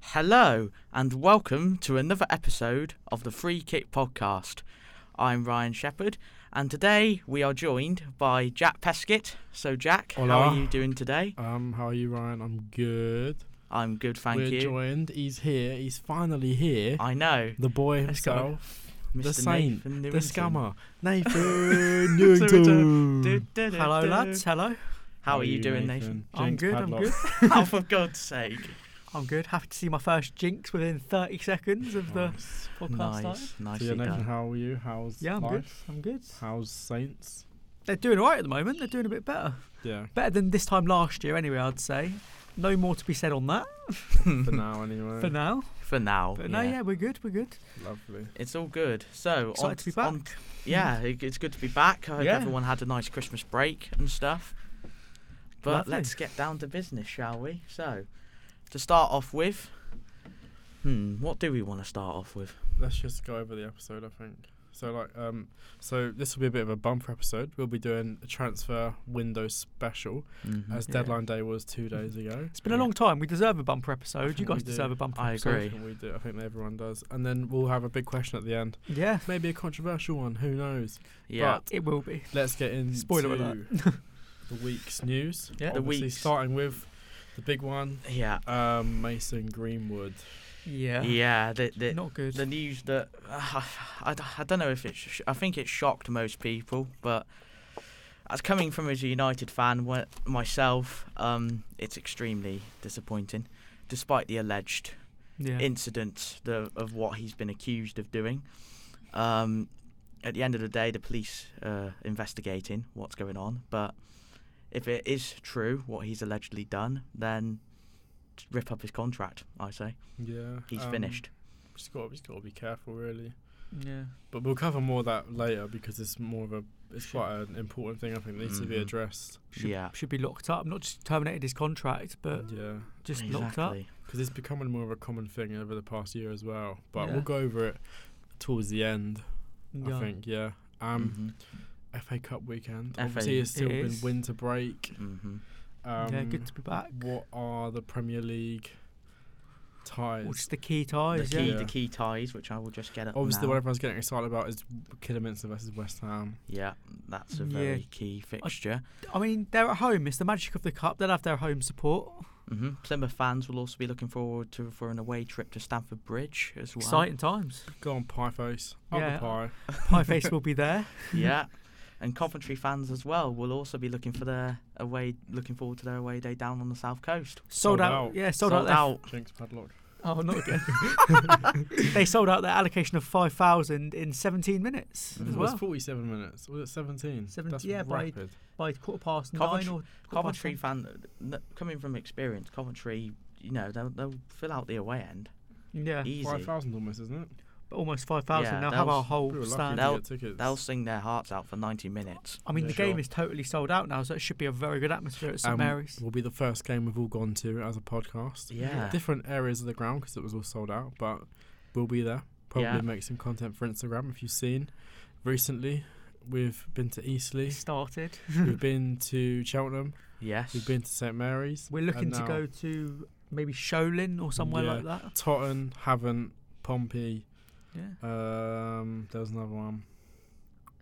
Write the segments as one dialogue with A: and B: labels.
A: Hello, and welcome to another episode of the Free Kick Podcast. I'm Ryan Shepherd, and today we are joined by Jack Peskett. So, Jack, how
B: Hola.
A: are you doing today?
B: Um, how are you, Ryan? I'm good.
A: I'm good, thank
B: We're
A: you.
B: joined. He's here. He's finally here.
A: I know,
B: the boy
A: Let's go.
B: himself,
A: Mr.
B: the saint,
A: Nathan
B: the
A: Newington.
B: scammer,
A: Sorry,
B: Nathan
A: do-
B: Newington.
A: do- do-
C: Hello,
A: do.
C: lads. Hello.
A: How are you doing, Nathan?
C: I'm
B: Jinx
C: good, I'm
B: Padlock.
C: good.
A: oh, for God's sake!
C: I'm good. Happy to see my first jinx within 30 seconds of
B: Oh,
C: the
B: Nice.
C: podcast. starting.
A: Nice,
B: So, yeah,
A: nicely
B: Nathan,
A: done.
B: how are you? How's
C: Yeah, I'm good.
B: life?
C: I'm good.
B: How's Saints?
C: They're doing all right at the moment. They're doing a bit better.
B: Yeah,
C: Better than this time last year, anyway, I'd say. No more to be said on that
B: for now anyway.
C: for now.
A: For now,
C: But no, yeah, we're good. We're good.
B: Lovely.
A: it's all good. So,
C: Excited
A: on-
C: to be back.
A: on Yeah, it- it's good to be back. I hope
C: Yeah.
A: everyone had a nice Christmas break and stuff. But
C: Lovely.
A: let's get down to business, shall we? So, to start off with, hmm, what do we want to start off with?
B: Let's just go over the episode, I think. So like um so this will be a bit of a bumper episode. We'll be doing a transfer window special as
C: Yeah.
B: deadline day was 2 days ago.
C: It's been
A: Yeah.
C: a long time. We deserve a bumper episode. You
B: think we
C: guys
B: do.
C: deserve a bumper
A: I
C: episode.
A: agree.
B: We do. I think everyone does. And then we'll have a big question at the end.
C: Yeah,
B: Maybe a controversial one. Who knows?
A: Yeah,
B: But
C: it will be.
B: let's get into
C: Spoiler alert.
B: the week's news.
C: Yeah.
A: The
B: Obviously
A: week's-
B: starting with the big one,
A: yeah,
B: um, Mason Greenwood.
C: Yeah.
A: yeah. The the,
C: Not good.
A: the news that uh, I, d- I don't know if it's sh- I think it shocked most people, but as coming from as a United fan wh- myself, um, it's extremely disappointing, despite the alleged
C: yeah.
A: incidents the, of what he's been accused of doing. Um, at the end of the day, the police uh, investigating what's going on. But if it is true what he's allegedly done, then t- rip up his contract. I say
B: Yeah.
A: he's
B: um,
A: finished.
B: Just got, just got to be careful, really.
C: yeah.
B: But we'll cover more of that later because it's more of a, it's quite an important thing. I think needs to be
C: Mm-hmm.
A: Mhm.
B: addressed.
C: Should,
A: Yeah.
C: should be locked up. Not just terminated his contract, but
B: yeah,
C: just locked up.
B: because it's becoming more of a common thing over the past year as well. But
C: Yeah.
B: we'll go over it towards the end.
C: Yeah. Mm-hmm.
B: I think. Yeah. Um.
A: Mhm,
B: FA Cup weekend.
A: FA,
B: Obviously, it's
C: it
B: still been
C: is.
B: winter break.
A: mhm.
B: Um,
C: yeah, good to be back.
B: What are the Premier League ties?
C: What's the key
A: The
C: ties?
A: key,
C: yeah.
A: the key ties, which I will just get up.
B: Obviously,
A: now.
B: what everyone's getting excited about is Kidderminster versus West Ham.
A: Yeah, that's a
C: Yeah.
A: very key fixture.
C: I mean, they're at home. It's the magic of the cup. They'll have their home support.
A: hmm Plymouth fans will also be looking forward to for an away trip to Stamford Bridge as well.
C: Exciting times.
B: Go on, pie face. Up
C: Yeah.
B: the pie.
C: Pie face will be there.
A: yeah. And Coventry fans as well will also be looking for their away, looking forward to their away day down on the south coast.
B: Sold
C: Sold, out.
B: out.
C: Yeah, sold, out. Their,
B: Jinx padlock.
C: Oh, not again. they sold out their allocation of five thousand in seventeen minutes
A: Mm.
C: as
B: It was
C: well.
B: 47 minutes. Was it 17?
C: Seven-
B: That's
C: yeah, by-
B: rapid.
C: By quarter past
A: Coventry-
C: nine or quarter past
A: Coventry
C: ten.
A: fan, n- coming from experience, Coventry, you know, they'll, they'll fill out the away end
C: Yeah,
A: easy.
B: 5,000 almost, isn't it?
C: almost five thousand.
A: Yeah,
C: they'll
A: that
C: have
A: was-
C: our whole
B: We were lucky
C: stand.
A: They'll-
B: to get tickets.
A: They'll sing their hearts out for 90 minutes.
C: I mean,
B: Yeah,
C: the game
B: sure.
C: is totally sold out now, so it should be a very good atmosphere at St
B: Um,
C: Mary's.
B: Will be the first game we've all gone to as a podcast.
A: Yeah.
B: different areas of the ground because it was all sold out, but we'll be there. Probably
A: Yeah.
B: make some content for Instagram if you've seen. Recently, we've been to
C: It
B: Eastleigh,
C: started.
B: we've been to Cheltenham,
A: Yes.
B: we've been to St Mary's.
C: We're looking
B: and
C: to
B: now
C: go to maybe Sholin or somewhere
B: Yeah.
C: like that.
B: Totten, Havant, Pompey.
C: Yeah.
B: Um, there was another one.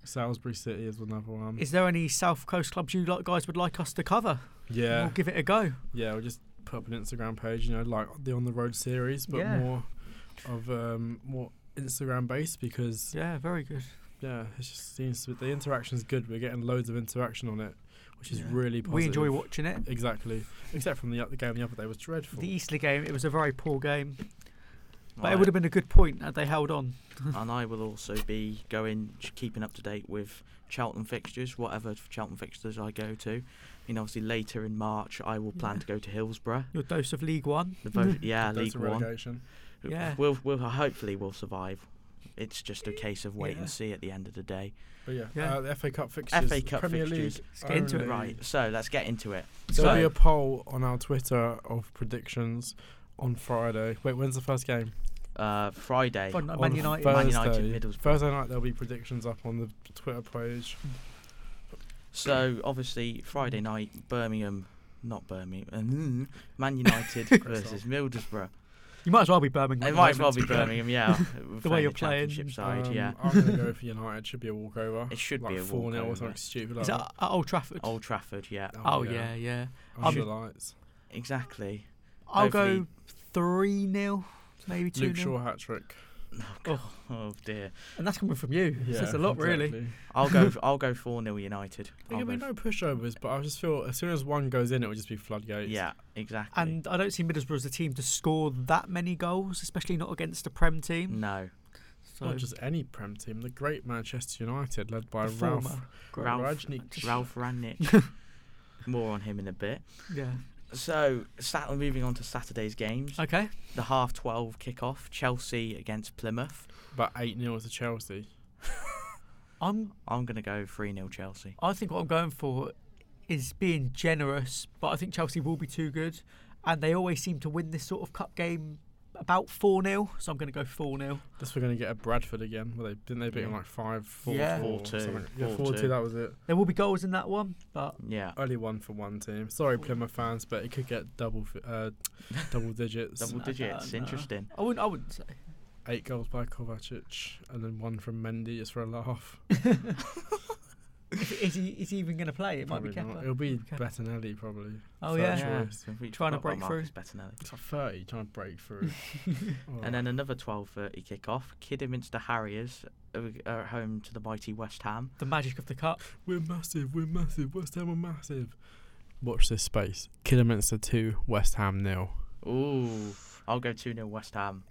B: Salisbury City is another one.
C: Is there any South Coast clubs you like, guys would like us to cover?
B: yeah,
C: We'll give it a go.
B: yeah. We'll just put up an Instagram page, you know, like the on the road series, but
C: Yeah.
B: more of um more Instagram based because
C: Yeah, very good.
B: Yeah, it just seems to the interaction's good. We're getting loads of interaction on it, which is
C: Yeah.
B: really positive.
C: We enjoy watching it.
B: Exactly. Except from the, the game the other day was dreadful.
C: The Eastleigh game, it was a very poor game, but
A: Right.
C: it would have been a good point had they held on.
A: and I will also be going, ch- keeping up to date with Cheltenham fixtures, whatever Cheltenham fixtures I go to. You know, obviously later in March, I will plan
C: Yeah.
A: to go to Hillsborough.
C: Your dose of League One.
A: The vote, yeah,
B: That's
A: League
B: a
A: One.
B: relegation.
C: Yeah.
A: We'll, we'll hopefully we'll survive. It's just a case of wait
C: Yeah.
A: and see at the end of the day.
B: But yeah,
C: Yeah.
B: Uh, the FA Cup fixtures.
A: FA
B: the
A: Cup
B: Premier
A: fixtures.
B: League
C: Let's get into it.
B: only.
A: Right, so let's get into it.
B: There'll
A: So-
B: be a poll on our Twitter of predictions on Friday. Wait, when's the first game?
A: Uh, Friday.
C: Fun, uh,
B: on
C: Man United.
A: Man United,
B: Thursday.
A: Middlesbrough.
B: Thursday night there'll be predictions up on the Twitter page.
A: So obviously Friday night, Birmingham, not Birmingham, Man United versus Middlesbrough.
C: You might as well be Birmingham.
A: It
C: at the
A: might as well
C: moment,
A: be
C: to fair.
A: Birmingham, yeah.
C: The way you're playing.
A: championship side,
B: Um,
A: yeah.
B: I'm gonna go for United. It should be a walkover.
A: It should
B: like
A: be a
B: 4-0
A: walkover.
B: or something stupid. Like
C: Is that at Old Trafford?
A: Old Trafford, yeah.
C: oh yeah, yeah.
B: Under
A: I'm-
B: the lights.
A: Exactly.
C: I'll
A: Hopefully-
C: go three 0 maybe two
B: Luke
C: 0
B: Shaw hat trick.
A: Oh dear.
C: and that's coming from you.
B: Yeah,
C: Yeah, Says a lot, really.
B: exactly.
A: I'll go. I'll go four 0 United.
B: There
A: I'll
B: can be
A: go
B: no pushovers, but I just feel as soon as one goes in, it will just be floodgates.
A: Yeah, exactly.
C: And I don't see Middlesbrough as a team to score that many goals, especially not against a Prem team.
A: no,
C: So
B: Not just any Prem team, the great Manchester United, led by
C: the
B: Ralph.
C: former.
A: Ralph-
B: Rajnick.
A: Ralph Rannick. More on him in a bit.
C: Yeah.
A: So, sat- moving on to Saturday's games.
C: Okay.
A: The half twelve kickoff: Chelsea against Plymouth.
B: About 8 0 to Chelsea.
C: I'm.
A: I'm gonna go three 0 Chelsea.
C: I think what I'm going for is being generous, but I think Chelsea will be too good, and they always seem to win this sort of cup game about four 0 So I'm going to go four 0
B: This we're going to get a Bradford again. Well, they, didn't they beat him
A: Yeah.
B: like 5 4
C: Yeah.
B: 4
A: 4-2,
B: something. Yeah, 4
A: 4-2.
B: 2, that was it.
C: There will be goals in that one, but
A: Yeah,
B: Only one for one team. Sorry, Plymouth fans, but it could get double fi- uh, double digits.
A: double
C: No,
A: digits.
C: no, no.
A: Interesting.
C: I wouldn't. I wouldn't say.
B: Eight goals by Kovacic, and then one from Mendy just for a laugh.
C: Is he, is he even going to play? It might be
B: Probably not.
C: Kepa.
B: It'll be
C: Kepa.
B: Bettinelli, probably.
C: Oh
B: Third
C: yeah.
A: Yeah,
B: choice.
A: completely
C: Trying to
A: forgot about
C: break through.
A: Marcus Bettinelli.
B: It's like 30, trying to break through. Oh,
A: And then another 12:30 kick-off. Kidderminster Harriers are are at home to the mighty West Ham.
C: The magic of the cup.
B: We're massive, we're massive, West Ham are massive. Watch this space. Kidderminster 2, West Ham nil.
A: Ooh, I'll go 2-0 West Ham.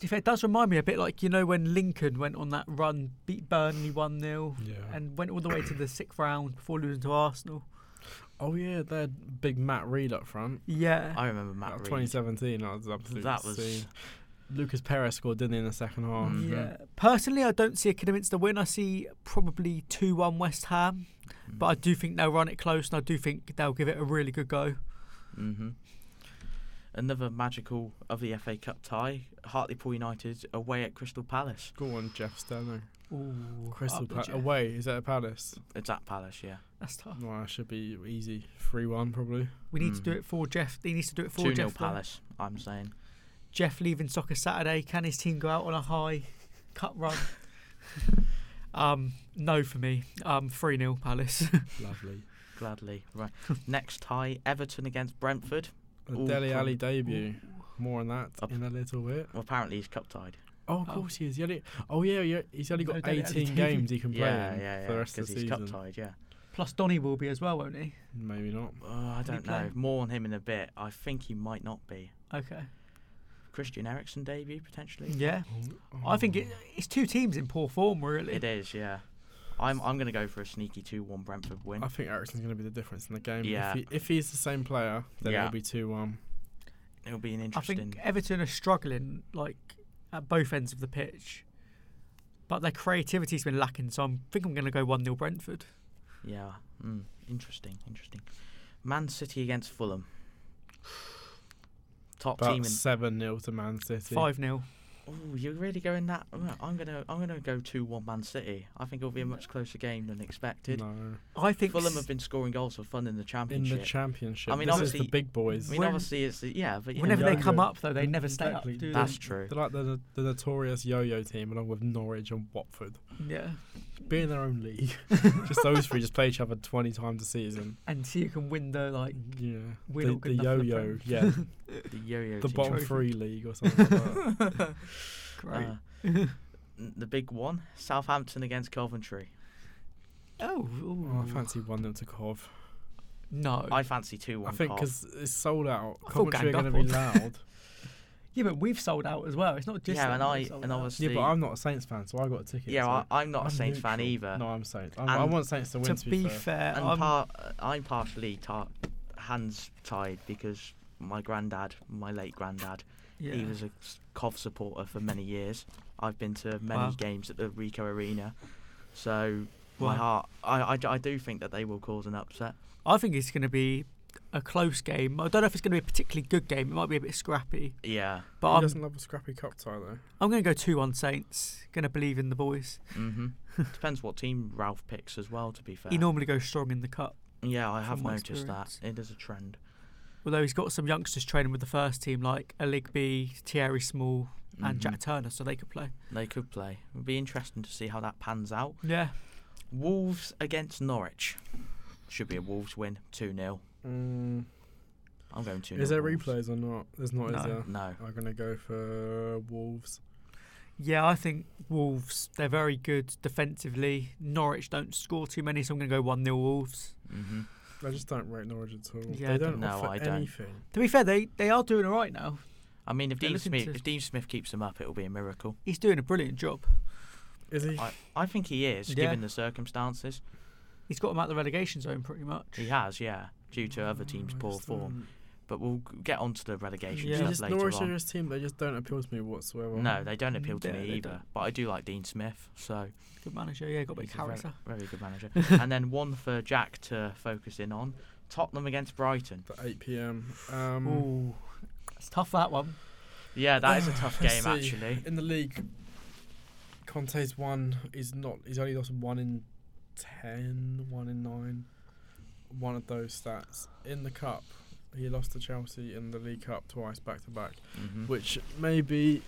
C: To be fair, it does remind me a bit like you know when Lincoln went on that run, beat Burnley one 0
B: Yeah.
C: and went all the way to the sixth round before losing to Arsenal.
B: oh, yeah, they had big Matt Reed up front.
C: Yeah.
A: I remember Matt
B: That was
A: Reed.
B: 2017, that was absolutely
A: That was
B: Lucas Perez scored, didn't he, in the second half?
A: Mm.
C: Yeah. Personally, I don't see a Kidderminster win. I see probably 2 1 West Ham, but I do think they'll run it close and I do think they'll give it a really good go.
A: hmm Another magical of the FA Cup tie. Hartlepool United away at Crystal Palace.
B: Go on, Jeff Sterling.
C: Ooh,
B: Crystal
C: up the
B: Palace.
C: Jet.
B: Away, is that a Palace?
A: It's at Palace, yeah.
C: That's tough.
B: Well, that should be easy. 3 1, probably.
C: We need to do
A: Mhm.
C: it for Jeff. He needs to do it for
A: 2 0
C: Jeff. though.
A: Palace, I'm saying.
C: Jeff leaving soccer Saturday. Can his team go out on a high cut run? um, no for me. Um, 3 0 Palace.
B: Lovely.
A: Gladly. Right. Next tie Everton against Brentford.
B: The
A: All
B: Deli
A: from-
B: Alley debut. More on that
A: Up.
B: in a little bit.
A: Well, apparently he's cup tied.
B: Oh, of
C: Oh.
B: course he is. He only, oh, yeah, yeah, he's only
C: No
B: got
C: doubt,
B: 18
C: yeah.
B: games he can play
A: Yeah,
B: in
A: yeah, yeah.
B: for the rest of
A: Because
B: the
A: he's
B: season.
A: cup tied, yeah.
C: Plus, Donny will be as well, won't he?
B: Maybe not.
A: Oh, I
C: he
A: don't know.
C: play?
A: More on him in a bit. I think he might not be.
C: Okay.
A: Christian Eriksen debut, potentially?
C: Yeah. I think
B: Oh,
C: it, it's two teams in poor form, really.
A: It is, yeah. I'm I'm gonna go for a sneaky two one Brentford win.
B: I think Ericsson's going to be the difference in the game.
A: Yeah.
B: If, he, if he's the same player, then
A: Yeah.
B: it'll be 2 1.
A: It'll be an
C: I
A: interesting.
C: think Everton are struggling like at both ends of the pitch, but their creativity's been lacking. So I am think I'm going to go one 0 Brentford.
A: Yeah. Mm, interesting. Interesting. Man City against Fulham. Top team
B: About
A: in.
B: 7 0 to Man City.
C: Five 0
A: Oh, you're really going that? well, I'm gonna I'm gonna go two one Man City. I think it'll be a much closer game than expected.
B: No.
C: I think
A: Fulham
C: s-
A: have been scoring goals for fun in the
B: In the
A: championship.
B: championship.
A: I mean,
B: this is the
A: obviously-
B: big boys.
A: I mean,
C: When-
A: obviously it's the, yeah, but you
C: whenever
A: know,
C: they
B: Young
C: come
B: Ro-
C: up though, they never stay
B: Exactly.
C: up. Do they?
A: that's true.
B: They're like the, the notorious yo-yo team, along with Norwich and Watford,
C: yeah,
B: be in their own league. just those three just play each other twenty times a season.
C: and so you can win the like
B: Yeah,
C: We're
B: the,
C: not
B: the
C: good enough for the
B: yo-yo, yeah,
A: The yo-yo.
B: the
A: team.
B: bottom
C: Trophy.
B: three league or something. like that.
C: great.
A: Uh, n- the big one, Southampton against Coventry.
C: oh,
B: Oh,
C: ooh.
B: I fancy one 0 to Cov.
C: no.
A: I fancy two
B: Oh, I
A: one.
B: think because it's sold out.
C: I feel
B: Coventry are going
C: ganged
B: to
C: up
B: be
C: on.
B: loud.
C: yeah, but we've sold out as well. It's not just
A: yeah,
C: them
A: and
C: that
A: I
C: have sold
A: and
C: out.
A: obviously
B: yeah, but I'm not a Saints fan, so I got a ticket.
A: Yeah,
B: so
A: I, I'm not
B: I'm
A: a Saints fan
B: neutral.
A: either.
B: No, I'm Saints. I'm, I
A: And
B: want Saints to win.
C: to be
B: fair.
C: fair,
A: and
C: I'm-
A: par- I'm partially tar- hands tied because my granddad, my late granddad,
C: yeah.
A: he was a s- Cov supporter for many years. I've been to many
C: Wow.
A: games at the Rico Arena, so
C: Wow.
A: my heart, I, I d- I do think that they will cause an upset.
C: I think it's going to be a close game. I don't know if it's going to be a particularly good game. It might be a bit scrappy,
A: Yeah.
C: but
B: Who
C: I'm,
A: um,
B: doesn't love a scrappy cup tie though?
C: I'm going to go two-one Saints. Going to believe in the boys.
A: hmm Depends what team Ralph picks as well. To be fair,
C: He normally goes strong in the cup.
A: yeah, I
C: from
A: have
C: my
A: noticed that
C: experience.
A: it is a trend.
C: Although he's got some youngsters training with the first team, like Aligby, Thierry Small,
A: Mm-hmm.
C: and Jack Turner, so they could play.
A: They could play. It would be interesting to see how that pans out.
C: Yeah.
A: Wolves against Norwich. Should be a Wolves win, 2 0.
B: Mm,
A: I'm going 2 0.
B: is there replays or not? There's not, is
C: No.
B: there?
A: No.
B: I'm going to go for Wolves.
C: Yeah, I think Wolves, they're very good defensively. Norwich don't score too many, so I'm going to go 1 0 Wolves.
A: hmm
B: I just don't rate Norwich at all.
C: Yeah,
B: they
C: I
B: don't
A: don't- No,
B: offer
A: I don't.
B: anything.
C: To be fair, they, they are doing all right now.
A: I mean, if
C: They're
A: Dean,
C: looking
A: Smith,
C: to-
A: if Dean Smith keeps them up, it'll be a miracle.
C: He's doing a brilliant job.
B: Is he?
A: I, I think he is,
C: Yeah.
A: given the circumstances.
C: He's got them out the relegation zone pretty much.
A: He has, yeah, due to other teams'
B: Mm, I
A: poor
B: just
A: form.
B: don't-
A: But we'll g- get onto the relegation
C: Yeah.
B: They
A: stuff
B: just,
A: later
B: Norwich
A: on.
B: are just team. They just don't appeal to me whatsoever.
A: No, they don't appeal to
C: Yeah,
A: me
C: they
A: either.
C: don't.
A: But I do like Dean Smith, so
C: Good manager, yeah, got a bit of
A: he's a
C: character.
A: very, very good manager. and then one for Jack to focus in on: Tottenham against Brighton.
B: The 8 p.m. Um,
C: Ooh, it's tough that one.
A: Yeah, that is a tough
B: let's
A: game
B: see.
A: actually.
B: in the league, Conte's won. He's not. He's only lost one in ten, one in nine, one of those stats in the cup. He lost to Chelsea in the League Cup twice back to back,
A: Mhm.
B: which maybe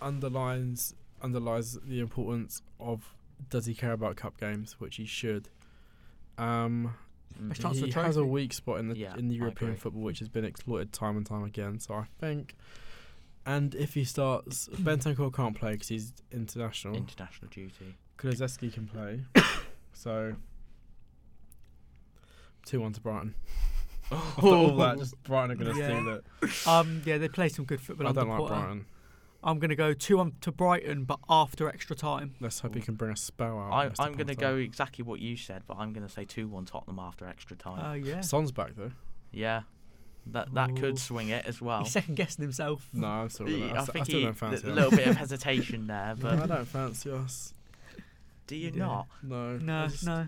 B: underlines underlies the importance of does he care about cup games, which he should. Um,
A: Mhm.
C: Let's chance the
B: he has a
C: trophy.
B: weak spot in the
A: Yeah,
B: in the
A: I
B: European
A: agree.
B: football, which has been exploited time and time again. So I think, and if he starts, Bentancur can't play because he's
A: oh.
B: international.
A: International duty.
B: Kulizeski can play, so two one to Brighton. After all that, just Brighton are going to
C: Yeah.
B: steal it.
C: Um, yeah, they play some good football
B: I
C: under
B: don't like
C: Potter.
B: Brighton.
C: I'm going to go 2 1 to Brighton, but after extra time.
B: Let's hope he can bring a spell out.
A: Oh, I,
B: Mr.
A: I'm going to go
B: Potter.
A: exactly what you said, but I'm going to say two-one Tottenham after extra time.
C: Oh, yeah.
B: Son's back though.
A: yeah, that that
C: Ooh.
A: could swing it as well.
C: He's second guessing himself.
B: No, I'm still. with that.
A: oh. I
B: s-
A: think
B: still
A: he,
B: don't fancy
A: a
B: him.
A: little bit of hesitation there,
B: No, I
A: but
B: don't fancy us.
A: do you
C: Yeah.
A: not?
B: No. I
C: No,
B: just-
C: no.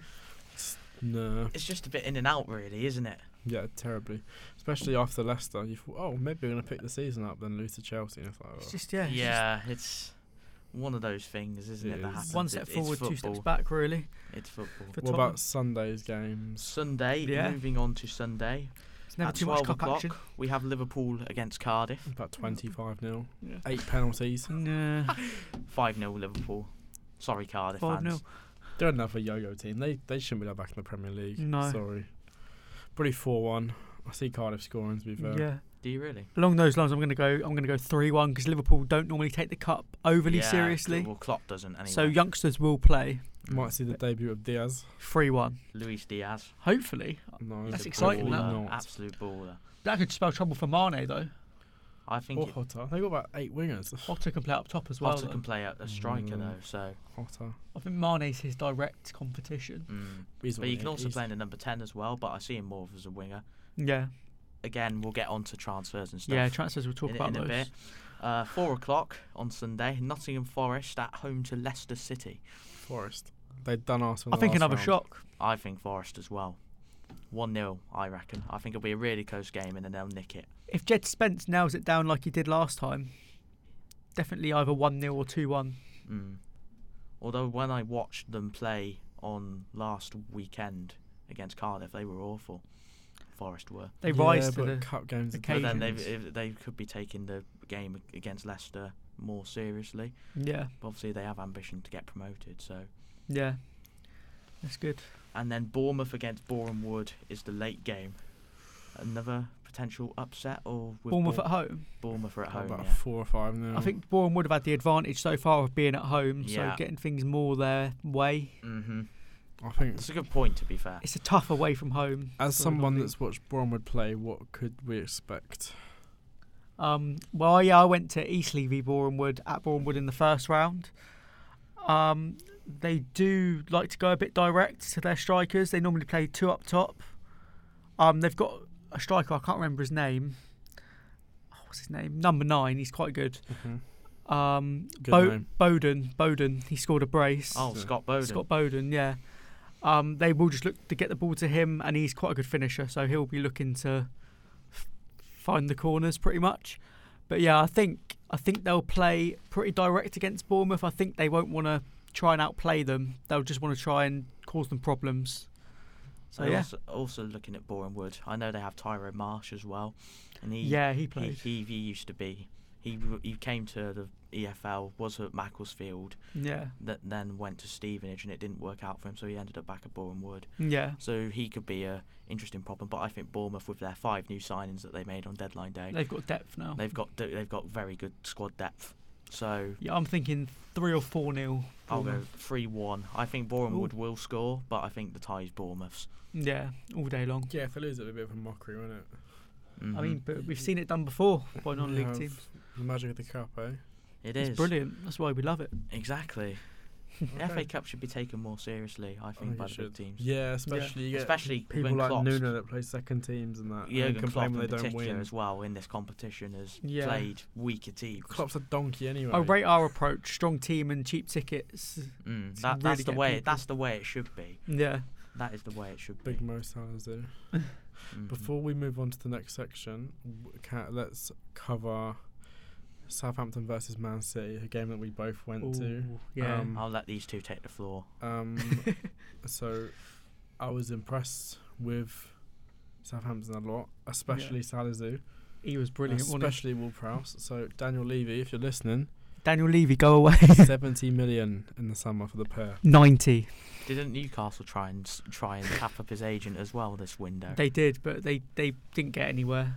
B: No.
A: It's just a bit in and out, really, isn't it?
B: Yeah, terribly. Especially after Leicester, you thought, oh, maybe we're going to pick the season up, then lose to Chelsea. And it's like,
C: It's
B: oh.
C: just, yeah. it's
A: Yeah, it's one of those things, isn't it?
B: It
A: that
B: is.
A: happens.
C: just one
A: It-
C: step
A: it's
C: forward, two steps
A: football.
C: back, really.
A: It's football.
C: For
B: what
C: Tottenham.
B: about Sunday's games?
A: Sunday.
C: Yeah.
A: Moving on to Sunday.
C: It's never
A: at
C: too
A: 12
C: much cup
A: o'clock,
C: action.
A: we have Liverpool against Cardiff.
B: About 25 nil,
C: Yeah.
B: eight penalties.
C: Nah,
A: Five 0 Liverpool. Sorry, Cardiff
C: 5
A: fans.
C: 0.
B: They're another yo yo team. They they shouldn't be that back in the Premier League.
C: No.
B: Sorry. Probably 4 1. I see Cardiff scoring, to be fair.
C: Yeah.
A: Do you really?
C: Along those lines, I'm going to go. I'm going to go three-one because Liverpool don't normally take the cup overly
A: Yeah,
C: seriously.
A: Well, Klopp doesn't anyway.
C: So youngsters will play
B: Might see the debut of Diaz.
C: three-one.
A: Luis Diaz.
C: Hopefully,
B: No,
A: He's
C: That's
A: a
C: exciting,
A: Baller,
B: probably
C: that.
B: Not.
A: Absolute baller.
C: that could spell trouble for Mane though.
A: I think
B: Or
A: it,
B: Hotter. They got about eight wingers.
C: Otter can play up top as Oh, well. uh,
A: Potter
C: though.
A: can play a, a striker
B: Mm.
A: though. So,
B: Hotter.
C: I think Mane's his direct competition.
A: mm.
B: He's
A: but
B: not-
A: you can also
B: he's-
A: play in the number ten as well. But I see him more as a winger.
C: Yeah.
A: Again, we'll get on to transfers and stuff.
C: Yeah. Transfers. We'll talk
A: in,
C: about
A: in a
C: those.
A: bit. Uh, four o'clock on Sunday, Nottingham Forest at home to Leicester City.
B: Forest. They've done us. in
C: I
B: the
C: think
B: last
C: another
B: round.
C: shock.
A: I think Forest as well. 1 0, I reckon. I think it'll be a really close game and then they'll nick it.
C: If Jed Spence nails it down like he did last time, definitely either one 0 or two one.
A: Mm. Although, when I watched them play on last weekend against Cardiff, they were awful. Forest were.
C: They
B: yeah,
C: rise to
B: but
C: the.
B: cup games. are
A: But
C: occasion.
A: then
B: different.
A: they they could be taking the game against Leicester more seriously.
C: Yeah.
A: But obviously, they have ambition to get promoted. So,
C: Yeah. That's good.
A: and then Bournemouth against Boreham Wood is the late game. Another potential upset, or with
C: Bournemouth
A: Bour-
C: at home.
A: Bournemouth are at home.
B: about
A: yeah.
B: four or five now.
C: I think Bournemouth would have had the advantage so far of being at home,
A: Yeah.
C: so getting things more their way.
A: Mm-hmm.
B: I think
A: That's a good point, to be fair.
C: It's a tough away from home.
B: as
C: for a
B: someone
C: Northampton.
B: that's watched Bromwood play, what could we expect?
C: Um, well, yeah, I went to Eastleigh v Bournemouth at Bournemouth in the first round. Um, they do like to go a bit direct to their strikers. They normally play two up top. Um, they've got a striker I can't remember his name. Oh, what's his name? Number nine. He's quite good. Um,
B: Good name.
C: Bowden. Bowden. He scored a brace.
A: Oh,
B: So-
A: Scott Bowden.
C: Scott Bowden, yeah. Um, they will just look to get the ball to him, and he's quite a good finisher, so he'll be looking to f- find the corners pretty much. But yeah, I think I think they'll play pretty direct against Bournemouth. I think they won't want to try and outplay them. They'll just want to try and cause them problems.
A: So
C: yeah.
A: oh, also, also looking at Boreham Wood, I know they have Tyro Marsh as well, and he
C: yeah, he
A: he,
C: played.
A: he, he used to be he w- he came to the EFL was at Macclesfield
C: yeah,
A: that then went to Stevenage and it didn't work out for him so he ended up back at Boreham Wood
C: yeah,
A: so he could be a interesting problem but I think Bournemouth with their five new signings that they made on deadline day
C: they've got depth now.
A: they've got they've got very good squad depth so
C: Yeah, I'm thinking three or four nil.
A: I'll go
C: Bournemouth.
A: 3 1. I think Boreham
C: Ooh.
A: Wood will score, but I think the tie is Bournemouth's.
C: Yeah, all day long.
B: Yeah, if they lose, it'll be a bit of a mockery, won't it?
A: Mhm.
C: I mean, but we've seen it done before by
B: You
C: non-league
B: have
C: teams.
B: The magic of the cup, eh?
A: it
C: It's
A: is.
C: brilliant. That's why we love it.
A: Exactly. The
B: Okay.
A: FA Cup should be taken more seriously, I think,
B: think
A: by
B: it
A: the
B: Oh, should.
A: big teams.
B: Yeah, especially you get
A: Especially
B: people
A: when
B: like
A: Klopp's-
B: Nuno that play second teams and that. and
A: Jurgen
B: complain
A: Klopp
B: when
A: in
B: they don't
A: particular
B: win.
A: as well in this competition has
C: Yeah.
A: played weaker teams.
B: Klopp's a donkey anyway.
C: I rate our approach: strong team and cheap tickets.
A: Mm,
C: to
A: that,
C: really
A: that's the
C: get
A: way.
C: people.
A: That's the way it should be.
C: Yeah,
A: That is the way it should be.
B: Big Mo Salah's there.
A: Mhm.
B: Before we move on to the next section, w- ca let's cover Southampton versus Man City, a game that we both went to.
C: Ooh, yeah.
B: um,
A: I'll let these two take the floor.
B: Um, so I was impressed with Southampton a lot, especially Salizu,
C: he was brilliant. Wasn't he?
B: especially Will Prowse. So Daniel Levy, if you're listening,
C: Daniel Levy, go away.
B: 70 million in the summer for the pair.
C: Ninety.
A: Didn't Newcastle try and s- try and tap up his agent as well this window?
C: They did, but they they didn't get anywhere.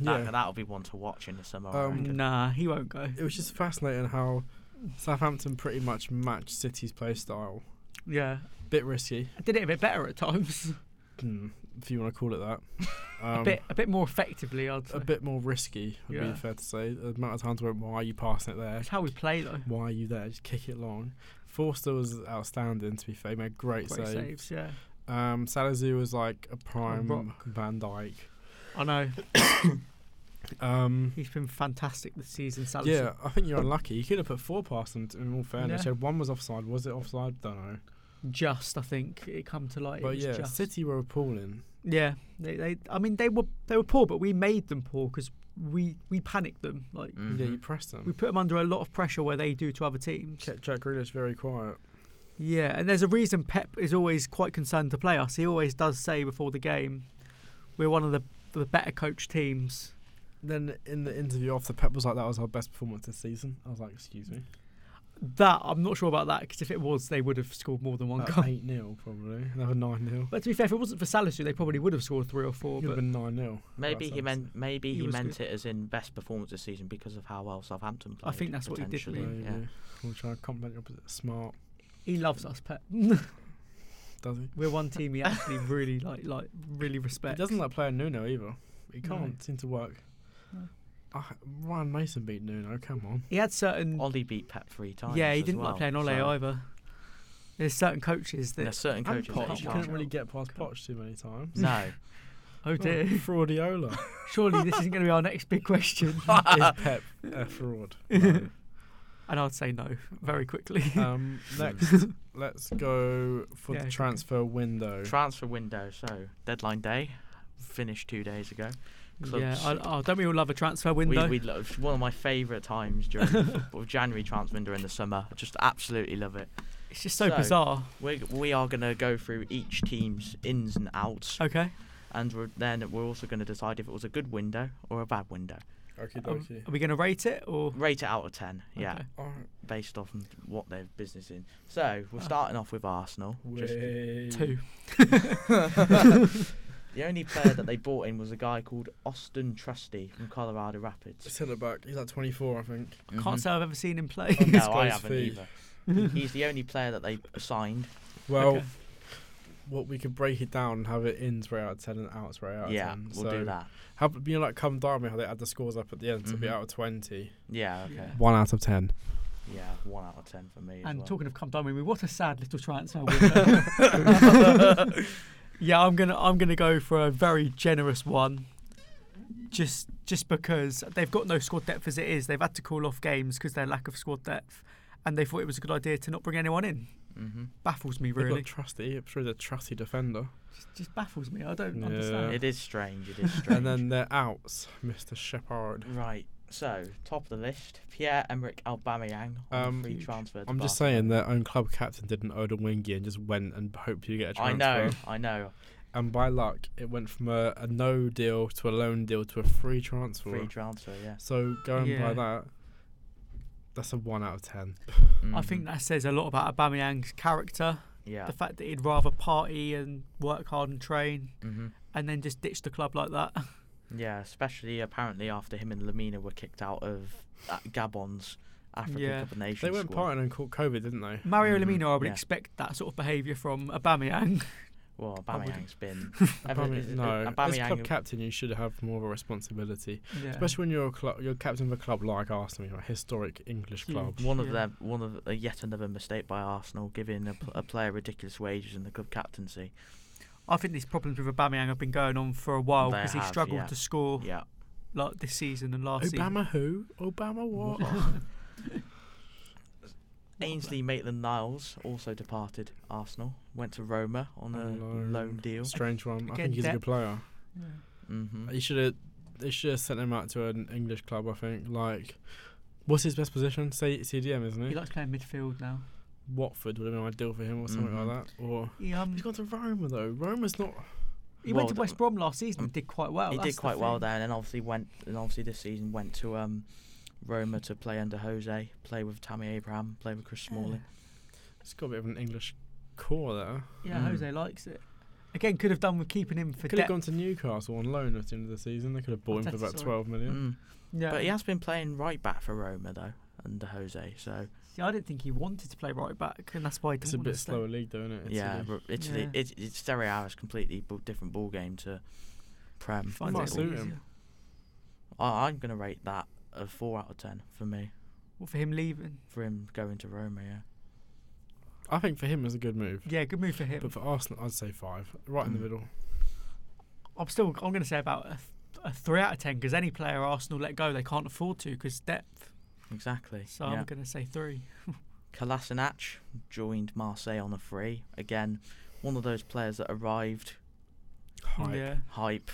B: Yeah.
A: That, will be one to watch in the summer. I
B: Um,
A: reckon.
C: Nah, he won't go.
B: It was just fascinating how Southampton pretty much matched City's play style.
C: Yeah,
B: Bit risky,
C: I did it a bit better at times.
B: hmm, if you want to call it that.
C: a
B: Um,
C: bit a bit more effectively. I'd say.
B: a bit more risky would
C: Yeah.
B: be fair to say. The amount of times I went, why are you passing it there?
C: That's how we play though.
B: Why are you there? Just kick it long. Forster was outstanding. To be fair, he made great,
C: Great
B: saves.
C: saves. Yeah,
B: Um, Salazar was like a prime
C: rock.
B: Van Dyke.
C: I know.
B: Um,
C: He's been fantastic this season. Salah.
B: yeah, I think you're unlucky. You could have put four past him. t- In all fairness,
C: Yeah.
B: You had one was offside. Was it offside? Don't know.
C: just I think it come to light. it
B: but
C: was
B: yeah,
C: just.
B: City were appalling.
C: Yeah, they, they. I mean, they were they were poor, but we made them poor because we we panicked them. Like
B: Yeah,
A: Mhm.
B: you pressed them.
C: we put them under a lot of pressure where they do to other teams.
B: kept Jack Grealish very quiet.
C: Yeah, and there's a reason Pep is always quite concerned to play us. He always does say before the game, we're one of the the better coach teams.
B: Then in the interview after, Pep was like, "That was our best performance this season." I was like, "Excuse me."
C: That I'm not sure about that because if it was, they would have scored more than one goal.
B: Eight 0 probably. Another nine 0
C: But to be fair, if it wasn't for Salisu, they probably would have scored three or four.
B: Could have
C: But
B: been nine 0
A: Maybe he meant maybe
C: He
A: he,
C: was
A: meant it as in best performance this season because of how well Southampton
C: I
A: played.
C: think that's what he did
A: potentially,
C: mean,
A: Yeah.
B: We'll try to compliment the opposite. Smart,
C: he loves us, Pep.
B: does he?
C: we're one team he actually really like, like really respects.
B: He doesn't like playing Nuno either. It
C: No.
B: can't seem to work.
C: No.
B: Ah, Ryan Mason beat Nuno. Come on.
C: He had certain
A: Ollie beat Pep three times.
C: Yeah, he
A: as
C: didn't
A: well,
C: like playing Ole
A: so-
C: either. There's certain coaches that
A: There's certain
B: And
A: coaches. that
B: Poch.
A: you
B: You
C: can't.
A: can't.
B: couldn't really get past Poch too many times.
A: No,
C: oh dear,
B: Fraudiola.
C: surely this isn't going to be our next Uh, big question.
B: Is Pep a fraud? No.
C: And I'd say no very quickly.
B: um, next, let's go for
C: Yeah, it's
B: the
C: okay.
B: transfer window.
A: transfer window. So deadline day finished two days ago.
C: yeah,
A: clubs-
C: I, oh, don't we all love a transfer window?
A: We, we love it's one of my favourite times during the football, January transfer window in the summer. I just absolutely love it.
C: it's just so,
A: So-
C: bizarre.
A: We we are gonna go through each team's ins and outs,
C: Okay,
A: and we're, then we're also gonna decide if it was a good window or a bad window.
B: Okie
C: um,
B: dokie.
C: are we going to rate it or?
A: Rate it out of ten. Yeah.
C: Okay.
B: Alright.
A: based off on what their business in. So we're
C: Ah.
A: starting off with Arsenal. Just
B: Way.
C: two.
A: the only player that they bought in was a guy called Austin Trusty from Colorado Rapids.
B: Centre back. He's like 24, I think.
A: Mm-hmm.
C: I can't say I've ever seen him play.
A: Mhm.
B: this
A: No, I
B: guy's
A: haven't
B: fee.
A: either. He- He's the only player that they signed.
B: Well,
C: Okay.
B: what we could break it down and have it in three out of 10 and out three out of
A: Yeah,
B: 10.
A: we'll do
B: So
A: that.
B: Have, you know, like, come down how they add the scores up at the end, so it'd be
A: Mhm.
B: out of 20.
A: Yeah, okay.
B: One out of ten.
A: Yeah, one out of ten for me. as
C: and
A: well.
C: talking of come down with me, what a sad little transfer window. yeah, I'm gonna I'm gonna go for a very generous one. Just just because they've got no squad depth as it is, they've had to call off games because their lack of squad depth, and they thought it was a good idea to not bring anyone in.
A: Mhm.
C: Baffles me
B: They've
C: really.
B: got trusty. I'm sure they're trusty defender.
C: Just, just baffles me. I don't
B: Yeah.
C: understand.
A: It is strange. It is strange.
B: And then their outs, Mr. Shepard.
A: right. So top of the list, Pierre Emerick Aubameyang on
B: Um,
A: um, free
C: Huge.
A: transfer. to
B: I'm just
A: Barcelona.
B: saying their own club captain did an Odin Wingy and just went and hoped you get a transfer.
A: I know, I know.
B: And by luck, it went from a, a no deal to a loan deal to a free transfer.
A: Free transfer, yeah.
B: so going
C: Yeah.
B: by that, that's a one out of ten.
C: I think
A: Mhm.
C: that says a lot about Aubameyang's character.
A: Yeah.
C: The fact that he'd rather party and work hard and train,
A: hmm
C: and then just ditch the club like that.
A: Yeah, especially apparently after him and Lamina were kicked out of uh, Gabon's African
C: Yeah.
A: Cup of Nations.
B: They went
A: squad.
B: partying and caught COVID, didn't they?
C: Mario
A: Mhm,
C: Lamino, I would
A: yeah.
C: expect that sort of behaviour from Aubameyang.
A: Well,
B: I wouldn't-
A: Aubameyang's been. ever-
B: Aubameyang-
A: is- is-
B: no, as club
A: Aubameyang-
B: captain, you should have more of a responsibility,
C: Yeah.
B: especially when you're a club, you're captain of a club like Arsenal, you know, a historic English
C: Huge.
B: club.
A: One of
C: Yeah.
A: them, one of uh, yet another mistake by Arsenal, giving a, pl- a player ridiculous wages and the club captaincy.
C: I think these problems with Aubameyang have been going on for a while
A: They
C: because he
A: have,
C: struggled
A: yeah.
C: to score
A: Yeah,
C: like this season and last season.
B: Obama who? Obama what?
A: Ainsley Maitland-Niles also departed Arsenal, went to Roma on
B: On
A: a
B: loan.
A: loan deal.
B: Strange one. I
C: Again,
B: think he's a
C: depth.
B: good player.
A: hmm
B: You should have. They should have sent him out to an English club. I think. Like, what's his best position? Say CDM, isn't
C: He
B: it?
C: likes playing midfield now.
B: Watford would have been ideal for him, or something like
A: Mhm.
B: that. Or
C: He, um,
B: he's gone to Roma though. Roma's not.
C: he
A: Well,
C: went to
A: th-
C: West Brom last season and did quite well.
A: he
C: that's
A: did
C: the
A: quite well
C: thing.
A: there, and then obviously went and obviously this season went to um, Roma to play under Jose, play with Tammy Abraham, play with Chris Smalling.
B: It's got a bit of an English core there.
C: Yeah,
A: Mm.
C: Jose likes it. Again, could have done with keeping him for
B: Could have
C: depth.
B: gone to Newcastle on loan at the end of the season. They could have bought him for
C: Arteta,
B: about
C: sorry.
B: twelve million.
A: Mm.
C: yeah.
A: But he has been playing right back for Roma though under Jose, so
C: See, I didn't think he wanted to play right back, and that's why he didn't
B: It's a
C: want to
B: bit
C: stay.
B: slower league, though, isn't it?
A: yeah,
B: Italy.
A: r- Italy,
C: Yeah.
A: It, it's Serie A is completely bu- different ball game to Prem.
C: He finds
B: Might
C: it a
A: Well,
C: bit
B: suit him.
C: easier.
A: I, I'm gonna rate that a four out of ten for me
C: Well, for him leaving.
A: for him going to Roma. Yeah,
B: I think for him it was a good move.
C: Yeah, good move for him.
B: But for Arsenal, I'd say five, right in the
A: Mm.
B: middle.
C: I'm still. I'm going to say about a, th- a three out of ten because any player Arsenal let go, they can't afford to because depth.
A: exactly.
C: So
A: yeah.
C: I'm going to say three.
A: Kolasinac joined Marseille on a free again. One of those players that arrived
B: Hype.
C: Yeah.
A: hype.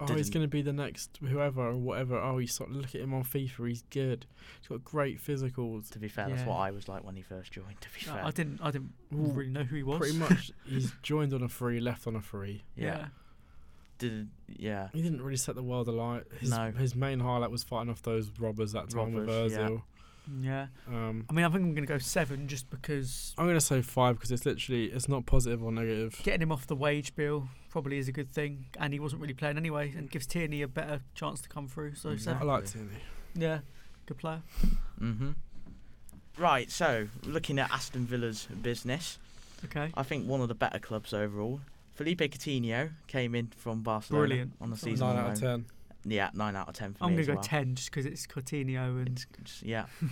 B: Oh, he's
A: didn't-
B: going to be the next whoever or whatever. Oh, you sort of look at him on FIFA. He's good. He's got great physicals.
A: To be fair, that's
C: Yeah.
A: what I was like when he first joined. To be
C: No,
A: fair,
C: I didn't. I didn't
B: Ooh,
C: really know who he was.
B: Pretty much, he's joined on a free, left on a free.
A: yeah,
C: Yeah.
A: did yeah,
B: He didn't really set the world alight. His,
A: No.
B: his main highlight was fighting off those robbers that time with
A: Robbers, yeah.
B: Ozil.
C: Yeah.
B: Um,
C: I mean, I think I'm going to go seven just because
B: I'm going to say five because it's literally it's not positive or negative.
C: getting him off the wage bill probably is a good thing, and he wasn't really playing anyway, and gives Tierney a better chance to come through. So
B: I
C: seven.
B: like Tierney.
C: Yeah. Good player.
A: Mm-hmm. Right, so looking at Aston Villa's business,
C: Okay.
A: I think one of the better clubs overall. Felipe Coutinho came in from Barcelona
C: Brilliant.
A: on the
C: Nine
A: season.
B: Nine
A: on
B: out of
A: loan.
B: ten.
A: Yeah, nine out of ten for
C: I'm
A: me
C: going
A: as
C: to go
A: well.
C: ten just because it's Coutinho and
A: It's- it's- yeah,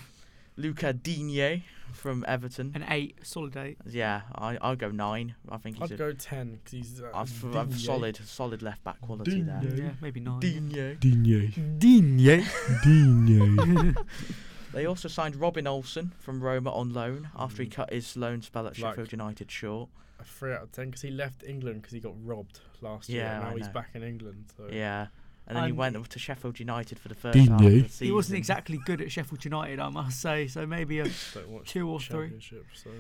A: Luca Digne from Everton.
C: an eight, solid eight.
A: Yeah, I I'll go nine. I think he's
B: I'd
A: a
B: go ten because he's uh,
A: I've, I've
B: Digne.
A: solid solid left back quality
B: Digne.
A: there.
C: Yeah, maybe nine.
A: Digne.
B: Digne.
C: Digne.
B: Digne.
A: They also signed Robin Olsen from Roma on loan after he
B: Mm.
A: cut his loan spell at
B: Like-
A: Sheffield United short.
B: a three out of ten because he left England because he got robbed last year.
A: Yeah,
B: and Now
A: I
B: he's
A: know.
B: back in England. So
A: Yeah. And then he
C: I'm-
A: went up to Sheffield United for the first half of the
B: Digne.
A: season.
C: He wasn't exactly good at Sheffield United, I must say. So maybe a
B: don't watch
C: two or three.
B: championship. So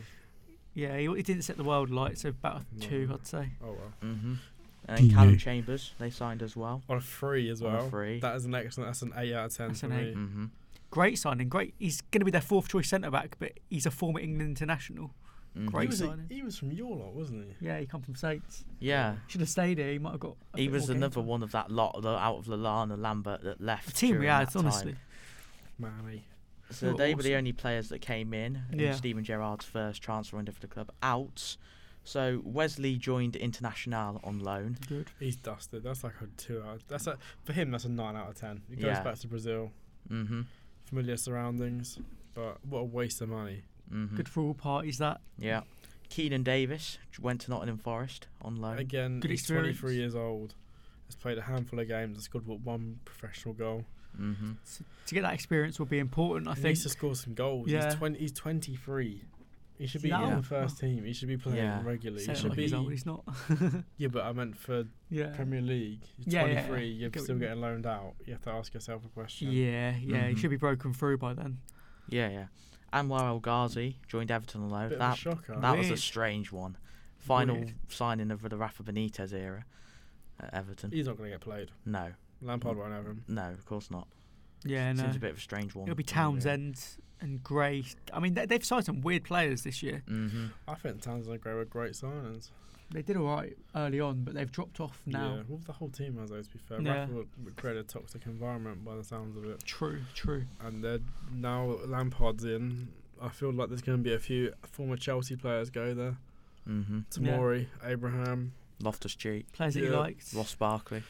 C: Yeah, he, he didn't set the world alight. So about a
B: No.
C: two, I'd say.
B: oh well.
A: hmm And then Callum
B: Digne.
A: Chambers, they signed as well.
B: On a three as
A: On a
B: well.
A: three.
B: That is an excellent. That's an eight out of ten
C: That's
B: for
C: an
B: me.
C: eight.
A: hmm
C: Great signing. Great. He's going to be their fourth choice centre back, but he's a former England international.
A: Mm-hmm.
B: He
C: Great
B: was, a,
C: signing.
B: he was from your lot, wasn't he?
C: Yeah, he come from Saints.
A: Yeah.
C: Should have stayed here. He might have got. a
A: He
C: bit
A: was
C: more game
A: another
C: time.
A: one of that lot though, out of Lallana and Lambert that left.
C: The team we
A: during
C: had,
A: that time.
C: honestly.
B: Mammy.
A: So
C: They were
A: they were the
C: awesome.
A: only players that came in
C: Yeah.
A: in Steven Gerrard's first transfer window for the club. Out. So Wesley joined Internacional on loan.
C: Good.
B: He's dusted. That's like a two out. That's a for him. That's a nine out of ten. He goes
A: Yeah.
B: back to Brazil,
A: Mm-hmm.
B: familiar surroundings, but what a waste of money.
A: Mm-hmm.
C: Good for all parties. That
A: Yeah. Keenan Davis went to Nottingham Forest on loan.
B: Again,
C: Good
B: he's
C: experience.
B: 23 years old. Has played a handful of games. Has scored what one professional goal.
A: Mm-hmm.
C: to get that experience will be important. I
B: he
C: think.
B: needs to score some goals.
C: Yeah.
B: He's twenty. He's twenty three. He should
C: Is
B: be
C: he
B: in the
C: old?
B: first team. He should be playing
A: Yeah.
B: regularly. He
C: Say it
B: should
C: like
B: be.
C: he's old. He's not.
B: Yeah, but I meant for
C: yeah.
B: Premier League. He's
C: Yeah, yeah, yeah.
B: 23. You're
C: Go-
B: still getting loaned out. You have to ask yourself a question.
C: Yeah, yeah. He
A: Mhm.
C: should be broken through by then.
A: Yeah, yeah. Anwar El Ghazi joined Everton on loan.
B: Bit of a
A: That
B: shocker.
A: that was a
C: Weird.
A: strange one. Final
C: Weird.
A: signing of the Rafa Benitez era at Everton.
B: He's not going to get played.
A: No,
B: Lampard won't have him.
A: no, of course not.
C: Yeah, no.
A: Seems a bit of a strange one.
C: It'll be Townsend and Gray. I mean, they, they've signed some weird players this year.
A: Mm-hmm.
B: I think Townsend and Gray were great signings.
C: They did all right early on, but they've dropped off now.
B: Yeah. Well, the whole team has those, to be fair.
C: Yeah.
B: Rafa would create a toxic environment by the sounds of it.
C: True, true.
B: And they're now Lampard's in. I feel like there's going to be a few former Chelsea players go there.
A: Mm-hmm.
C: Yeah.
B: Tamori, Abraham,
A: Loftus Cheek,
C: Players that you
B: Yeah.
C: liked.
A: Ross Barkley,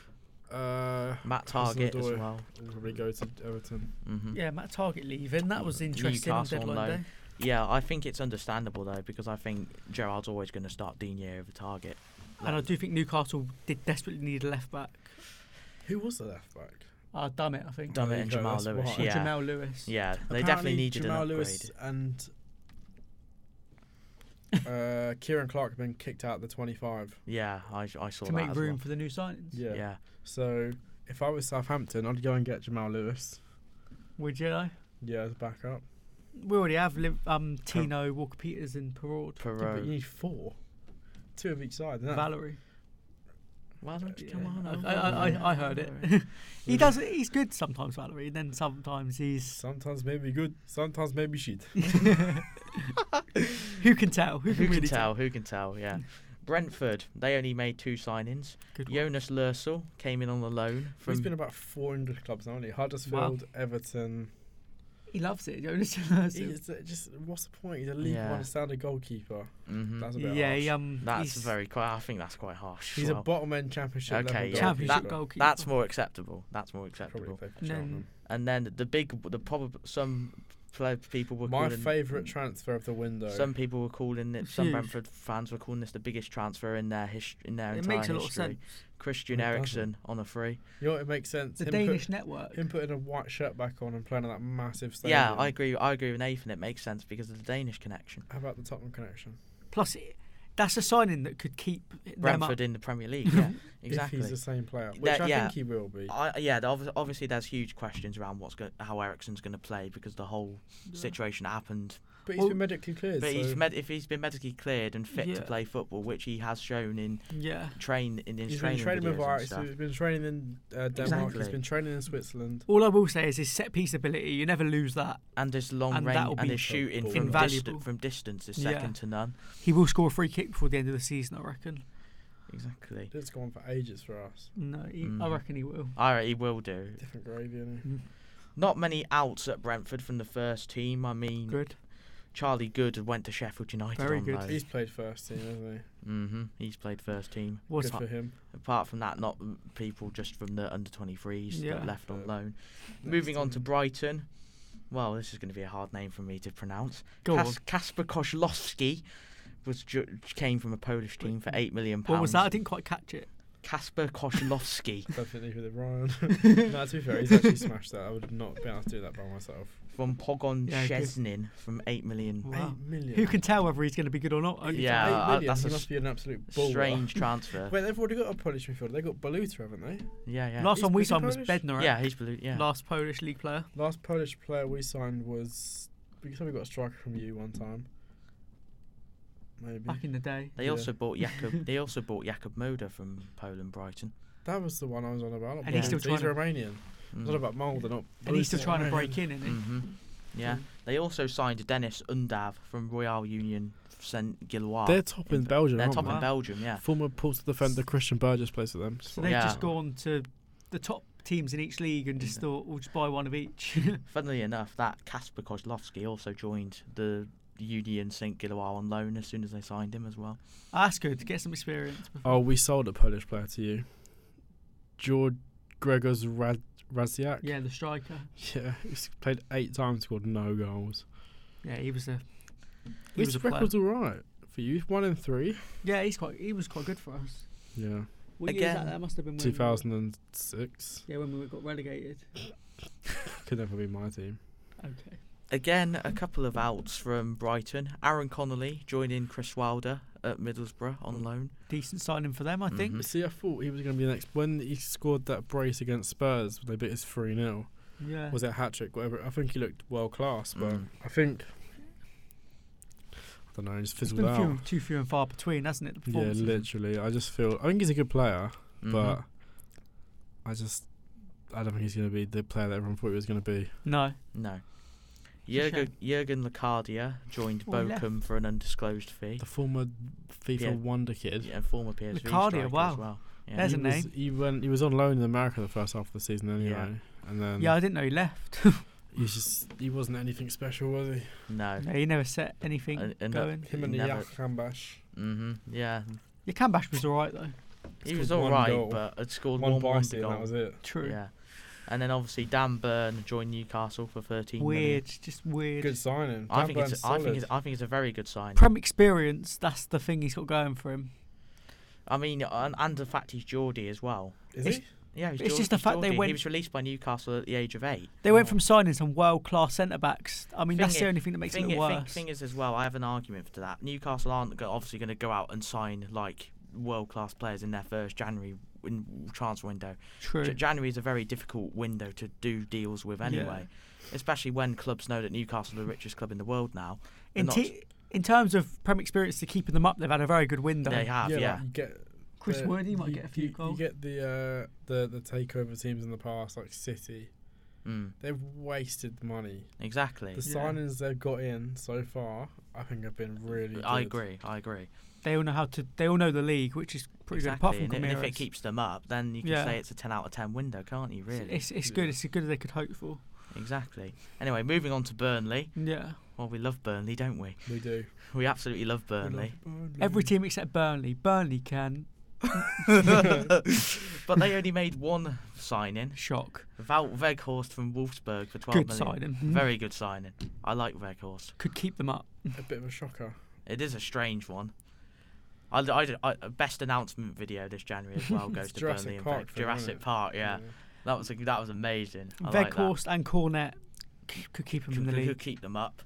B: uh,
A: Matt
B: Hudson
A: Target as
B: Odoi
A: well.
B: will probably go to Everton.
A: Mm-hmm.
C: Yeah, Matt Target leaving. That was interesting on
A: Newcastle on
C: deadline
A: loan.
C: day.
A: Yeah, I think it's understandable though because I think Gerard's always going to start Digne over Target.
C: And I do think Newcastle did desperately need a left back.
B: Who was the left back?
C: Uh, damn it, I think.
A: Done
B: There
A: it
B: you
A: and
B: go,
A: Jamal
B: that's
A: Lewis.
B: why.
C: Or
A: Yeah,
C: Jamal Lewis.
A: yeah, they
B: Apparently
A: definitely needed
B: Jamal
A: an upgrade.
B: Lewis and uh, Kieran Clark have been kicked out the 25.
A: Yeah, I, I saw
C: To
A: that
C: make
A: as
C: room for the new signings.
A: well.
B: Yeah.
A: yeah.
B: So if I was Southampton, I'd go and get Jamal Lewis.
C: Would you know?
B: Yeah, as a backup.
C: We already have Liv- um, Tino, Walker Peters, and Perrault.
B: Yeah, but you
A: Perot.
B: need four, two of each side. and that-
C: Valerie.
A: Why don't you
B: Yeah.
A: come on?
C: I,
A: over
C: I,
A: here?
C: I, I heard it. he does. He's good sometimes, Valerie, and then sometimes he's.
B: Sometimes maybe good, sometimes maybe shit.
C: Who can tell?
A: Who
C: Who can
A: can
C: really Hmm.
A: tell? Who can tell? Yeah. Brentford, they only made two signings.
C: Good one.
A: Jonas Lursel came in on the loan
B: it has
A: from
B: been about 400 clubs now, hasn't he? Huddersfield, Everton.
C: He loves it. Jonas loves it.
B: He's uh, just what's the point? He's a League
A: Yeah.
B: One standard goalkeeper.
A: Mhm.
B: That's a bit
C: Yeah,
B: harsh.
C: he, um,
A: That's
C: he's
A: very quite. I think that's quite harsh. as
B: He's a
A: well.
B: bottom end championship.
A: Okay,
B: level
A: yeah.
C: championship
B: goalkeeper.
C: goalkeeper.
A: That's more acceptable. That's more
B: Probably
A: acceptable.
B: play for
C: And then-
B: Cheltenham.
A: And then the big, the probably some pla- people were
B: My
A: calling-
B: favourite transfer of the window.
A: Some people were calling it. Some
C: Huge.
A: Brentford fans were calling this the biggest transfer in their history. In their
C: It
A: entire
C: makes a lot of
A: history.
C: sense.
A: Christian
B: It doesn't.
A: Eriksen on a free.
B: you know, what, it makes sense.
C: The
B: him,
C: Danish network.
B: put, him putting a white shirt back on and playing on that massive stage.
A: Yeah, I agree. I agree with Nathan. It makes sense because of the Danish connection.
B: How about the Tottenham connection?
C: Plus, it, that's a signing that could keep them up.
A: Brentford in the Premier League. Yeah, exactly.
B: If he's the same player, which
A: That-
B: I
A: yeah.
B: think he will be.
A: I, yeah, there obvi- obviously there's huge questions around what's go- how Ericsson's going to play because the whole situation happened.
B: But he's
C: Well,
B: been medically cleared.
A: But
B: so
A: he's med- if he's been medically cleared and fit to
C: Yeah.
A: play football, which he has shown in
C: Yeah.
A: train in his
B: he's been
A: training
B: training with
A: videos and
B: Ajax,
A: stuff.
B: He's been training in uh, Denmark. He's
A: Exactly.
B: been training in Switzerland.
C: All I will say is his set piece ability. You never lose that.
A: and his long
C: And
A: range
C: that'll
A: and
C: be
A: his shooting from,
C: invaluable.
A: dist- from distance is
C: Yeah.
A: second to none.
C: He will score a free kick before the end of the season, I reckon.
A: Exactly.
B: It's gone for ages for us.
C: No, he, I
A: Mhm.
C: reckon he will.
A: All right, he will do.
B: Different gravy, isn't
A: Not many outs at Brentford from the first team. I mean,
C: Good.
A: Charlie Good went to Sheffield United.
C: Very
A: on
C: good.
B: he? He's played first team, hasn't
A: hmm He's played first team.
B: he?
C: What's
B: Good for him.
A: Apart from that, not m- people just from the under 23s
C: Yeah.
A: that left on
B: Fair.
A: loan. Moving on to
B: team.
A: Brighton. Well, this is going to be a hard name for me to pronounce.
C: Go on.
A: Kas- Kasper Koszlowski was ju- came from a Polish team for eight million pounds.
C: What was that? I didn't quite catch it.
A: Kasper Koszlowski
B: Definitely with it, Ryan. no, to be fair, he's actually smashed that. I would not be able to do that by myself.
A: from Pogon
C: Yeah, good.
A: Szczecin from eight million.
C: Wow.
B: Eight million.
C: Who can tell whether he's going to be good or not? Only
A: Yeah,
B: Eight
A: uh,
B: million?
A: that's
B: he
A: a
B: must be an absolute baller.
A: Strange transfer.
B: Wait, they've already got a Polish midfielder. They got Baluta, haven't they?
A: Yeah, yeah.
C: Last
B: Is-
C: one we
B: is he
C: signed was
B: Polish?
C: Bednarik.
A: Yeah, he's blue. Yeah.
C: Last Polish league player.
B: Last Polish player we signed was because we got a striker from you one time. Maybe
C: Back in the day.
A: They
B: Yeah.
A: also bought Jakub. they also bought Jakub Moda from Poland Brighton.
B: that was the one I was on about. not
C: And he's
B: Baluta.
C: still
B: he's
C: trying
B: Romanian.
A: Mm.
B: Not about Mulder, not.
C: And he's still
B: Baluta.
C: trying to
B: Romanian.
C: break in, isn't he?
B: Mm.
A: hmm Yeah. They also signed Dennis Undav from Royal Union Saint Gilloise.
B: They're top in
A: Be- Ah.
B: Belgium,
A: They're
B: aren't
A: top
B: they?
A: in Belgium. Yeah.
B: Former Pulse defender Christian Burgess plays for them.
C: So they've just
A: Yeah.
C: gone to the top teams in each league and just thought, we'll just buy one of each.
A: Funnily enough, that Kasper Kozlowski also joined the Union Saint Gilloise on loan as soon as they signed him as well.
C: That's good to get some experience.
B: Oh, we sold a Polish player to you, George Gregor's Rad- Radziak.
C: Yeah, the striker.
B: Yeah, he's played eight times, scored no goals.
C: Yeah, he was a. He was
B: His
C: a player.
B: record's all right for you. One in three.
C: Yeah, he's quite. He was quite good for us.
B: Yeah,
C: What year was
A: Again.
C: that? That must have been when we-
B: two thousand and six.
C: yeah, when we got relegated.
B: Could never be my team.
C: Okay.
A: Again, a couple of outs from Brighton. Aaron Connolly joining Chris Wilder at Middlesbrough on loan.
C: Decent signing for them, I think.
A: Mhm.
B: See, I thought he was going to be the next. When he scored that brace against Spurs, when they beat us 3 0,
C: Yeah.
B: Mm-hmm. was it hat trick, whatever? I think he looked world class, but
A: Mm.
B: I think. I don't know, he just
C: it's
B: fizzled
C: been
B: out.
C: few, too few and far between, hasn't it? Mm-hmm. The
B: yeah,
C: performances.
B: literally. I just feel. I think he's a good player, but
A: Mhm.
B: I just. I don't think he's going to be the player that everyone thought he was going to be.
C: No.
A: no.
C: a
A: Jurgen, Jurgen Lacardia joined
C: Oh, he
A: Bochum for an undisclosed fee.
B: The former FIFA
A: Yeah.
B: wonder kid.
A: Yeah, and former PSV
C: Lacardia,
A: striker
C: wow.
A: as well. Yeah.
C: There's
B: he
C: a
B: was,
C: name.
B: He went. He was on loan in America the first half of the season anyway,
A: Yeah.
B: and then
C: Yeah, I didn't know he left.
B: he's just he wasn't anything special, was he?
A: no.
C: no, he never set anything
A: And- and, uh,
C: going.
B: Him and the
A: Never.
B: Yakambash.
A: hmm Yeah,
C: Your Cambash was all right though.
A: he was
B: scored
A: all
B: one
A: right,
B: goal.
A: but had scored one
B: One
A: wonder
B: bicycle,
A: goal.
B: that was it.
C: True.
A: Yeah, and then obviously Dan Byrne joined Newcastle for thirteen million.
C: Weird, just weird.
B: Good signing.
A: I
B: Dan
A: think
B: Byrne's
A: it's. I think
B: solid.
A: it's. I think it's a very good sign.
C: Prem experience, that's the thing he's got going for him.
A: I mean, and, and the fact he's Geordie as well.
B: Is
C: it's-
B: he?
A: Yeah, he's
C: It's
A: Geor-
C: just the
A: he's
C: fact they
A: Geordie.
C: went-
A: He was released by Newcastle at the age of eight.
C: They went
B: Oh.
C: from signing some world class centre backs. I mean,
A: Thing
C: that's
A: is-
C: the only thing that makes it
A: thing,
C: look
A: thing,
C: worse.
A: thing is, as well, I have an argument for that. Newcastle aren't go- obviously going to go out and sign like world class players in their first January win- transfer window.
C: True.
A: J- January is a very difficult window to do deals with
C: Yeah.
A: anyway, especially when clubs know that Newcastle are the richest club in the world now. They're
C: in,
A: not-
C: t- in terms of Prem experience to keeping them up, they've had a very good window.
A: they have, yeah.
B: like, you get
C: Chris
B: the-
C: Wood, he might
B: you-
C: get a few
B: you,
C: goals.
B: You get the uh, the the takeover teams in the past, like City.
A: Mm,
B: They've wasted money.
A: exactly.
B: The
C: Yeah.
B: signings they've got in so far, I think have been really.
A: I
B: good.
A: agree. I agree.
C: They all know how to. They all know the league, which is pretty good. Apart
A: exactly.
C: from
A: and, i- and if
C: Camiro's.
A: it keeps them up, then you can
C: Yeah.
A: say it's a 10 out of 10 window, can't you, really?
C: it's it's
B: Yeah.
C: good. It's as good as they could hope for.
A: exactly. Anyway, moving on to Burnley.
C: Yeah.
A: Well, we love Burnley, don't we?
B: We do.
A: We absolutely love
B: We love
A: Burnley.
B: Burnley.
C: Every team except Burnley. Burnley can
A: but they only made one signing.
C: shock.
A: Vout Veghorst from Wolfsburg for 12
C: Good
A: million.
C: signing.
A: Very good signing. I like Veghorst.
C: Could keep them up.
B: A bit of a shocker.
A: It is a strange one. I, I, I, best announcement video this January as well goes
B: It's
A: to
B: Jurassic
A: Burnley and
B: Park
A: Veg-
B: for them,
A: Jurassic
B: isn't it?
A: Park. Yeah. that was that was amazing. I like that.
C: Veghorst and Cornet c- could keep them in the
A: could, could
C: league.
A: keep them up.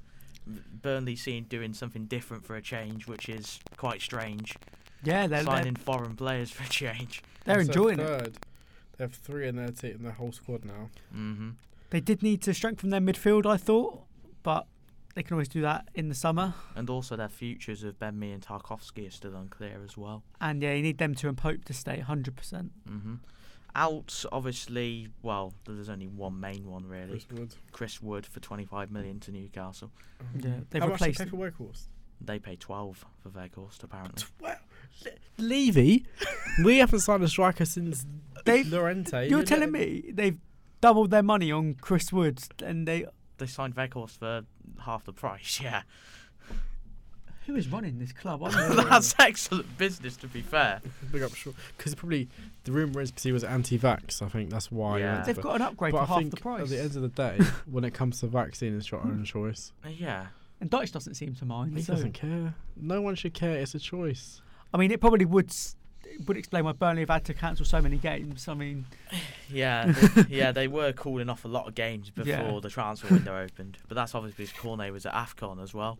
A: Burnley seen doing something different for a change, which is quite strange.
C: Yeah, they're they're,
A: Signing foreign players for a change.
C: they're
B: Also
C: enjoying it.
B: third. They have three in their team, in their whole squad now.
A: hmm
C: They did need to strengthen their midfield, I thought, but they can always do that in the summer.
A: And also their futures of Ben Me and Tarkovsky are still unclear as well.
C: And yeah, you need them to and Pope to stay 100%.
A: hmm Out, obviously, well, there's only one main one really.
B: Chris Wood.
A: Chris Wood for 25 million to Newcastle.
C: Yeah, they've
B: How much
C: replaced
B: did
C: him.
B: Paperwork cost?
A: They pay 12 for Veghorst apparently.
B: Levy, we haven't signed a striker since
C: They-
B: Lorente.
C: You're telling me they've doubled their money on Chris Wood and they.
A: They signed Veghorst for half the price. Yeah,
C: Who is running this club?
A: that's excellent business to be fair.
B: Big up short because probably the rumor is because he was anti-vax. I think that's why. he
A: Yeah.
B: went
C: They've
B: for-
C: got an upgrade
B: but
C: for
B: I
C: half
B: think
C: the price.
B: At the end of the day, when it comes to vaccine, it's your own choice.
A: Uh, Yeah.
C: and Deitch doesn't seem to mind.
B: He
C: so-
B: doesn't care. No one should care. It's a choice.
C: I mean, it probably would s- it would explain why Burnley have had to cancel so many games. I mean,
A: Yeah, they, yeah, they were calling off a lot of games before
C: Yeah.
A: the transfer window opened, but that's obviously because Cornet was at Afcon as well,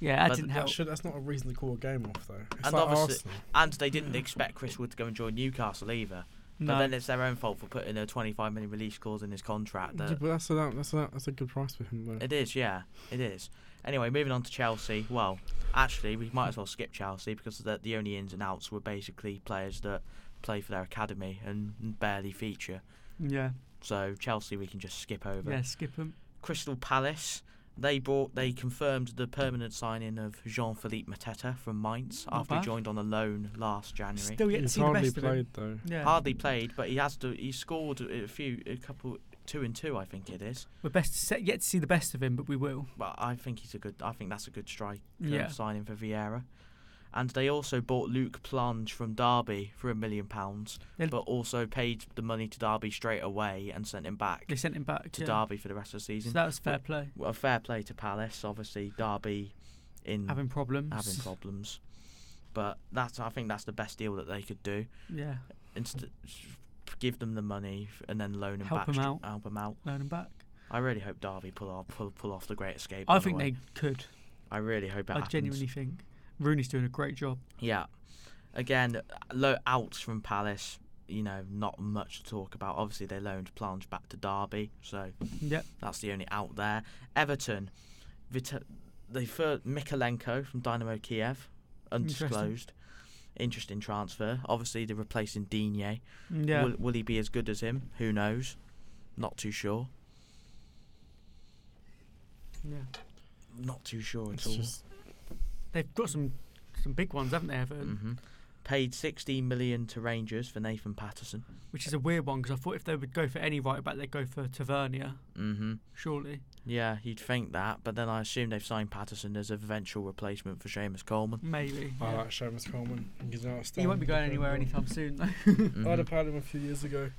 C: yeah, that
A: But
C: didn't
B: That
C: help.
B: should, that's not a reason to call a game off, though. It's
A: And
B: like
A: obviously-
B: Arsenal.
A: and they didn't expect Chris Wood to go and join Newcastle either. But
C: no.
A: then it's their own fault for putting a 25 million release clause in his contract.
B: Yeah,
A: That
B: but that's a, that's, a, that's a good price for him, though.
A: it is, yeah, it is. Anyway, moving on to Chelsea. Well, actually, we might as well skip Chelsea because the, the only ins and outs were basically players that play for their academy and barely feature.
C: yeah,
A: So Chelsea, we can just skip over.
C: yeah, skip them.
A: Crystal Palace. They brought they confirmed the permanent signing of Jean Philippe Mateta from Mainz
C: Not
A: after he
C: bad.
A: joined on a loan last January.
C: Still yet to
B: He's
C: see the
B: hardly
C: best of him.
B: played, though.
C: Yeah,
A: Hardly played, but he has to. He scored a few, a couple, two and two, I think it is.
C: we're best set yet to see the best of him, but we will.
A: But I think he's a good. I think that's a good strike
C: Yeah.
A: signing for Vieira. And they also bought Luke Plunge from Derby for a million pounds,
C: They'll-
A: but also paid the money to Derby straight away and sent him back
C: They sent him back
A: to
C: yeah.
A: Derby for the rest of the
C: so
A: season.
C: that was fair play.
A: Well, a fair play to Palace, obviously Derby in
C: Having problems.
A: Mm. having problems. But that's I think that's the best deal that they could do.
C: Yeah,
A: Inst- give them the money f- and then loan them
C: Help
A: back.
C: 'em
A: str-
C: out.
A: Help 'em out.
C: loan him back.
A: I really hope Derby pull off pull, pull off the great escape.
C: I
A: by the
C: think
A: way.
C: they could.
A: I really hope it
C: I
A: happens.
C: genuinely think Rooney's doing a great job.
A: Yeah. Again, low outs from Palace. You know, not much to talk about. Obviously, they loaned Plange back to Derby, so
C: Yep.
A: that's the only out there. Everton, Vita- they first Mikalenko from Dynamo Kiev, undisclosed. Interesting transfer. Obviously, they're replacing Digne.
C: Yeah.
A: Will, will he be as good as him? Who knows? Not too sure.
C: yeah.
A: Not too sure at
B: It's
A: all.
B: just
C: They've got some some big ones, haven't they,
B: um,
C: Everton?
A: hmm Paid 16 million to Rangers for Nathan Patterson.
C: Which is a weird one because I thought if they would go for any right back, they'd go for Tavernier,
A: hmm
C: surely.
A: Yeah, you'd think that, but then I assume they've signed Patterson as a eventual replacement for Seamus Coleman.
C: Maybe.
B: I
C: yeah.
B: like Seamus Coleman. He's an
C: He won't be
B: outstanding
C: going
B: defender.
C: anywhere anytime soon, though.
B: I'd
A: Mhm.
B: have had him a few years ago.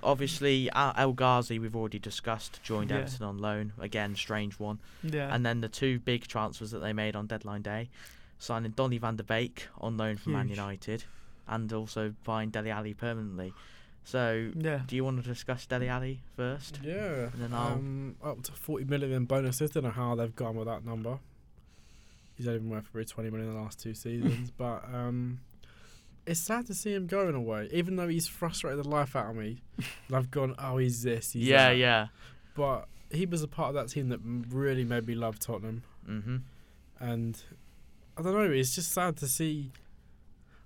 A: Obviously, Al- El Ghazi we've already discussed joined
C: Yeah.
A: Everton on loan again, strange one.
C: yeah.
A: And then the two big transfers that they made on deadline day, signing Donny Van de Beek on loan from Man
C: Huge.
A: United, and also buying Deli Ali permanently. So,
C: yeah.
A: do you want to discuss Deli Ali first?
B: Yeah.
A: And then I'll-
B: um, up to 40 million in bonuses. Don't know how they've gone with that number. He's only been worth probably 20 million in the last two seasons. but um, it's sad to see him going away, even though he's frustrated the life out of me. and I've gone, oh, he's this. He's
A: Yeah,
B: that.
A: yeah.
B: But he was a part of that team that m- really made me love Tottenham.
A: Mm-hmm.
B: And I don't know, it's just sad to see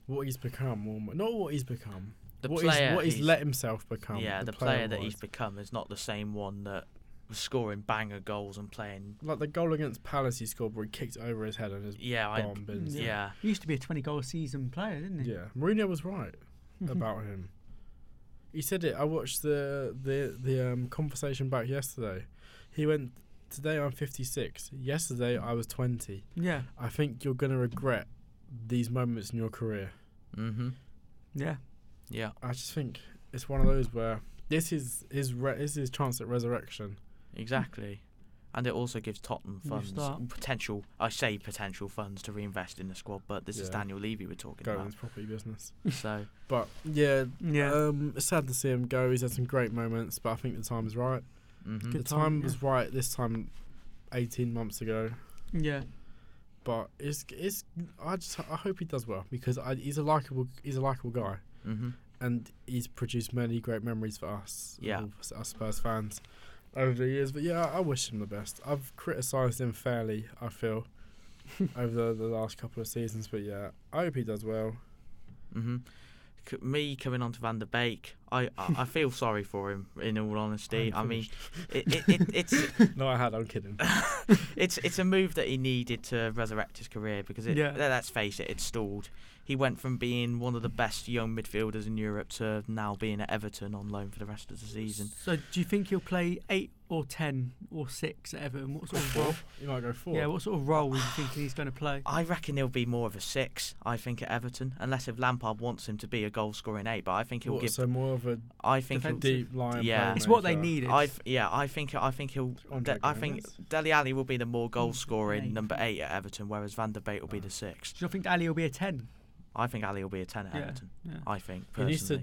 B: what he's become. Or not what he's become.
A: The
B: what
A: player
B: he's, what he's
A: he's-
B: let himself become.
A: yeah, the, player, that
B: was.
A: he's become is not the same one that was scoring banger goals and playing.
B: Like the goal against Palace, he scored where he kicked over his head and his
A: Yeah, I.
B: bomb. and
A: Yeah.
B: yeah.
C: He used to be a 20 goal a season player, didn't he?
B: Mourinho was right about him. He said it. I watched the the the um, conversation back yesterday. He went today. I'm 56. Yesterday I was 20.
C: Yeah.
B: I think you're gonna regret these moments in your career.
A: Mm-hmm.
C: Yeah.
A: Yeah.
B: I just think it's one of those where this is his re- this is his chance at resurrection.
A: Exactly. And it also gives Tottenham
C: New
A: funds,
C: start.
A: potential, I say potential funds to reinvest in the squad, but this is
B: Yeah.
A: Daniel Levy we're talking
B: Go in
A: about.
B: his property business.
A: So,
B: But yeah,
C: Yeah.
B: um, it's sad to see him go. He's had some great moments, but I think the time is right.
A: mhm.
C: Good
B: the time,
C: time,
B: was right this time 18 months ago
C: yeah.
B: but it's it's i just i hope he does well because I, he's a likable he's a likable guy
A: Mhm.
B: and he's produced many great memories for us
A: Yeah.
B: all us us spurs fans over the years but yeah i wish him the best i've criticized him fairly i feel over the, the last couple of seasons but yeah i hope he does well
A: Mhm. C- Me coming on to Van der Beek, I, I I feel sorry for him. In all honesty, I
B: I'm
A: mean, it,
B: finished.
A: it, it, it's
B: no i had i'm kidding
A: it's it's a move that he needed to resurrect his career because it,
C: Yeah.
A: let- let's face it, it stalled. He went from being one of the best young midfielders in Europe to now being at Everton on loan for the rest of the season.
C: So do you think he'll play eight or ten or six at Everton? What sort of role?
B: you might go four
C: Yeah, what sort of role are you thinking he's going to play?
A: I reckon he'll be more of a six. I think at Everton, unless if Lampard wants him to be a goal scoring eight, but I think he'll
B: What,
A: give.
B: so more of a
A: I think he'll,
C: Defensive.
B: deep line
A: Yeah.
C: It's what they
B: playmaker.
C: needed.
A: I th- yeah, I think I think he'll.
B: Andre
A: De- I think
B: Gomez.
A: Deli Ali will be the more goal scoring
C: Eight.
A: number eight at Everton, whereas Van der Beek will be the six.
C: Do you think Ali will be a ten?
A: I think Ali will be a ten at
C: Yeah.
A: Everton.
C: Yeah.
A: I think
B: He
A: personally.
B: needs to.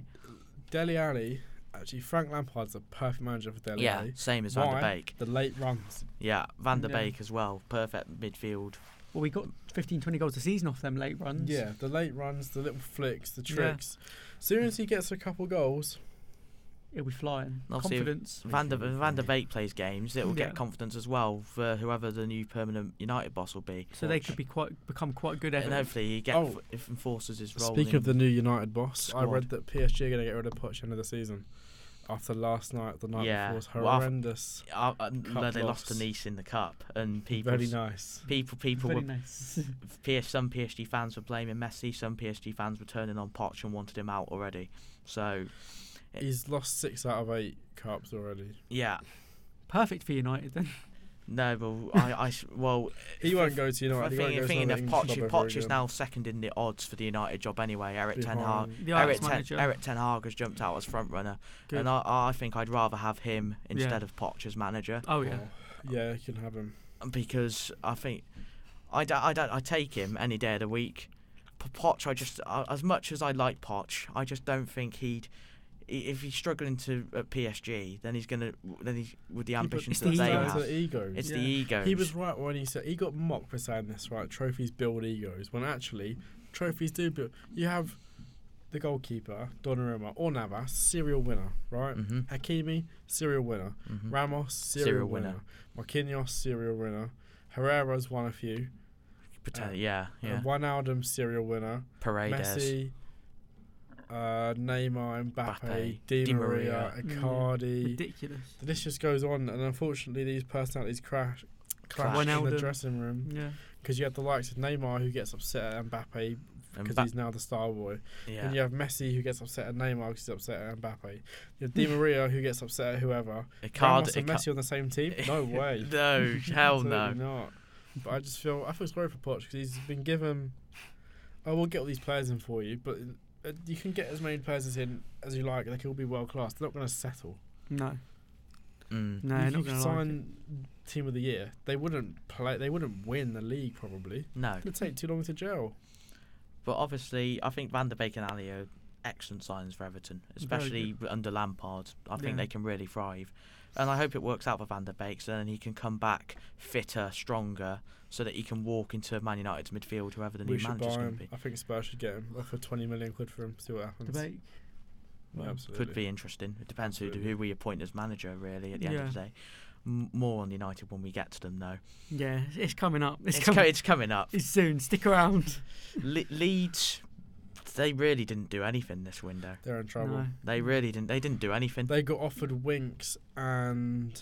B: Deli Alley, actually, Frank Lampard's a perfect manager for Deli
A: yeah,
B: Alley.
A: same as Van der
B: Why?
A: Beek.
B: The late runs.
A: Yeah, Van der
C: Yeah.
B: um,
A: Beek as well. Perfect midfield.
C: Well, we got 15, 20 goals a season off them late runs.
B: Yeah, the late runs, the little flicks, the
C: Yeah.
B: tricks. Soon as he gets a couple goals,
C: He'll be flying.
A: Obviously,
C: Confidence.
A: Van der,
B: midfield,
A: Van der
B: midfield.
A: Beek plays games. It will
C: Yeah.
A: get confidence as well for whoever the new permanent United boss will be.
C: So they could be quite become quite good
A: And
C: Everton.
A: hopefully he get
B: Oh.
A: f- enforces his role.
B: speaking of the
A: in-
B: new United boss,
A: Squad.
B: I read that PSG are going to get rid of Poch end of the season. After last night, the night
A: Yeah,
B: before was
A: well, I've-
B: horrendous.
A: Uh, uh, no, they lost to
B: loss.
A: Nice in the cup, and people,
B: Very nice.
A: people, people
C: Very
A: were.
C: nice.
A: PS, some PSG fans were blaming Messi. Some PSG fans were turning on Poch and wanted him out already. So
B: He's lost six out of eight cups already.
A: yeah,
C: Perfect for United then.
A: no, but I, I s- well,
B: He won't go to
A: I
B: United.
A: think,
B: he won't go to
A: thinking
B: another
A: of
B: English
A: Poch,
B: club ever
A: Poch is
B: again.
A: now seconding the odds for the United job anyway. Eric Ten Hag,
B: Behind-
C: The
A: Eric
C: Ajax
A: Ten,
C: manager.
A: Eric Ten Hag has jumped out as front runner,
C: Good.
A: and I, I think I'd rather have him
C: Yeah.
A: instead of Poch as manager
C: Oh yeah.
B: yeah, you can have him.
A: because I think I don't, I don't I take him any day of the week. P- Poch, I just I, as much as I like Poch, I just don't think he'd. he- i- if he's struggling to at PSG, then he's gonna then he's with the ambitions
C: It's
A: that
C: the
A: they
C: ego.
B: down to
A: have.
B: the ego.
A: It's
C: Yeah.
A: the ego.
B: He was right when he said he got mocked for saying this, right? Trophies build egos. When actually, trophies do build. You have the goalkeeper Donnarumma or Navas, serial winner, right?
A: hmm
B: Hakimi, serial winner.
A: mm-hmm.
B: Ramos, serial,
A: Mm. Serial
B: winner.
A: winner.
B: Marquinhos, serial winner. Herrera's won a few. uh,
A: yeah, yeah.
B: Uh, Wijnaldum, serial winner.
A: Paredes.
B: Messi, uh, Neymar, Mbappe,
A: Mbappe,
B: Di,
A: Di Maria.
B: Maria,
A: Mm.
B: Icardi.
C: Ridiculous.
B: The list just goes on, and unfortunately, these personalities crash, crash in the
C: Wijnaldum.
B: dressing room.
C: Yeah.
B: because you have the likes of Neymar who gets upset at Mbappe
A: and
B: because
A: Ba-
B: he's now the star boy,
A: yeah.
B: and you have Messi who gets upset at Neymar because he's upset at Mbappe. You have Di Maria who gets upset at whoever.
A: Icardi-
B: Ramos and
A: Ica-
B: Messi on the same team? No way.
A: no, hell no.
B: Absolutely not. But I just feel I feel sorry for Poch because he's been given. Oh, we'll get all these players in for you, but uh, you can get as many players in as you like. They can all be world class. They're not going to settle.
C: No.
A: Mm.
C: No.
B: you
C: not
B: could
C: gonna like it.
B: sign team of the year. They wouldn't play. They wouldn't win the league probably.
A: No,
B: It'd take too long to gel.
A: but obviously, I think Van der Beek and Ali are excellent signs for Everton, especially under Lampard. I think
C: Yeah.
A: they can really thrive, and I hope it works out for Van der Beek, so then he can come back fitter, stronger, so that he can walk into Man United's midfield, whoever the
B: we
A: new
B: should
A: manager's
B: buy
A: going to
B: him.
A: be.
B: I think Spurs should get him. Offer 20 million quid for him. See what happens.
C: Debate.
B: Yeah, absolutely.
A: Could be interesting. It depends who,
B: Absolutely.
A: who we appoint as manager, really, at the end
C: Yeah.
A: of the day. M- more on United when we get to them, though.
C: Yeah. It's coming up. It's,
A: It's, co-
C: coming.
A: it's coming up.
C: it's soon. Stick around.
A: Le- Leeds, they really didn't do anything this window.
B: They're in trouble.
C: No.
A: They really didn't. They didn't do anything.
B: They got offered Winks and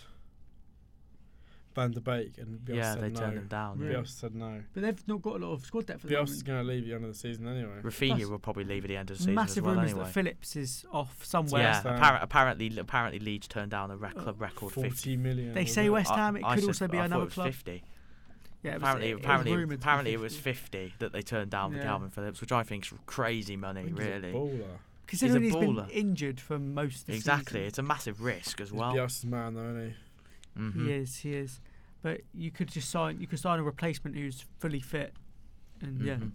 B: Van der Beek, and Bielsa
A: yeah,
B: said
A: they
B: no.
A: turned them down.
C: Really?
A: Yeah.
B: Bielsa said no.
C: But they've not got a lot of squad depth at the
B: Bielsa's
C: moment.
B: going to leave at the end of the season anyway.
A: Rafinha
C: That's
A: will probably leave at the end of the season
C: Massive
A: as well,
C: rumours
A: anyway.
C: that Phillips is off somewhere.
A: yeah,
B: West Ham.
A: apparent, apparently, apparently Leeds turned down a rec- club record
B: 40
A: 50.
B: million,
C: They
B: was
C: say
B: it?
C: Oh, West
A: I-
C: Ham. It
A: I
C: could
A: said-
C: also be
A: I thought
C: another
A: it was
C: club.
A: 50.
C: Yeah, it was-
A: Apparently,
C: it was
A: apparently,
C: rumoured to be
A: apparently, it was
C: 50.
A: 50 that they turned down for
C: Yeah.
A: Calvin Phillips, which I think is crazy
B: I
A: money,
B: think he's a
A: really.
B: baller.
C: Considering he's been
A: baller.
C: injured for most of the
A: Exactly,
C: season.
A: it's a massive risk as
B: He's
A: well.
B: Bielsa's man, though, isn't he?
A: Mhm.
C: He is. He is. But you could just sign. You could sign a replacement who's fully fit. And yeah,
A: Mhm.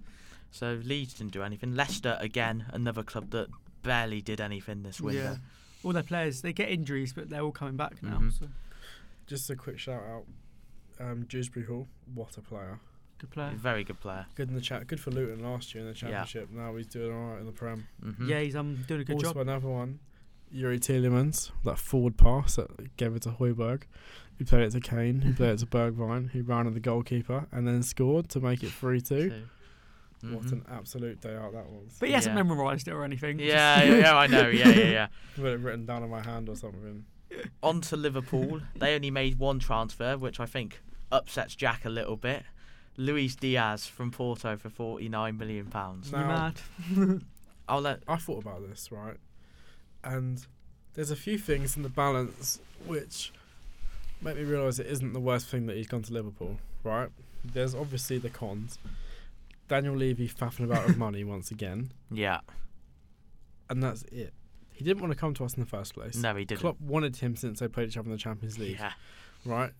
A: So Leeds didn't do anything. Leicester again, another club that barely did anything this winter.
C: yeah. All their players they get injuries, but they're all coming back now.
A: Mhm.
C: So
B: Just a quick shout out. Um, Dewsbury Hall, what a player.
C: good player.
A: Very good player.
B: Good in the chat. Good for Luton last year in the
A: Yeah.
B: championship. Now he's doing all right in the Prem.
A: Mhm.
C: Yeah, he's um doing a good
B: also
C: job.
B: another one, Yuri Tielemans, that forward pass that gave it to Hoiberg. He played it to Kane, who played it to Bergvine, who ran at the goalkeeper and then scored to make it 3 2.
A: So-
B: What
A: Mhm.
C: Mm-hmm.
B: an absolute day out that was.
C: But he hasn't
A: Yeah.
C: memorised it or anything. just-
A: yeah, yeah, yeah, I know. Yeah, yeah, yeah.
B: I had it written down on my hand or something.
A: On to Liverpool. They only made one transfer, which I think upsets Jack a little bit. Luis Diaz from Porto for forty-nine million pounds.
C: You
B: Now-
C: mad?
A: I'll let.
B: I thought about this, right? And there's a few things in the balance which make me realise it isn't the worst thing that he's gone to Liverpool, right? There's obviously the cons. Daniel Levy faffing about with money once again.
A: Yeah.
B: and that's it. He didn't want to come to us in the first place.
A: No, he didn't.
B: Klopp wanted him since they played each other in the Champions League,
A: Yeah.
B: right?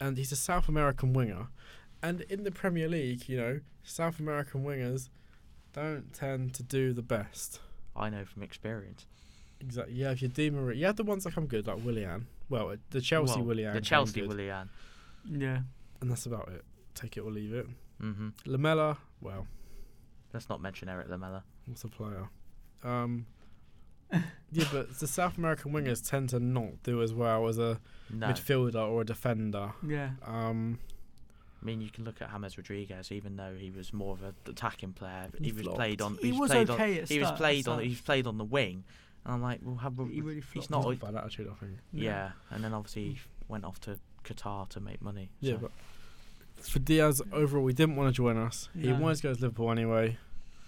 B: And he's a South American winger, and in the Premier League, you know, South American wingers don't tend to do the best.
A: I know from experience.
B: Exactly. Yeah, if you're Di Maria, you have the ones that come good, like Willian. Well, uh, the Chelsea
A: Well,
B: Willian.
A: The Chelsea Willian.
C: yeah.
B: And that's about it. Take it or leave it.
A: hmm
B: Lamella, well,
A: Let's not mention Eric Lamela.
B: what a player. Um, yeah, but the South American wingers tend to not do as well as a
A: No.
B: midfielder or a defender.
C: Yeah.
B: Um,
A: I mean, you can look at James Rodriguez. Even though he was more of an attacking player,
B: He
A: he was
B: flopped.
A: played on.
C: He
A: was,
C: was
A: played
C: okay
A: on.
C: at
A: he was
C: start- at
A: played on.
C: start.
A: He was played on the wing, and I'm like, well, how,
C: He really flopped.
A: he's not.
B: he's
A: a-
B: got bad attitude, I think.
A: Yeah. and then obviously he went off to Qatar to make money.
B: Yeah,
A: so.
B: but for Diaz overall, we didn't want to join us. He
C: No.
B: wanted to go to Liverpool anyway.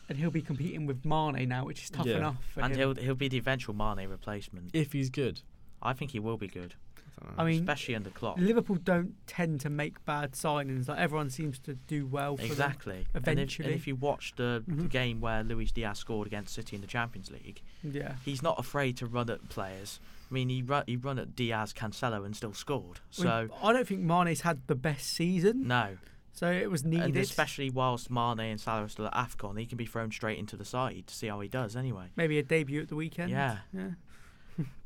C: And he'll be competing with Mane now, which is tough
B: Yeah.
C: enough for
A: and
C: him.
A: he'll he'll be the eventual Mane replacement.
B: If he's good,
A: I think he will be good,
B: I, don't know.
C: I mean,
A: especially under Klopp.
C: Liverpool don't tend to make bad signings. Like everyone seems to do well. For them.
A: Exactly. And if- and if,
C: eventually.
A: you watch the, the
C: Mhm.
A: game where Luis Diaz scored against City in the Champions League,
C: Yeah.
A: he's not afraid to run at players. I mean, he run he run at Diaz, Cancelo, and still scored.
C: I mean,
A: So
C: I don't think Mane's had the best season,
A: no,
C: so it was needed.
A: and especially whilst Mane and Salah are still at Afcon, he can be thrown straight into the side to see how he does. Anyway,
C: Maybe a debut at the weekend.
A: Yeah.
C: Yeah.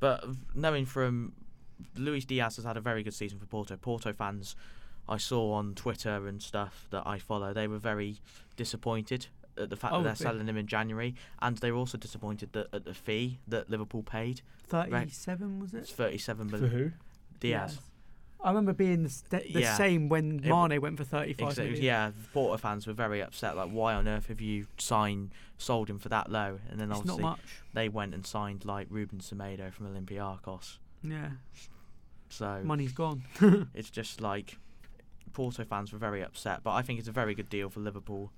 A: but v- knowing from Luis Diaz has had a very good season for Porto. Porto fans, I saw on Twitter and stuff that I follow, they were very disappointed at the fact
C: I
A: that
C: would
A: they're
C: be.
A: selling him in January, and they were also disappointed that at the fee that Liverpool paid.
C: Thirty-seven was
A: It's
C: it?
A: thirty-seven
B: For
A: million.
B: who?
A: Diaz.
C: I remember being the, st- the
A: Yeah.
C: same when
A: It w-
C: Mane went for thirty-five.
A: Exactly.
C: million.
A: Yeah, Porto fans were very upset. Like, why on earth have you signed, sold him for that low? And then
C: it's not
A: obviously
C: much.
A: they went and signed like Ruben Semedo from Olympiacos.
C: Yeah,
A: So
C: money's gone.
A: it's just like Porto fans were very upset. But I think it's a very good deal for Liverpool.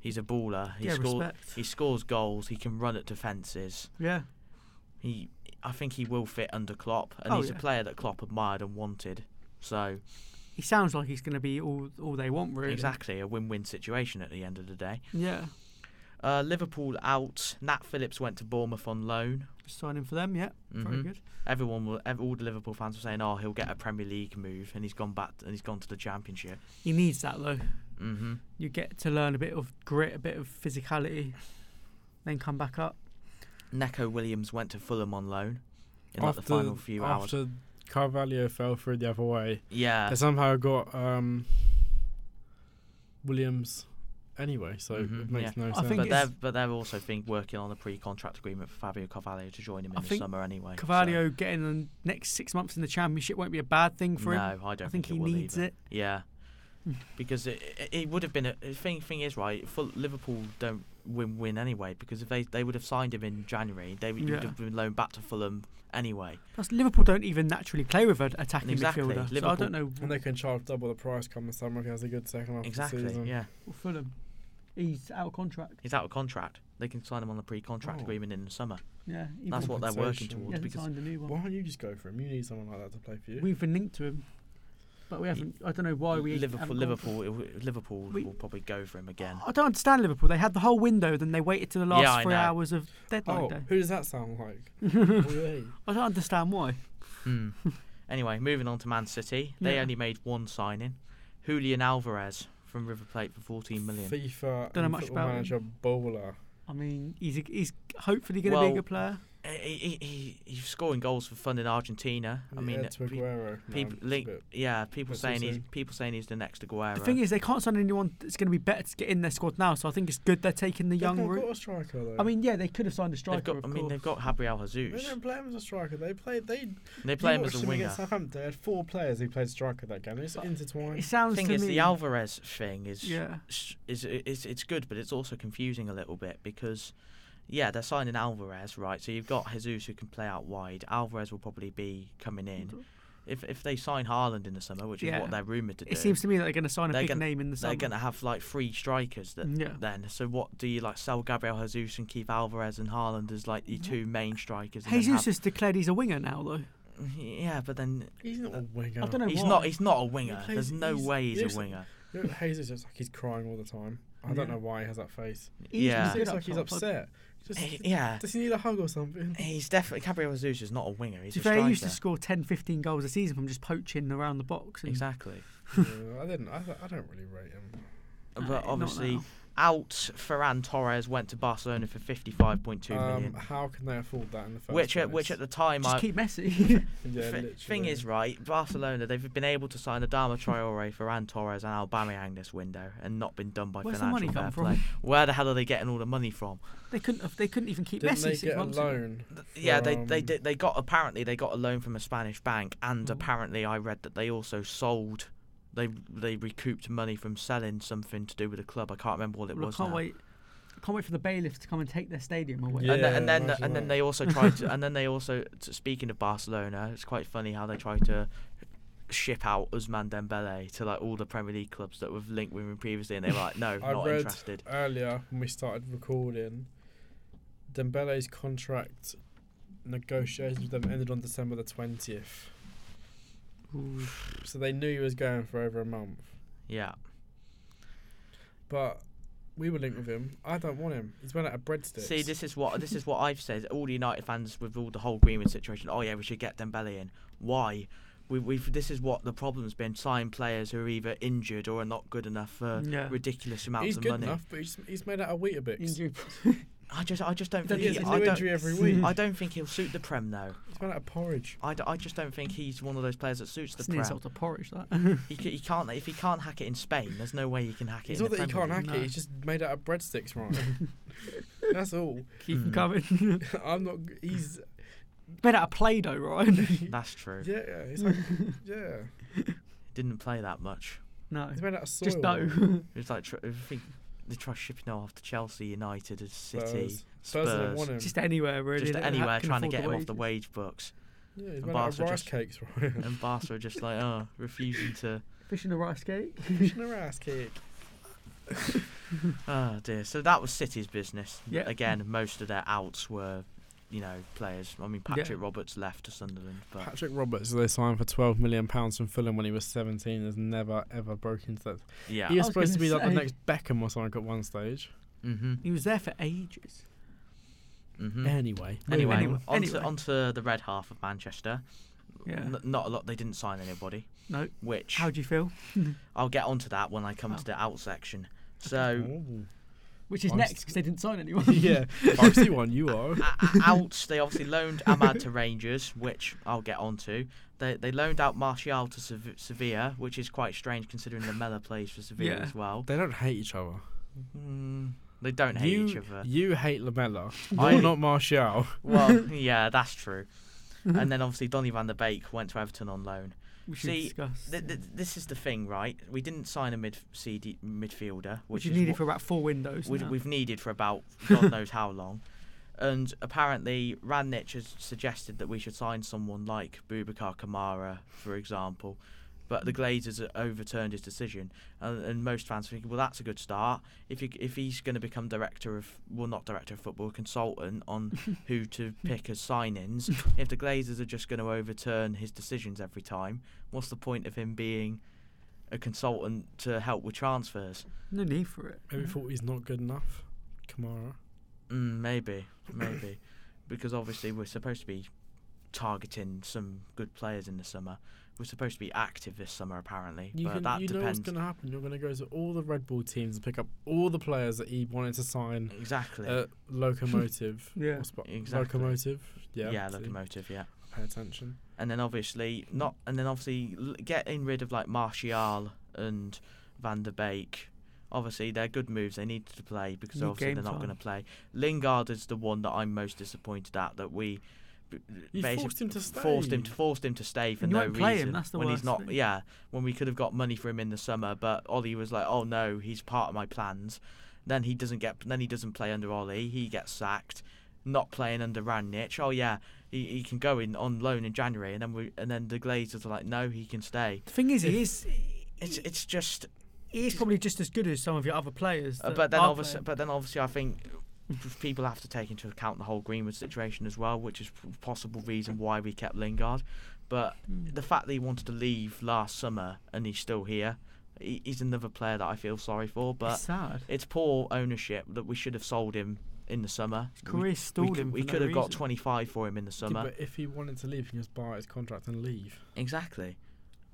A: He's a baller. He
C: yeah,
A: scores.
C: respect.
A: He scores goals. He can run at defences.
C: yeah,
A: He, I think he will fit under Klopp, and
C: Oh,
A: he's
C: yeah.
A: a player that Klopp admired and wanted. So
C: he sounds like he's going to be all all they want really.
A: exactly a win-win situation at the end of the day.
C: Yeah,
A: Uh, Liverpool out. Nat Phillips went to Bournemouth on loan.
C: signing for them. Yeah, very
A: Mhm.
C: good.
A: Everyone, will, ev- all the Liverpool fans were saying, "Oh, he'll get a Premier League move," and he's gone back and he's gone to the Championship.
C: He needs that though.
A: hmm
C: You get to learn a bit of grit, a bit of physicality, then come back up.
A: Neko Williams went to Fulham on loan in like, the final few hours.
B: after Carvalho fell through the other way,
A: Yeah,
B: they somehow got um, Williams anyway, so
A: Mhm,
B: it makes no
C: I
B: sense.
C: think
A: but
C: it's-
A: they're but they're also think working on a pre-contract agreement for Fabio Carvalho to join him in
C: I
A: the
C: think
A: summer anyway. so-
C: Carvalho getting the next six months in the championship won't be a bad thing for
A: no,
C: him.
A: I don't
C: I think
A: it
C: he
A: will
C: needs
A: either.
C: it.
A: Yeah,
C: Mm.
A: because it it- it would have been a the thing. Thing is, right? Full, Liverpool don't win win anyway because if they they would have signed him in January, they would, he would
C: Yeah.
A: have been loaned back to Fulham anyway.
C: Plus, Liverpool don't even naturally play with an attacking
A: Exactly.
C: midfielder, so I
A: Liverpool-
C: don't know.
B: and they can charge double the price come the summer if he has a good second half of the
A: Exactly.
B: season.
A: Yeah,
C: Well, Fulham, he's out of contract.
A: he's out of contract. They can sign him on a pre-contract
B: Oh.
A: agreement in the summer.
C: Yeah, he
A: That's what
C: won't-
A: they're working
B: Compensation.
C: He
A: towards
C: hasn't
A: because
C: signed a new one.
B: Why don't you just go for him? You need someone like that to play for you.
C: We've been linked to him, but we haven't. I don't know why we.
A: Liverpool
C: haven't gone for-
A: Liverpool Liverpool
C: We-
A: will probably go for him again.
C: I don't understand Liverpool. They had the whole window, then they waited to the
A: Yeah,
C: last
A: I
C: three
A: know.
C: hours of deadline
B: oh,
C: day.
B: who does that sound like? Really?
C: I don't understand why.
A: Hmm. anyway, moving on to Man City. They
C: Yeah.
A: only made one signing, Julian Alvarez from River Plate for 14 million.
B: FIFA
C: Don't know
B: and
C: much
B: Football
C: about
B: Manager bowler.
C: I mean, he's a, he's hopefully going to be
A: Well,
C: a good player.
A: Eh, he, he, he, he's scoring goals for fun in Argentina. I mean, uh,
B: Ed to
A: pe-
B: Aguero. No,
A: people,
B: it's a
A: link,
B: bit-
A: yeah, people
B: that's
A: saying he's
B: insane.
A: people saying he's the next Aguero.
C: The thing is, they can't sign anyone that's going to be better to get in their squad now. So I think it's good they're taking the
B: They've
C: young
B: not
C: route.
B: got a striker though.
C: I mean, yeah, they could have signed a striker.
A: they've got,
C: of
A: I mean,
C: course.
A: they've got Gabriel
B: they
A: Jesus.
B: didn't play him as a striker. They played. They
A: They
B: you
A: play him
B: watched
A: as a
B: them
A: winger.
B: Against Southampton, they had four players who played striker that game. It's
C: But
B: intertwined.
C: it sounds
A: The thing
C: to
A: is,
C: me.
A: the Alvarez thing is
C: yeah,
A: s- is it's it's good, but it's also confusing a little bit because yeah, they're signing Alvarez, right? So you've got Jesus who can play out wide. Alvarez will probably be coming in. If if they sign Haaland in the summer, which is
C: Yeah.
A: what they're rumored to do,
C: it seems to me that they're going to sign a
A: They're
C: big
A: gonna-
C: name in the
A: they're
C: summer.
A: going to have like three strikers that,
C: Yeah.
A: then. So what do you like sell Gabriel Jesus and keep Alvarez and Haaland as like your two main strikers? And then
C: Jesus has declared he's a winger now, though.
A: have- yeah, but then
B: he's not a winger.
C: I don't know
A: he's
C: why.
A: not he's not a winger.
B: plays-
A: There's no
B: he's-
A: way he's
B: he
A: a
B: looks like-
A: winger.
B: You know, Hayes is just like he's crying all the time. I don't
C: Yeah.
B: know why he has that face.
C: He's
A: Yeah.
B: He
C: good
B: looks
C: up
B: like he's
C: top, but-
B: upset. Just,
A: Eh, yeah,
B: does he need a hug or something?
A: he's definitely Gabriel Jesus is not a winger. He's
C: To
A: a
C: be fair,
A: striker.
C: he used to score 10, 15 goals a season from just poaching around the box. And
A: Exactly.
B: yeah, I didn't. I, I don't really rate him.
C: Nah,
A: But
C: Uh, not
A: obviously,
C: now.
A: out Ferran Torres went to Barcelona for fifty-five point two million,
B: Um, how can they afford that in the first
A: which
B: place?
A: at which at the time
C: Just
A: I
C: keep Messi.
B: yeah,
A: thi-
B: literally.
A: thing is right Barcelona they've been able to sign Adama Traore, Ferran Torres, and Aubameyang this window and not been done by
C: Where's the
A: financial
C: money
A: fair
C: come
A: play. Where the hell are they getting all the money from?
C: they couldn't. Have, they couldn't even keep
B: didn't
C: Messi
B: they
C: six
B: get a
C: months ago.
B: loan?
A: Th- yeah, they they
B: from-
A: did, they got apparently they got a loan from a Spanish bank, and
C: Oh.
A: apparently I read that they also sold. They they recouped money from selling something to do with a club. I can't remember what it
C: Well, I
A: was.
C: can't
A: now.
C: wait. I can't wait for the bailiffs to come and take their stadium away.
B: Yeah.
A: and, th- and then
B: imagine
A: and
B: that.
A: then they also tried to and then they also t- speaking of Barcelona, it's quite funny how they tried to ship out Usman Dembele to like all the Premier League clubs that were linked with him previously, and they were like, no,
B: I
A: not
B: read
A: interested.
B: earlier when we started recording. Dembele's contract negotiations with them ended on December the twentieth,
C: Ooh.
B: so they knew he was going for over a month.
A: Yeah,
B: But we were linked with him. I don't want him. He's run out of breadsticks.
A: see, this is what this is what I've said. All the United fans with all the whole Greenwood situation. Oh yeah, we should get Dembele in. Why? We, we've this is what the problem's been. Sign players who are either injured or are not good enough for
C: Yeah.
A: ridiculous amounts
B: he's
A: of
B: good
A: money.
B: enough, but he's, he's made out of Weetabix.
C: Injury-
A: I just, I just don't
B: He
A: think. He,
B: gets a
A: I
B: new
A: don't,
B: injury every week.
A: I don't think he'll suit the prem though.
B: He's run out of porridge.
A: I, d- I just don't think he's one of those players that suits the
C: It's an
A: prem.
C: insult to porridge, that.
A: He, ca- he can't if he can't hack it in Spain. There's no way he can hack it.
B: It's
A: in
B: not
A: the
B: that he
A: Premier
B: can't
A: League.
B: hack it.
C: No.
B: He's just made out of breadsticks wrong. That's all.
C: Keep
A: Mm.
C: them coming.
B: I'm not. He's.
C: Made out of Play Doh, Ryan.
A: That's true.
B: Yeah. It's like. Yeah.
A: Didn't play that much.
C: no.
B: He's made out of soil.
C: Just dough.
A: It was like tr- I think they tried shipping him off to Chelsea, United, and City,
B: Spurs. Spurs didn't want him.
C: just anywhere, really.
A: just
C: that ha-
A: anywhere
C: can
A: trying to
C: afford
A: get him off the
C: wages.
A: wage books.
B: Yeah, he's
A: And
B: made out of
A: Barca
B: rice
A: just-
B: cakes, right?
A: And Barca are just like, oh, refusing to.
C: Fish in a rice cake.
B: Fish in a rice cake.
A: Oh dear. So that was City's business.
C: Yeah.
A: Again, most of their outs were, you know, players. I mean,
C: Yeah.
A: Patrick Roberts left to Sunderland, but
B: Patrick Roberts, they signed for twelve million pounds from Fulham when he was seventeen. Has never ever broken into that.
A: yeah.
B: He was
C: I
B: supposed
C: was
B: to
C: gonna
B: be like the
C: say.
B: next Beckham or something at one stage.
A: Mm-hmm.
C: he was there for ages.
A: Mm-hmm.
B: Anyway,
A: Anyway,
C: Anyway,
A: on onto,
C: anyway.
A: onto the red half of Manchester.
C: Yeah.
A: N- not a lot. They didn't sign anybody.
C: No.
A: Which
C: How do you feel?
A: I'll get onto that when I come
C: Oh.
A: to the out section. So
B: Ooh.
C: Which is
B: I'm
C: next
B: st-
C: because they didn't sign anyone.
B: Oh. yeah, I see one. You are.
A: a- a- out, they obviously loaned Ahmad to Rangers, which I'll get onto. They they loaned out Martial to Sev- Sevilla, which is quite strange considering Lamella plays for Sevilla
C: Yeah.
A: as well.
B: They don't hate each other.
A: Mm, they don't hate
B: you,
A: each other.
B: You hate Lamella.
A: I-
B: You're not Martial.
A: Well, yeah, that's true. and then obviously Donny van der Beek went to Everton on loan.
C: We should
A: See,
C: discuss.
A: Th- th- this is the thing, right? We didn't sign a mid CD midfielder, which
C: which you
A: is
C: needed
A: what
C: for about four windows.
A: we,
C: now.
A: we've needed for about God knows how long. And apparently, Ranić has suggested that we should sign someone like Bubakar Kamara, for example. But the Glazers overturned his decision, and, and most fans think, well, that's a good start. If you, if he's going to become director of, well, not director of football, consultant on who to pick as sign-ins, if the Glazers are just going to overturn his decisions every time, what's the point of him being a consultant to help with transfers?
C: no need for it.
B: Maybe thought he's not good enough. Kamara.
A: Mm, maybe, maybe, because obviously we're supposed to be targeting some good players in the summer. We're supposed to be active this summer, apparently,
B: You,
A: but
B: can,
A: that
B: you know what's
A: depends.
B: going to happen. You're going to go to all the Red Bull teams and pick up all the players that he wanted to sign
A: Exactly.
B: at Locomotive.
C: Yeah.
B: What's bu-
A: Exactly.
B: Locomotive. Yeah.
A: yeah,
B: see,
A: locomotive. Yeah,
B: Pay attention.
A: and then obviously not, and then obviously l- getting rid of like Martial and Van der Beek. Obviously, they're good moves. They need to play because
C: Need
A: obviously they're
C: game
A: not going to play.
C: time.
A: Lingard is the one that I'm most disappointed at that we b-
B: You
A: basi-
B: forced him to stay.
A: forced him to forced him to stay for
C: And you
A: no
C: won't play him,
A: reason.
C: that's the
A: when he's
C: worst
A: not,
C: thing.
A: yeah, when we could have got money for him in the summer, but Ollie was like, "Oh no, he's part of my plans." Then he doesn't get, then he doesn't play under Ollie. He gets sacked, not playing under Ranić. Oh yeah, he, he can go in on loan in January, and then we and then the Glazers are like, "No, he can stay."
C: The thing is, he is
A: It's it's just,
C: he is probably just as good as some of your other players.
A: uh,
C: that
A: but then
C: are
A: obviously,
C: playing.
A: but then obviously, I think. People have to take into account the whole Greenwood situation as well, which is a possible reason why we kept Lingard. But
C: Mm.
A: the fact that he wanted to leave last summer and he's still here, he, he's another player that I feel sorry for. But
C: it's
A: it's,
C: sad.
A: poor ownership that we should have sold him in the summer.
C: His
A: We-
C: career
A: we,
C: stalled
A: c-
C: him.
A: we
C: for no
A: could have got
C: reason.
A: 25 for him in the
B: Yeah,
A: summer.
B: but if he wanted to leave, he can just buy out his contract and leave.
A: exactly.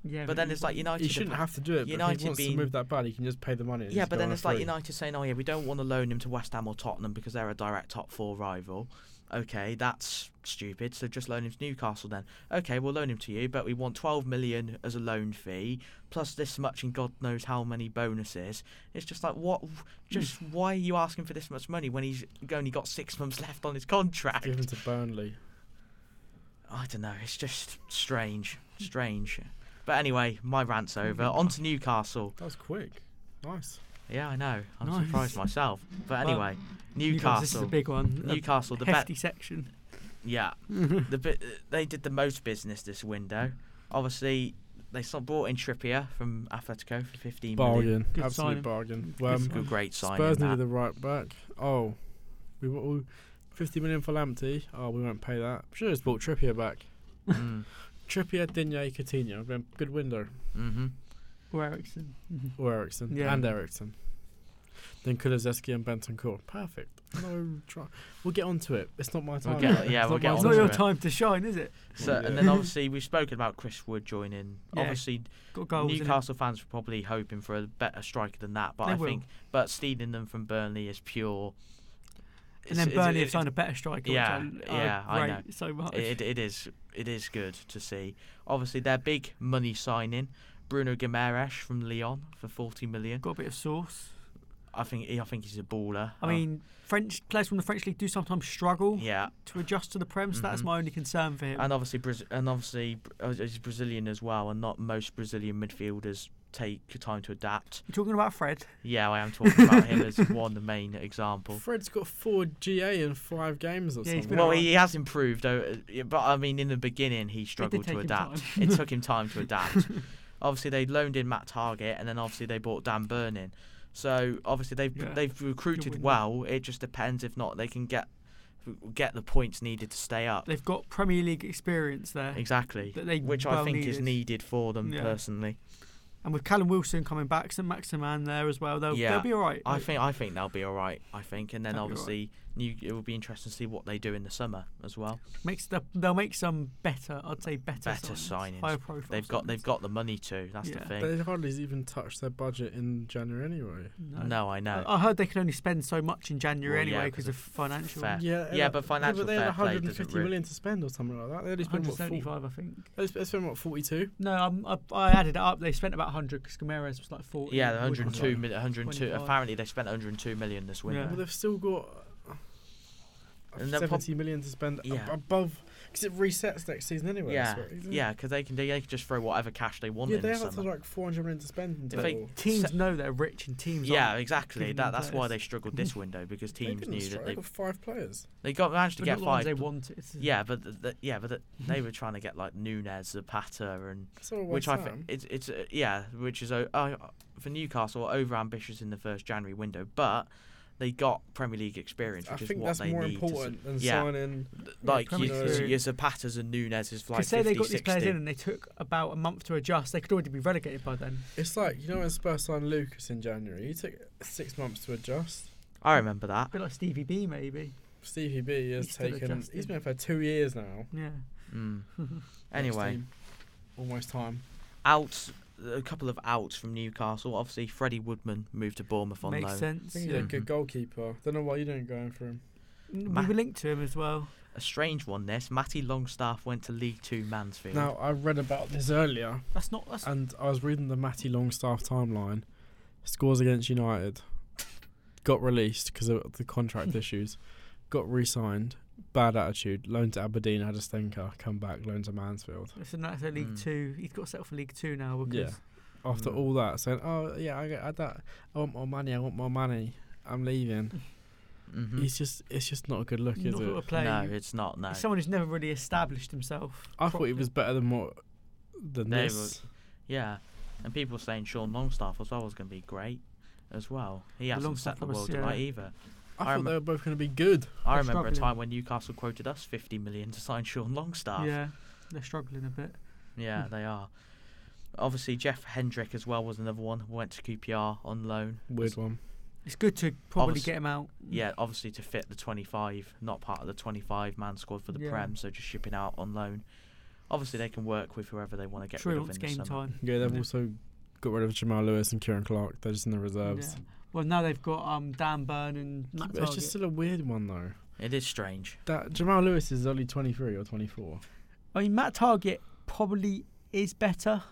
C: Yeah,
A: But then it's like United.
B: He shouldn't
A: appa-
B: have to do it. But if
A: United
B: he wants
A: being-
B: to move that bad, he can just pay the money. And
A: Yeah,
B: just
A: but
B: go
A: then
B: on a
A: it's like
B: free.
A: United saying, "Oh yeah, we don't want to loan him to West Ham or Tottenham because they're a direct top four rival." Okay, that's stupid. So just loan him to Newcastle then. Okay, we'll loan him to you, but we want 12 million as a loan fee plus this much and God knows how many bonuses. It's just like what?
B: Hmm.
A: Just why are you asking for this much money when he's only got six months left on his contract?
B: Give him to Burnley.
A: I don't know. It's just strange, strange. But anyway, my rant's over. On to Newcastle.
B: That was quick. Nice.
A: Yeah, I know. I'm
C: Nice.
A: surprised myself. But
C: Well,
A: anyway,
C: Newcastle, This is a
A: Newcastle.
C: big one. a
A: Newcastle, the bet.
C: hefty section.
A: Yeah, the bit they did the most business this window. Obviously, they saw, brought in Trippier from Atletico for 15 million.
B: Bargain.
C: Good
B: Absolute
C: signing.
B: bargain.
C: Good
B: Well,
A: It's a good, great signing.
B: Spurs
A: that.
B: needed the right back. Oh, we were all 50 million for Lamptey. Oh, we won't pay that. Should have just bought Trippier back.
A: Mm,
B: Trippier, Digne, Coutinho. Been Good window.
A: mhm.
C: Or Ericsson.
B: Or Ericsson.
C: Yeah.
B: And Ericsson. Then Kulizeski and Bentancur. Perfect. No, try. We'll get onto it. It's not my time.
A: get-
B: yet.
A: yeah,
B: It's
A: we'll
B: not
A: get
B: my
A: onto
C: It's not
B: time.
C: your
A: it.
C: time to shine, is it?
A: So and
B: Yeah.
A: then obviously we've spoken about Chris Wood joining.
C: Yeah,
A: Obviously,
C: Got goals. in it.
A: Newcastle fans were probably hoping for a better striker than that, but
C: They
A: I
C: will.
A: think but stealing them from Burnley is pure
C: And
A: it's-
C: then
A: it's-
C: Burnley
A: it-
C: have signed a better striker.
A: yeah,
C: which I,
A: yeah,
C: I
A: I
C: rate so much.
A: It, it is it is good to see. Obviously, their big money signing, Bruno Guimaraes from Lyon for forty million.
C: Got a bit of sauce.
A: I think I think he's a baller.
C: I
A: Uh,
C: mean, French players from the French league do sometimes struggle
A: yeah,
C: to adjust to the Prem. So that's
A: Mhm.
C: my only concern for him.
A: and obviously Braz- and obviously uh, he's Brazilian as well, and not most Brazilian midfielders take time to adapt.
C: You're talking about Fred.
A: Yeah, I am talking about him as one main example.
B: Fred's got four GA in five games or
C: Yeah,
B: something.
C: he's been
A: Well,
C: alright.
A: he has improved, uh, but I mean, in the beginning, he struggled
C: take
A: to
C: him
A: adapt. it took him time to adapt. obviously, they loaned in Matt Target, and then obviously they bought Dan Burnin. So obviously they've
C: Yeah.
A: they've
C: win
A: recruited
C: that.
A: well. It just depends if not they can get get the points needed to stay up.
C: They've got Premier League experience there,
A: Exactly,
C: that they
A: which I
C: well
A: think is
C: needed.
A: needed for them
C: Yeah.
A: personally.
C: and with Callum Wilson coming back, St Maximan there as well, they'll,
A: Yeah,
C: they'll be all right.
A: I think I think they'll be all right. I think, and then
C: They'll be all right.
A: obviously new, it will be interesting to see what they do in the summer as well.
C: makes the, they'll make some better. I'd say better,
A: Better
C: signings,
A: signings.
C: higher profile.
A: They've got they've got the money to. That's
C: Yeah.
A: the thing.
B: They hardly even touched their budget in January anyway.
C: signings.
A: No, I know.
C: uh, I I heard they could only spend so much in January
A: Well, yeah,
C: anyway
A: 'cause
C: because of financial.
A: fair-
B: Yeah,
A: Yeah, but financial
B: but they had
A: fair play doesn't
B: 150
A: really-
B: million to spend or something like that. They only spent what, 40,
C: 175, I think.
B: they sp- they spent what 42.
C: No, um, I, I added it up. They spent about 100 because Gomez was like 40.
A: Yeah, the
C: Woodward was
A: 102
C: like-
A: million. 102.
C: 25.
A: Apparently, they spent 102 million this winter.
C: Yeah.
B: Well, they've still got uh,
A: And they're prob-
B: seventy million to spend ab-
A: Yeah.
B: above because it resets next season anyway.
A: Yeah,
B: so it- isn't it?
A: yeah, because they can they, can just throw whatever cash they want
B: Yeah,
A: in
B: they
A: the
B: have
A: summer.
B: like 400 million to spend in
A: If they-
B: total.
C: Teams know they're rich and teams
A: yeah,
C: aren't.
A: exactly.
C: giving
A: That
C: them
A: that's why
C: players.
A: they struggled this window because
B: They
A: teams
B: didn't
A: knew
B: strike,
A: that they
B: got five players.
A: they got managed to
C: But
A: get
C: not the ones
A: five.
C: they
A: but-
C: wanted.
A: Yeah, but th th- yeah, but th they were trying to get like Nunez, Zapata, and
B: So
A: which I think it's it's uh, yeah, which is uh, uh, for Newcastle over ambitious in the first January window, but they got Premier League experience,
B: I
A: which is
B: think
A: what
B: that's
A: they
B: more
A: need. to su-
B: important than
A: yeah.
B: signing.
A: th- like
C: Premier
A: your,
B: League.
A: your Zapatas and Nunez's for like
C: Because say they
A: 50,
C: got these players
A: 60.
C: in and they took about a month to adjust, they could already be relegated by then.
B: It's like you know when Spurs signed Lucas in January, he took six months to adjust.
A: I remember that.
C: A bit like Stevie B, maybe.
B: Stevie B has
C: He's still
B: taken. He's
C: adjusting.
B: been for two years now.
C: Yeah.
A: Mm.
B: Next
A: Anyway,
B: team. almost time.
A: outs. A couple of outs from Newcastle. Obviously, Freddie Woodman moved to Bournemouth on
C: Makes
A: loan.
B: I
C: sense.
B: think he's a
C: yeah.
A: Mm-hmm.
B: good goalkeeper. Don't know why you didn't go in for him.
C: Mm, We
A: Ma-
C: were linked to him as well.
A: A strange one. This Matty Longstaff went to League Two Mansfield.
B: Now I read about this earlier,
C: That's not. That's
B: and I was reading the Matty Longstaff timeline. Scores against United, got released because of the contract issues, got re-signed, bad attitude, loaned to Aberdeen, had a stinker, come back, loaned to Mansfield.
C: Listen, that's a League
A: Mm.
C: Two. He's got set for League Two now
B: Yeah.
C: because
B: After
A: Mm.
B: all that, saying, "Oh yeah, I, get- I, don't- I want more money, I want more money, I'm leaving."
A: Mhm.
B: It's just, it's just not a good look, is
C: not got a
B: it?
C: player.
A: no,
C: you-
A: it's not. No,
C: it's someone who's never really established himself.
B: I thought
C: properly.
B: it was better than what than
A: They
B: this.
A: yeah. And people saying Sean Longstaff as well was going to be great as well. He hasn't
C: Longstaff
A: set the
C: was-
A: world
C: yeah.
A: alight either.
B: I
A: I
B: thought
A: remem-
B: they were both going to be good.
A: I
C: They're
A: remember a
C: struggling.
A: time when Newcastle quoted us 50 million to sign Sean Longstaff.
C: Yeah, they're struggling a bit. Hmm.
A: Yeah, they are. Obviously, Jeff Hendrick as well was another one. Went to QPR on loan.
B: Weird one.
C: It's good to probably
A: Obvious-
C: get him out.
A: Yeah, obviously to fit the 25, not part of the 25 man squad for the
C: Yeah.
A: Prem, so just shipping out on loan. Obviously, they can work with whoever they want to get
C: True,
A: rid of
C: it's
A: in the
C: game
A: summer.
C: time.
B: Yeah, they've
A: Yeah.
B: also got rid of Jamal Lewis and Kieran Clark. They're just in the reserves.
C: Yeah. Well, now they've got um, Dan Byrne and
B: But
C: Matt
B: it's
C: Target.
B: just still a weird one though.
A: It is strange.
B: That Jamal Lewis is only 23 or 24.
C: I mean, Matt Target probably is better.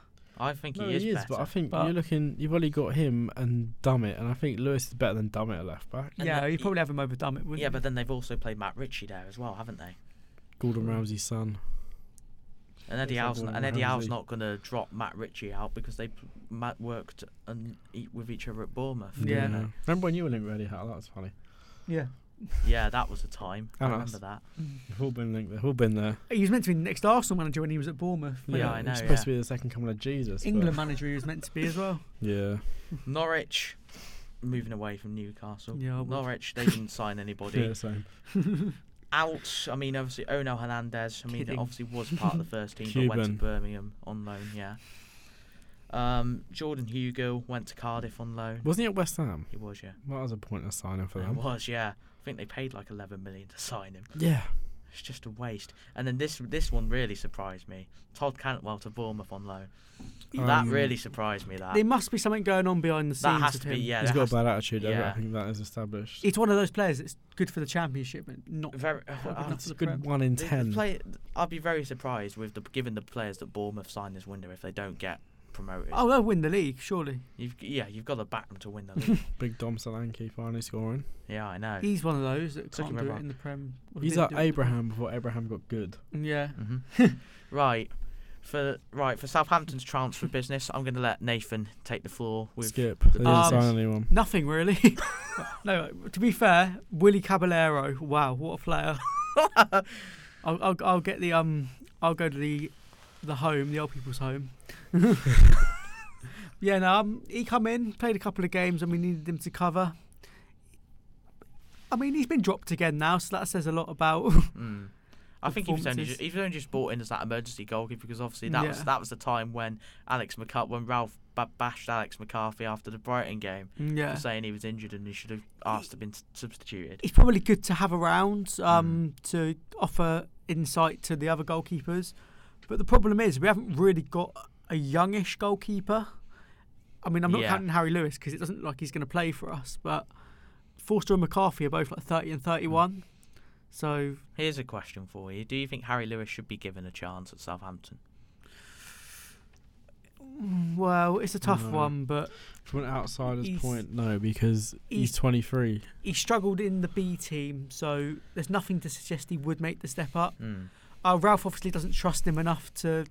A: I think
B: No,
A: he is,
B: but I
A: better.
B: think
C: But-
B: you're looking. You've only got him and Dummett, and I think Lewis is better than Dummett at left back.
A: And
C: yeah,
A: that-
C: you'd probably have him over Dummett, wouldn't
A: Yeah,
C: you?
A: but then they've also played Matt Ritchie there as well, haven't they? Hmm.
B: Gordon
C: True.
B: Ramsay's son.
A: And Eddie
B: like
A: Howe's
B: Gordon
A: and Eddie Howe's
B: Ramsay.
A: not going to drop Matt Ritchie out because they p- ma- worked and eat with each other at Bournemouth. you
C: Yeah.
A: know?
B: Remember when you were linked with Eddie Howe? That was funny.
C: yeah.
A: yeah, that was a time. I
B: And
A: remember
B: us.
A: that.
B: We've all been linked. there. We've all been there.
C: He was meant to be the next Arsenal manager when he was at Bournemouth.
A: Yeah,
C: wasn't
A: I
C: he?
A: know,
B: It's supposed
A: yeah.
B: to be the second coming of Jesus. but-
C: England manager he was meant to be as well.
B: Yeah.
A: Norwich, moving away from Newcastle.
C: Yeah, I would.
A: Norwich, they didn't sign anybody.
B: Yeah, same.
A: out. I mean, obviously, Onel Hernandez. I mean,
C: Kidding.
A: obviously was part of the first team, but went to
B: Cuban.
A: Birmingham on loan. Yeah. Um, Jordan Hugo went to Cardiff on loan.
B: Wasn't he at West Ham?
A: He was, yeah.
B: Well, that was a point of signing for
A: He
B: them.
A: was, yeah. I think they paid like 11 million to sign him.
B: Yeah.
A: It's just a waste. And then this this one really surprised me. Todd Cantwell to Bournemouth on loan. that
B: Um,
A: really surprised me. That
C: There must be something going on behind the scenes.
A: Ah. that has
C: with
A: to be
C: him.
A: yeah.
B: He's
A: that
B: got
A: has
B: a bad attitude. I
A: yeah.
B: don't think that is established.
C: It's one of those players that's good for the championship, but not.
A: to- very.
C: Quite good
A: uh,
C: enough.
B: That's
C: for
B: a
C: the
B: good
C: Prem.
B: one in
A: the- the
B: ten.
A: play- I'd be very surprised with the given the players that Bournemouth signed this window if they don't get promoted.
C: Oh, they'll win the league, surely.
A: You've, yeah, you've got to back them to win the league.
B: Big Dom Solanke finally scoring.
A: yeah, I know.
C: He's one of those that
A: Took
C: can't
A: him
C: do it
A: over.
C: in the Prem. or
B: He's
C: didn't
B: like
C: do it in the Prem.
B: Abraham before Abraham got good.
C: Yeah.
A: hmm right. For right for Southampton's transfer business, I'm going to let Nathan take the floor with
B: Skip. They didn't
C: Um,
B: sign anyone.
C: Nothing really. no, to be fair, Willie Caballero. Wow, what a player! I'll, I'll I'll get the um I'll go to the the home, the old people's home. yeah, no, um, he come in, played a couple of games, and we needed him to cover. I mean, he's been dropped again now, so that says a lot about.
A: Mm. I think he was only just,
C: performances.
A: he was only just brought in as that emergency goalkeeper because obviously that was
C: Yeah.
A: that was the time when Alex McCart when Ralph ba- bashed Alex McCarthy after the Brighton game
C: yeah,
A: for saying he was injured and he should have asked to have been s- substituted.
C: it's probably good to have around um, to offer insight to the other goalkeepers. But the problem is, we haven't really got a youngish goalkeeper. I mean, I'm not
A: Yeah.
C: counting Harry Lewis because it doesn't look like he's going to play for us. But Forster and McCarthy are both like 30 and 31. So
A: Here's a question for you: Do you think Harry Lewis should be given a chance at Southampton?
C: Well, it's a tough
B: No.
C: one, but
B: From an outsider's
C: he's-
B: point, no, because he's,
C: he's-
B: 23.
C: he struggled in the B team, so there's nothing to suggest he would make the step up.
A: Mm.
C: Uh, Ralph obviously doesn't trust him enough to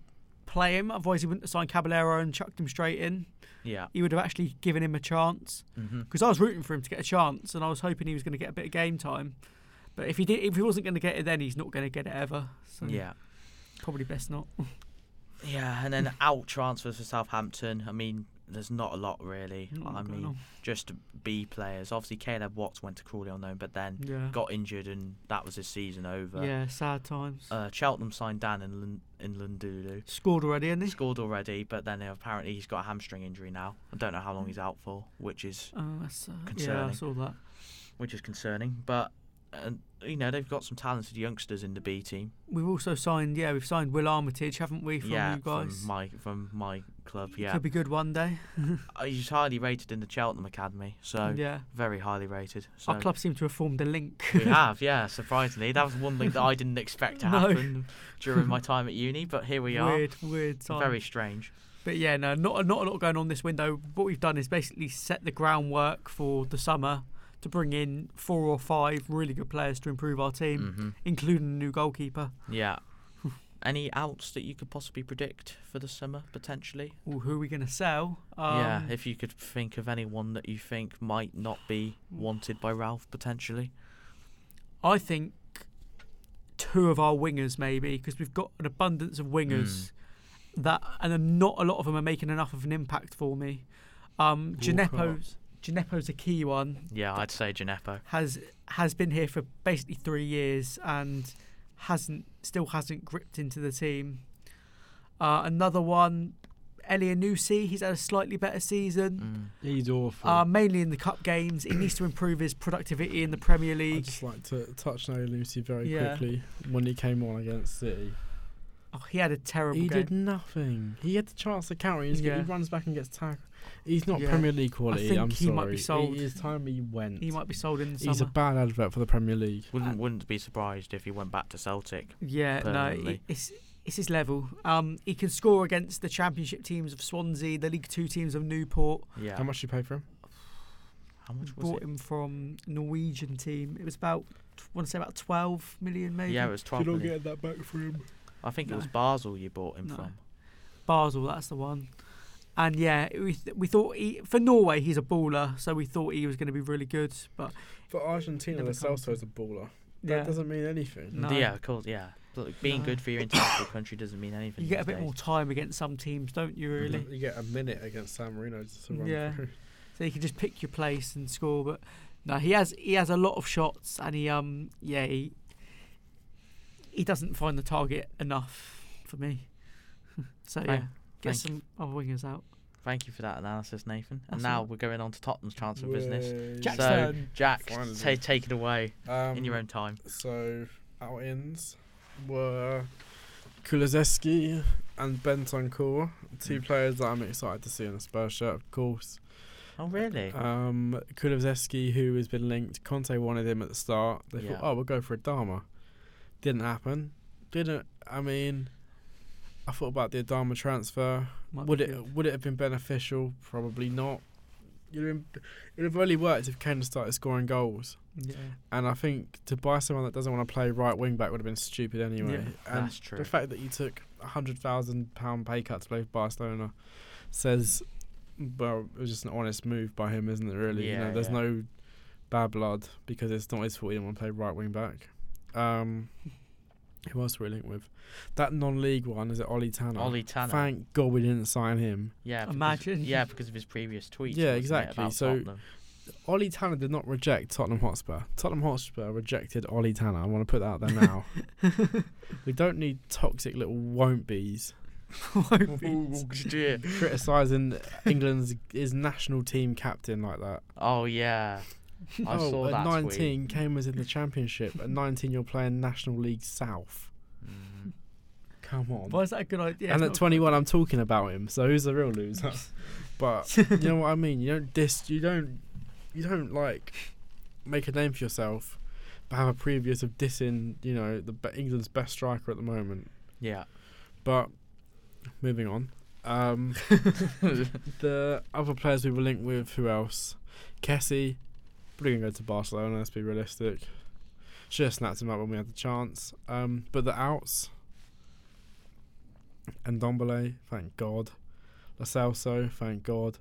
C: play him, otherwise, he wouldn't have signed Caballero and chucked him straight in.
A: Yeah.
C: He would have actually given him a chance
A: Mm-hmm.
C: because I was rooting for him to get a chance and I was hoping he was going to get a bit of game time. But if he did, if he wasn't going to get it, then he's not going to get it ever. So
A: Yeah.
C: probably best not.
A: Yeah, and then out transfers for Southampton. I mean, there's not a lot really.
C: Not
A: I
C: going
A: mean,
C: on.
A: just B players. Obviously, Caleb Watts went to Crawley on loan, but then
C: yeah,
A: got injured and that was his season over.
C: yeah, sad times.
A: Uh, Cheltenham signed Dan in Lon- in Lundulu.
C: Scored already, isn't he?
A: Scored already, but then apparently he's got a hamstring injury now. I don't know how long he's out for, which is
C: Oh, that's uh, yeah, I
A: Concerning.
C: saw that.
A: which is concerning. But and you know they've got some talented youngsters in the B team.
C: We've also signed, yeah, we've signed Will Armitage, haven't we? From
A: yeah,
C: you guys,
A: from my from my club.
C: He
A: Yeah,
C: could be good one day.
A: Uh, he's highly rated in the Cheltenham academy, so
C: yeah,
A: very highly rated. So
C: our club seem to have formed a link.
A: we have, yeah, surprisingly, that was one thing that I didn't expect to
C: No.
A: happen during my time at uni, but here we are.
C: Weird, weird time.
A: Very strange.
C: But yeah, no, not not a lot going on this window. What we've done is basically set the groundwork for the summer to bring in four or five really good players to improve our team,
A: hmm
C: including a new goalkeeper.
A: Yeah. Any outs that you could possibly predict for the summer potentially?
C: Ooh, who are we going to sell? Um,
A: yeah, if you could think of anyone that you think might not be wanted by Ralph potentially.
C: I think two of our wingers maybe because we've got an abundance of wingers
A: Hmm.
C: that, and then not a lot of them are making enough of an impact for me. Um, Gineppo's Gineppo's a key one.
A: Yeah, I'd say Gineppo.
C: has has been here for basically three years and hasn't still hasn't gripped into the team. Uh, another one, Elianusi. He's had a slightly better season,
A: Mm.
B: He's awful.
C: uh, mainly in the cup games. He needs to improve his productivity in the Premier
B: I
C: League.
B: just like to touch on Lucy very
C: Yeah.
B: quickly when he came on against City.
C: Oh, he had a terrible
B: He
C: game.
B: did nothing. He had the chance to counter. He's
C: Yeah.
B: He runs back and gets tackled. He's not
C: Yeah.
B: Premier League quality.
C: think
B: I'm
C: he
B: sorry.
C: might be sold.
B: It is time he went.
C: He might be sold in the
B: He's a
C: summer.
B: bad advert for the Premier League.
A: Wouldn't wouldn't be surprised if he went back to Celtic.
C: yeah, no, it,
A: permanently.
C: it's it's his level. Um, he can score against the Championship teams of Swansea, the League Two teams of Newport.
A: Yeah.
B: How much did you pay for him?
A: How much was
C: Brought
A: it?
C: him from Norwegian team. It was about, I want to say about twelve million maybe.
A: Yeah, it was twelve million.
B: that back for him.
A: I think it was
C: No.
A: Basel you bought him
C: No.
A: from.
C: Basel, that's the one. And yeah, we, th- we thought he, for Norway he's a baller, so we thought he was going to be really good. But
B: For Argentina,
C: Never
B: the
C: comes.
B: Celso is a baller.
C: yeah,
B: That doesn't mean anything.
C: No.
A: Yeah, of course, yeah. Look, being
C: No.
A: good for your international country doesn't mean anything.
C: you get a
A: these
C: bit more
A: days. Mm-hmm.
C: time against some teams, don't you? Really,
B: You get a minute against San Marino just to run
C: Yeah.
B: through.
C: so you can just pick your place and score. But no, he has he has a lot of shots, and he um yeah he he doesn't find the target enough for me. so
A: Thank-
C: yeah, get
A: thank
C: some other wingers out.
A: Thank you for that analysis, Nathan. And
C: That's
A: now
C: all right.
A: we're going on to Tottenham's transfer business.
B: Ways.
C: Jack's
A: So-
C: turn.
A: Jack,
B: Finally.
A: ta take it away
B: Um,
A: in your own time.
B: So our ins were Kulizeski and Bentancur, two players that I'm excited to see in a Spurs shirt, of course.
A: Oh, really?
B: Um, Kulizeski, who has been linked, Conte wanted him at the start. They
A: Yeah.
B: thought, oh, we'll go for a Dharma. Didn't happen. Didn't. I mean, I thought about the Adama transfer.
C: Might be
B: Would
C: good.
B: it would it have been beneficial? Probably not. You'd have been- It would have only worked if Kane started scoring goals.
C: Yeah.
B: And I think to buy someone that doesn't want to play right wing back would have been stupid anyway. and
A: That's true.
B: the fact that you took a hundred thousand pound pay cut to play for Barcelona says, well, it was just an honest move by him, isn't it? Really, you
A: Yeah,
B: know, there's
A: yeah.
B: no bad blood because it's not his fault he didn't want to play right wing back. Um, who else were we linked with? That non-league one is it Ollie Tanner?
A: Ollie Tanner.
B: Thank God we didn't sign him.
A: yeah, because,
C: Imagine.
A: Yeah, because of his previous tweets.
B: Yeah,
A: wasn't it,
B: exactly.
A: about
B: So-
A: Tottenham?
B: Ollie Tanner did not reject Tottenham Hotspur. Tottenham Hotspur rejected Ollie Tanner. I want to put that out there now. we don't need toxic little won't bees criticizing England's his national team captain like that.
A: oh yeah, I
B: oh,
A: saw
B: at
A: that 19.
B: 19, Kane was in the championship. at 19, you're playing National League South.
A: Mm.
B: Come on.
C: Why is that a good idea?
B: and
C: It's
B: at
C: not-
B: 21, I'm talking about him. So who's the real loser? but you know what I mean. You don't dis. You don't. You don't like make a name for yourself, but have a previous of dissing. You know the be- England's best striker at the moment.
A: Yeah.
B: But moving on. Um, the other players we were linked with, who else? Kessie, probably gonna go to Barcelona. Let's be realistic. Should have snapped him up when we had the chance. Um, but the outs and Dombele, thank God. Lacelso, thank God.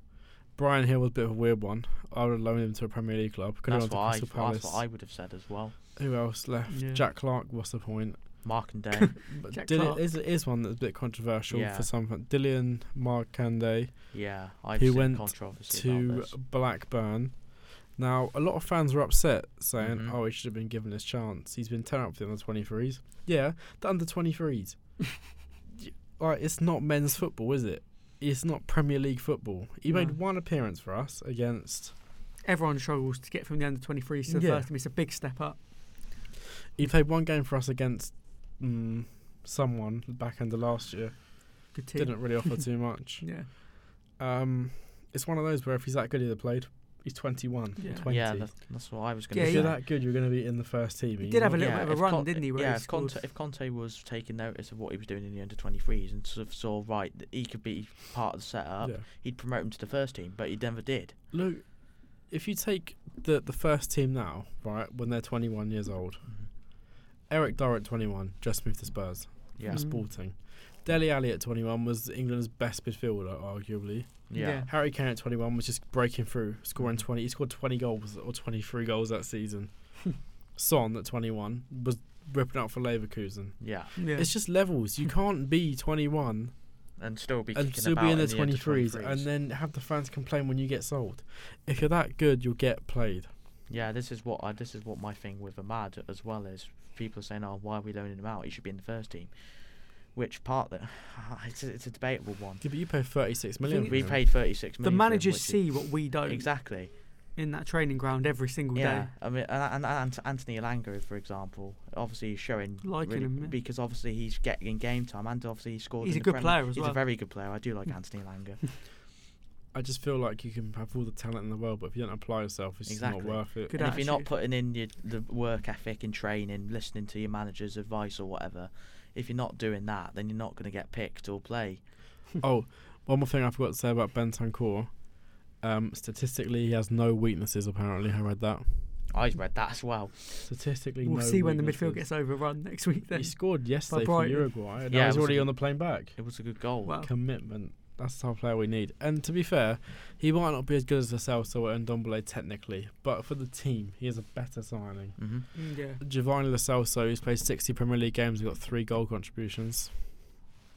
B: Brian Hill was a bit of a weird one. I would have loaned him to a Premier League club. Could have
A: That's
B: gone
A: what,
B: to
A: I,
B: Crystal
A: that's what
B: Palace.
A: I would have said as well.
B: Who else left?
C: Yeah.
B: Jack Clark. What's the point?
A: Mark and Day.
B: But
C: Jack
B: Dillian
C: Clark.
B: is is one that's a bit controversial
A: Yeah.
B: for some. Dillian Markande
A: yeah, I've
B: Who
A: seen
B: went
A: controversy
B: to
A: about this.
B: Blackburn. Now, a lot of fans were upset, saying,
C: Mm-hmm.
A: Mhm.
B: "Oh, he should have been given his chance. He's been tearing up for the under 23s." Yeah, the under 23s. Y- like, it's not men's football, is it? It's not Premier League football. He
C: No.
B: made one appearance for us against.
C: Everyone struggles to get from the under 23s to the
B: Yeah.
C: first team. It's a big step up.
B: He played one game for us against mm, someone back end of last year.
C: Good team.
B: Didn't really offer too much.
C: Yeah.
B: Um, it's one of those where if he's that good, he'd have played. He's 21,
C: Yeah.
B: or 20.
A: Yeah, that's, that's what I was going
C: Yeah,
A: to
B: if
A: say.
B: you're that good, you're going to be in the first team.
C: He
B: You're
C: did have
B: not
C: a little
A: Yeah,
C: bit of a
A: if
C: run,
A: Con-
C: didn't he? Where
A: yeah,
C: he
A: if Conte,
C: scored-
A: if Conte was taking notice of what he was doing in the under 23s and sort of saw, right, that he could be part of the setup,
B: Yeah.
A: he'd promote him to the first team, but he never did.
B: Look, if you take the the first team now, right, when they're 21 years old, Eric Dyer at 21 just moved to Spurs
A: Yeah.
B: from
C: Mm.
B: Sporting. Deli Ali at 21 was England's best midfielder, arguably.
A: Yeah.
C: Yeah.
B: Harry Kane at 21 was just breaking through, scoring 20. He scored 20 goals or 23 goals that season. Son at 21 was ripping out for Leverkusen.
A: Yeah.
C: yeah.
B: It's just levels. You can't be 21
A: And still be
B: and
A: kicking
B: still
A: about
B: be in the
A: the under
B: 23s
A: 23s.
B: and then have the fans complain when you get sold. If you're that good, you'll get played.
A: Yeah, this is what I, this is what my thing with Ahmad as well is. People are saying, "Oh, why are we loaning him out? He should be in the first team." Which part that it's a, it's a debatable one.
B: Yeah, but you pay 36 million.
C: thing
A: We
B: for him.
A: paid thirty six
C: the
A: million. for him,
C: managers
A: which is-
C: see what we don't
A: exactly.
C: in that training ground every single
A: Yeah,
C: day.
A: I mean, and, and, and Anthony Alango, for example, obviously he's showing
C: Liking
A: really-
C: him, yeah.
A: because obviously he's getting game time, and obviously he scored.
C: He's
A: in the
C: a good
A: Premier-
C: player as
A: he's
C: well.
A: a very good player. I do like Anthony Alango.
B: I just feel like you can have all the talent in the world, but if you don't apply yourself, it's just
A: Exactly.
B: not worth it.
C: Good
A: and if you're not
C: attitude.
A: putting in your, the work ethic and training, listening to your manager's advice or whatever, if you're not doing that, then you're not going to get picked or play.
B: oh, one more thing I forgot to say about Bentancur. Um, statistically, he has no weaknesses. Apparently, I read that.
A: I read that as well.
B: Statistically,
C: We'll
B: no
C: see when the midfield
B: weaknesses.
C: gets overrun next week. Then
B: He scored yesterday for
C: Brighton.
B: Uruguay. and
A: Yeah,
B: now
A: it
B: he's
A: was a
B: already
A: good-
B: on the plane back.
A: It was a good goal.
C: Wow.
B: Commitment. That's the type of player we need. And to be fair, he might not be as good as Lascelles or Ndombele technically, but for the team, he is a better signing.
A: hmm
C: Mm, yeah.
B: Giovanni Lascelles, who's played 60 Premier League games, got three goal contributions.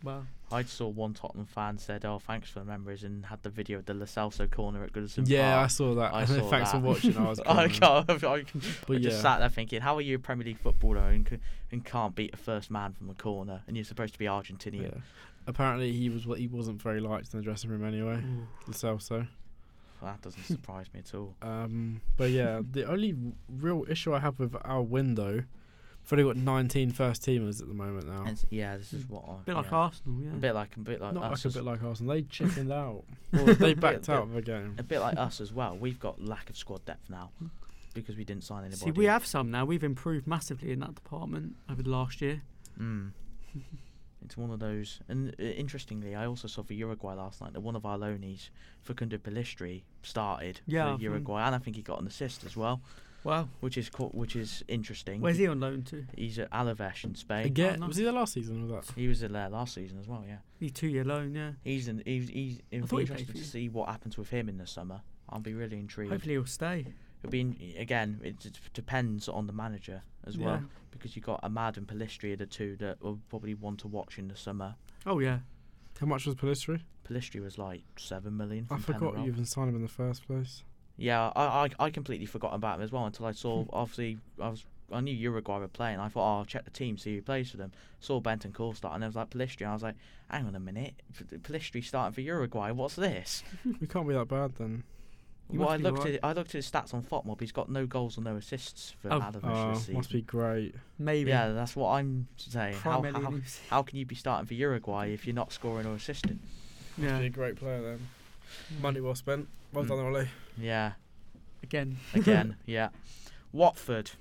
C: Well,
A: I saw one Tottenham fan said, "Oh, thanks for the memories," and had the video of the Lo Celso corner at Goodison
B: yeah, I
A: Park.
B: saw that.
A: I
B: And
A: saw
B: Thanks
A: that.
B: for watching. I was
A: I
B: gone.
A: can't. I,
B: But
A: I just
B: yeah.
A: sat there thinking, how are you a Premier League footballer and, c- and can't beat a first man from the corner, and you're supposed to be
B: Yeah.
A: Argentinian?
B: Apparently, he was he wasn't very liked in the dressing room anyway.
C: ooh,
B: Lascelles.
A: That doesn't surprise me at all.
B: Um, but yeah, the only real issue I have with our window I've only got 19 first teamers at the moment now.
A: And s- yeah, this is what I.
C: bit like
A: yeah.
C: Arsenal, yeah.
A: A bit like a bit like
B: Oh. Hmm. Not
A: us.
B: like a
A: as-
B: bit like Arsenal. They chickened out.
A: well, a
B: They
A: bit-
B: backed
A: bit-
B: out of the game.
A: A bit like us as well. We've got lack of squad depth now because we didn't sign anybody.
C: See, we have some now. We've improved massively in that department over the last year.
A: Mm. It's one of those. And uh, interestingly, I also saw for Uruguay last night that one of our loanees, Facundo Pelistri, started
C: Yeah, I
A: for
C: think-
A: Uruguay, and I think he got an assist as well,
C: Wow.
A: which is co- which is interesting.
C: Where's he on loan to?
A: He's at Alaves in Spain.
B: Again,
C: nice.
B: was he there last season or was that?
A: He was there last season as well. Yeah,
C: He's two year loan, yeah.
A: he's an, he's, he's it'll
C: thought
A: be
C: he played
A: interesting
C: for
A: to
C: you.
A: see what happens with him in the summer. I'll be really intrigued.
C: Hopefully he'll stay.
A: It'll be in, again. It d- depends on the manager as well
C: Yeah.
A: because you've got Ahmad and Pelistri are the two that will probably want to watch in the summer.
C: Oh yeah.
B: How much was Pelistri?
A: Pelistri was like seven million.
B: I
A: from
B: forgot
A: Penarol.
B: you even signed him in the first place.
A: Yeah, I, I I completely forgot about him as well until I
C: Hmm.
A: saw obviously I was I knew Uruguay were playing. I thought oh, I'll check the team see who plays for them. Saw Benton Call start and there was like Pelistri. And I was like, hang on a minute, P- Pelistri starting for Uruguay. What's this?
B: we can't be that bad then.
C: He
A: well,
C: must
A: I
C: be
A: looked
C: alright.
A: at I looked at his stats on FotMob. He's got no goals or no assists for
C: Oh.
A: Alaves
B: Oh,
A: this season.
B: must be great.
C: Maybe.
A: Yeah, that's what I'm saying. How,
C: Primarily
A: how,
C: leaves.
A: how can you be starting for Uruguay if you're not scoring or assisting?
B: Must be
C: Yeah.
B: a great player then. Money well spent. Well
A: Mm.
B: done, Ollie.
A: Yeah,
C: Again.
A: again, yeah. Watford,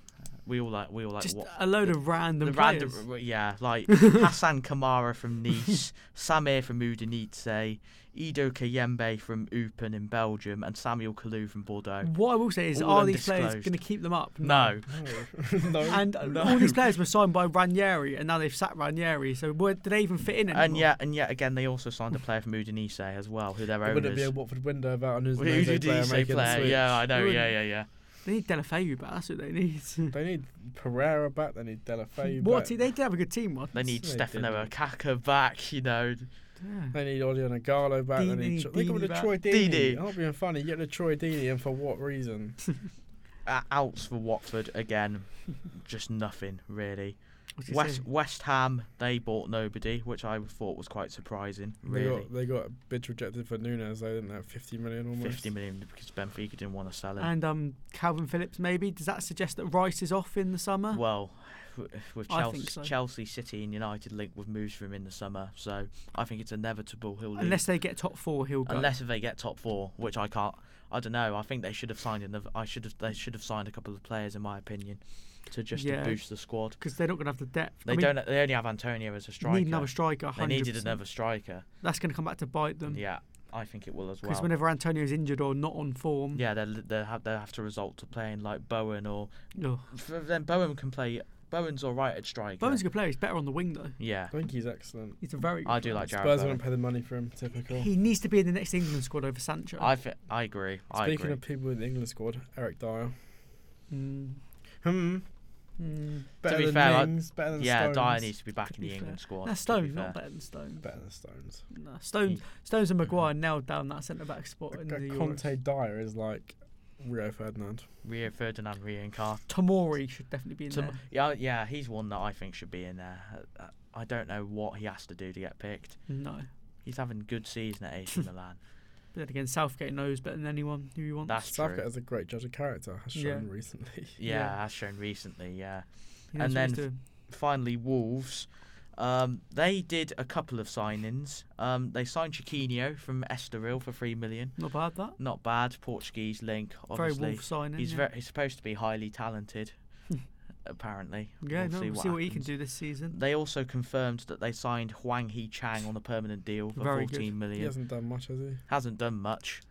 A: we all like we all like
C: Just
A: Watford.
C: a load of random
A: the
C: players.
A: random, yeah, like Hassan Kamara from Nice, Samir from Udinese, Ido Kayembe from Eupen in Belgium, and Samuel Kalou from Bordeaux.
C: What I will say is,
A: All
C: are these players
A: undisclosed.
C: going to keep them
B: Mm.
C: up?
A: No,
B: no.
C: And uh, all these players were signed by Ranieri, and now they've sacked Ranieri. So where, do they even fit in anymore?
A: and yet and yet again, they also signed a player from Udinese as well, who their
B: It
A: owners.
B: wouldn't be a Watford window about an
A: Well, who
B: Udinese
A: did
B: player
A: he say
B: making the
A: player?
B: switch.
A: Yeah, I know.
C: Wouldn't-
A: Yeah, yeah, yeah.
C: they need Delafeu back. That's what they need.
B: They need Pereira back. They need Delafay
C: What
B: back.
C: team? They did have a good team once.
A: They need
B: They
A: Stefano
B: didn't.
A: Akaka back. You know,
C: Yeah.
B: They need Odion Agallo back. They
C: Deeney,
B: need. Tro- They got
C: Deeney
B: rid of
C: back.
B: Troy
A: Deeney.
B: Deeney. I'm not being funny. You get rid of Troy Deeney, and for what reason?
A: Uh, outs for Watford again. Just nothing really.
C: What's he
A: West
C: say?
A: West Ham they bought nobody, which I thought was quite surprising. Really.
B: They got, they got bids rejected for Nunes. They didn't have 50 million almost.
A: 50 million because Benfica didn't want to sell him.
C: And um, Calvin Phillips, maybe. Does that suggest that Rice is off in the summer?
A: well, w- with
C: I
A: Chelsea,
C: think so.
A: Chelsea, City, and United linked with moves for him in the summer, so I think it's inevitable he'll leave.
C: Unless they get top four, he'll go.
A: Unless if they get top four, which I can't. I don't know. I think they should have signed another. I should have. They should have signed a couple of players, in my opinion, to just
C: Yeah.
A: to boost the squad.
C: because they're not going to have the depth.
A: They
C: I mean,
A: don't. They only have Antonio as a striker.
C: Need another striker.
A: they
C: 100%.
A: needed another striker.
C: That's going to come back to bite them.
A: Yeah, I think it will as
C: Because
A: well.
C: whenever Antonio's injured or not on form,
A: Yeah, they they have they have to resort to playing like Bowen or
C: ugh.
A: then Bowen can play. Bowen's all right at striker.
C: Bowen's a good player. He's better on the wing though.
A: Yeah,
B: I think he's excellent.
C: He's a very. Good
A: I do
C: player.
A: like Jared
B: Spurs
A: Bowen.
B: wouldn't pay the money for him. Typical.
C: He needs to be in the next England squad over Sancho.
A: I thi- I agree. I
B: Speaking
A: agree.
B: of people in the England squad, Eric Dyer.
C: Mm,
B: Hmm.
C: mm.
B: Better
A: be
B: than
A: fair, I-
B: Mings, better than
A: yeah,
B: Stones.
A: Dyer needs to be back
C: To
A: in the
C: be
A: England squad.
C: No,
A: to be
C: Stones not
A: fair. Mm-hmm.
C: better than Stones.
B: Better than Stones.
C: No, Stones, Stones and Maguire nailed down that centre back spot in the
B: A- a
C: Euros.
B: Conte Dyer is like Rio Ferdinand.
A: Rio Ferdinand reincarnated.
C: Tomori should definitely be in there.
A: Yeah, yeah, he's one that I think should be in there. Uh, uh, I don't know what he has to do to get picked.
C: No,
A: He's having a good season at AC Milan.
C: but then again, Southgate knows better than anyone who he wants.
A: That's
B: Southgate
A: true.
B: is a great judge of character, has
C: Yeah.
B: shown recently.
A: Yeah,
C: yeah.
A: as shown recently. Yeah.
C: He knows
A: and
C: what he's
A: then-
C: doing.
A: Finally, Wolves. Um, they did a couple of signings. Um, they signed Chiquinho from Estoril for three million.
C: not bad that.
A: Not bad. Portuguese link,
C: Very
A: obviously.
C: Wolf signing.
A: He's
C: yeah. Hmm.
A: very, he's supposed to be highly talented, apparently.
C: Yeah, no, we'll see what he can
A: happens.
C: do this season.
A: They also confirmed that they signed Huang He Chang on a permanent deal for
C: Very good.
A: fourteen million.
B: He hasn't done much, has he?
A: Hasn't done much.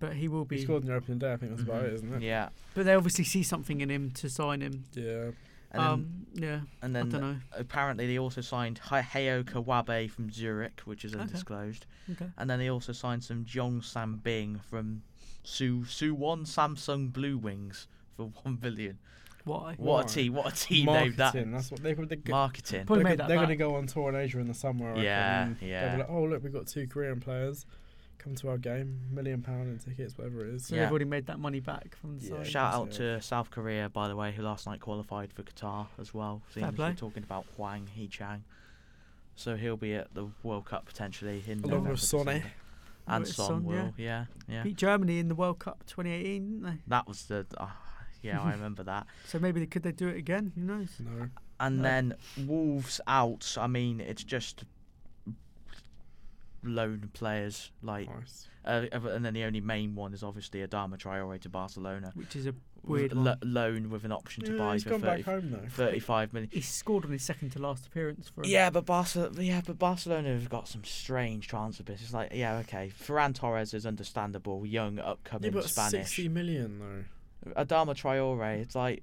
C: But he will
B: He
C: be.
B: scored in the opening day. I think that's about
A: Mhm.
B: it, isn't it?
A: Yeah.
C: But they obviously see something in him to sign him.
B: Yeah.
A: And then,
C: um, yeah,
A: and
C: I
A: then
C: don't know.
A: apparently they also signed Hi- Hayao Kawabe from Zurich, which is
C: Okay.
A: undisclosed.
C: Okay.
A: And then they also signed some Jong Sam Bing from Su Suwon Samsung Blue Wings for one billion.
C: Why?
A: What
B: Why?
A: a team! What a team
B: Marketing.
A: name that.
B: That's what they could. They go,
A: Marketing.
C: Probably
B: they're
C: made
B: go-
C: that
B: they're
C: back.
B: going to go on tour in Asia in the summer. I reckon,
A: Yeah,
B: and they'll be
A: yeah.
B: like, oh look, we've got two Korean players. Come to our game, million pound in tickets, whatever it is.
C: So
A: Yeah.
C: they've already made that money back from the
B: Yeah.
C: side.
A: Shout out
B: so.
A: to South Korea, by the way, who last night qualified for Qatar as well. Seeing as we're
C: play.
A: talking about Huang He Chang, so he'll be at the World Cup potentially in
B: Along with
A: November,
B: Sonny.
A: December. and
C: With
A: Son,
C: Son,
A: will,
C: yeah.
A: yeah, yeah.
C: Beat Germany in the World Cup 2018, didn't they?
A: That was the, uh, yeah, I remember that.
C: So maybe they, could they do it again? Who knows?
B: No.
A: And
C: No.
A: then Wolves out. I mean, it's just loan players like,
B: Nice.
A: uh, and then the only main one is obviously Adama Traore to Barcelona.
C: which is a weird
A: L-
C: one.
A: loan with an option to
B: Yeah,
A: buy
B: he's
A: for
B: gone
A: 30,
B: back home though.
A: 35 million.
C: He scored on his second to last appearance for him.
A: Yeah, but Barcelona, yeah, but Barcelona have got some strange transfer business. Like, yeah, okay, Ferran Torres is understandable, young,
B: Yeah,
A: upcoming
B: but
A: Spanish.
B: sixty million though.
A: Adama Traore, it's like,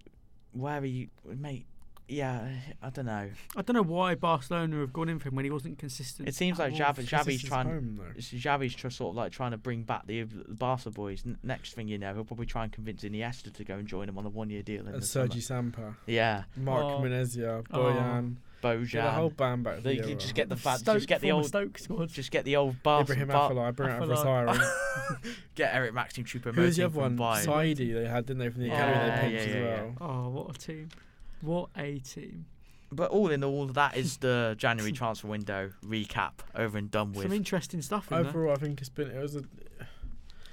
A: where are you, mate? Yeah, I don't know.
C: I don't know why Barcelona have gone in for him when he wasn't consistent.
A: It seems
C: at
A: like
C: all.
A: Xavi,
B: This is
A: Xavi's
B: his
A: trying.
B: home though.
A: it's Xavi's tr- sort of like trying to bring back the Barca boys. N- next thing you know, he'll probably try and convince Iniesta to go and join him on a one-year deal. In
B: And
A: the summer.
B: Sergi Sampa,
A: Yeah,
B: Mark
C: Oh.
B: Menezia,
C: Oh.
B: Boyan, Get the whole
A: Bojan.
B: band back.
A: They
B: together.
A: could just get the fat,
C: Stoke,
A: just get the
C: former
A: old,
C: Stoke squad.
A: just get the old Barca.
B: Ibrahim
A: Bar-
B: Afellay, Ibrahim
C: Afellay.
B: Afellay.
A: Get Eric Maxim Choupo-Moting
B: Who was the other
A: from
B: one?
A: Bayern.
B: Saidi they had, didn't they, from the
A: Yeah,
B: academy they
A: yeah,
B: picked
A: yeah,
B: as
A: yeah.
B: well.
C: Oh, what a team! What a team!
A: But all in all, that is the January transfer window recap over and done with.
C: Some interesting stuff in there.
B: Overall, I think it's been it was a there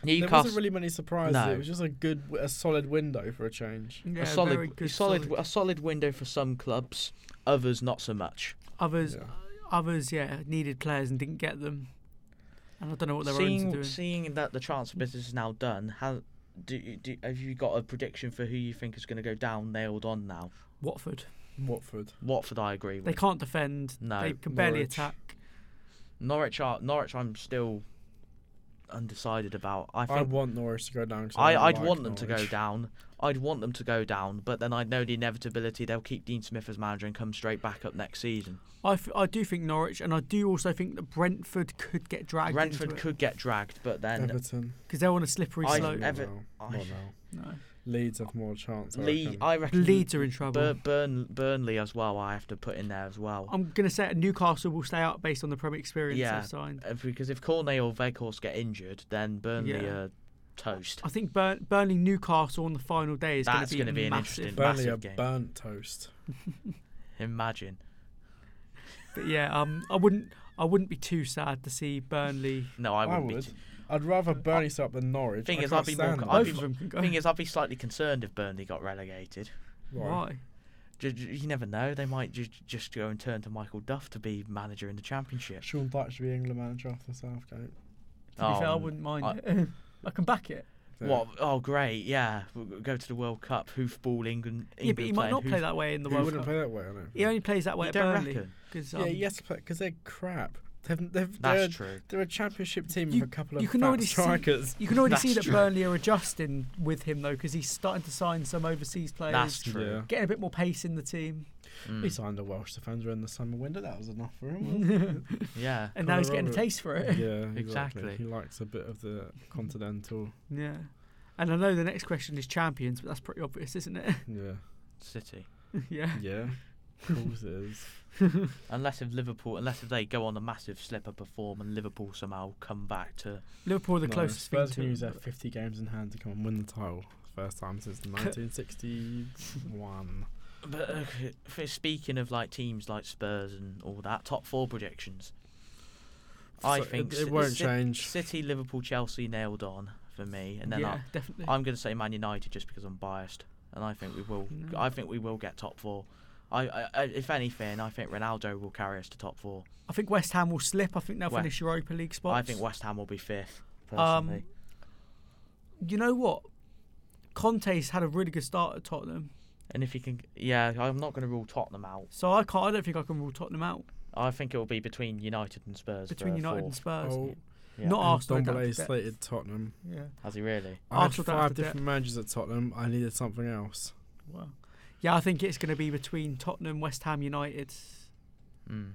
A: Newcastle,
B: wasn't really many surprises.
A: No.
B: It was just a good, a solid window for a change.
C: Yeah,
A: a solid,
C: very good,
A: a solid, a solid window for some clubs, others not so much.
C: Others,
B: Yeah.
C: others, yeah, needed players and didn't get them. And I don't know what their owners are
A: Seeing,
C: doing.
A: seeing that the transfer business is now done, how do, you- do have you got a prediction for who you think is going to go down nailed on now?
C: Watford,
B: Watford.
A: Watford, I agree
C: they
A: with.
C: can't defend.
A: No.
C: They can barely
B: Norwich.
C: attack.
A: Norwich, are, Norwich, I'm still undecided about. I
B: I,
A: think
B: want Norwich to go down. 'cause
A: I,
B: don't
A: I'd
B: like
A: want them to go
B: Norwich.
A: down. I'd want them to go down, but then I'd know the inevitability. They'll keep Dean Smith as manager and come straight back up next season.
C: I, f- I do think Norwich, and I do also think that Brentford could get dragged.
A: Brentford
C: into it
A: could get dragged, but then
B: Everton.
C: because they're on a slippery
A: I-
C: slope.
B: Not
A: Ever-
B: now.
A: I-
B: Not now.
C: no.
B: Leeds have more chance. I
A: Lee,
B: reckon.
A: I reckon
C: Leeds are in trouble. Oh.
A: Bur- Burn, Burnley as well. I have to put in there as well.
C: I'm gonna say Newcastle will stay up based on the Premier experience
A: Yeah.
C: they've signed.
A: If- Uh, because if Cornet or Veghorst get injured, then Burnley
C: Yeah.
A: are toast.
C: I think Burn- Burnley Newcastle on the final day is
A: That's
C: going
A: gonna
C: to
A: be
C: be
A: an
C: massive.
A: interesting-
B: Burnley
A: massive
B: are
A: game.
B: burnt toast.
A: Imagine.
C: But yeah, um, I wouldn't I wouldn't be too sad to see Burnley.
A: No, I wouldn't
B: would.
A: be.
B: I'd rather Burnley stop than Norwich.
A: Thing
B: I
A: is,
B: can't
A: I'd be more
B: stand
A: co-
B: them.
A: I'd
C: Both
A: be-
C: of them can go.
A: Thing is, I'd be slightly concerned if Burnley got relegated.
B: Right.
C: Why?
A: Ju- ju- You never know. They might ju- just go and turn to Michael Duff to be manager in the Championship.
B: Sean Dyche should be England manager after Southgate.
C: To be fair, I
A: Um,
C: wouldn't mind. I, can back it.
B: Yeah.
A: What? Oh, great! Yeah, we'll go to the World Cup. Hoofball England. England
C: yeah, but he might
A: playing
C: not play
A: hoof-
C: that way in the
B: He
C: World
B: wouldn't
C: Cup.
B: play that way, I don't
C: He
B: think.
C: only plays that way
A: You
C: at
A: don't
C: Burnley.
A: reckon?
C: 'cause,
B: Yeah,
C: um,
B: yes, because they're crap. They've, they've,
A: That's
B: they're,
A: true.
B: they're a championship team
C: You-
B: with a couple of
C: you can
B: fat
C: already see-
B: strikers.
C: You can already see that
A: That's true.
C: Burnley are adjusting with him though, because he's starting to sign some overseas players,
A: That's true.
B: Yeah.
C: getting a bit more pace in the team,
A: Mm.
B: He signed a Welsh defender in the summer window. That was enough for him. wasn't it?
C: and
A: Yeah.
C: now
B: Conor
C: he's getting a
B: Roberts.
C: taste for it.
B: yeah,
A: Exactly.
B: He likes a bit of the continental.
C: Yeah. And I know the next question is champions, but that's pretty obvious, isn't it?
B: Yeah,
A: City.
C: yeah.
B: yeah. Of course it is.
A: Unless if Liverpool, unless if they go on a massive slip up of form and Liverpool somehow come back to
C: Liverpool are the
B: No,
C: closest
B: Spurs
C: thing
B: can
C: to
B: use their
C: it.
B: 50 games in hand to come and win the title. First time since 1961.
A: But uh, for speaking of like teams like Spurs and all that, top four predictions. I
B: So
A: think
B: it,
A: Ci-
B: it won't
A: Ci-
B: change.
A: City, Liverpool, Chelsea nailed on for me, and then
C: yeah, definitely.
A: I, I'm going to say Man United just because I'm biased, and I think we will.
C: No.
A: I think we will get top four. I, I, I if anything, I think Ronaldo will carry us to top four.
C: I think West Ham will slip. I think they'll
A: West-
C: finish Europa League spots.
A: I think West Ham will be fifth.
C: Um,
A: Personally,
C: You know what? Conte's had a really good start at Tottenham,
A: and if he can, yeah, I'm not going to rule Tottenham out.
C: so I can't. I don't think I can rule Tottenham out
A: I think it will be between United and Spurs.
C: between
A: for
C: United and
A: fourth.
C: Spurs.
B: Oh,
A: Yeah.
C: Not Arsenal. I doubt
B: Dombele
C: that.
B: slated Tottenham.
C: Yeah.
A: Has he really?
B: I had
C: Arsenal don't have
B: five
C: to do it.
B: different managers at Tottenham. I needed something else.
C: Wow. Yeah, I think it's going to be between Tottenham, West Ham, United,
A: Mm.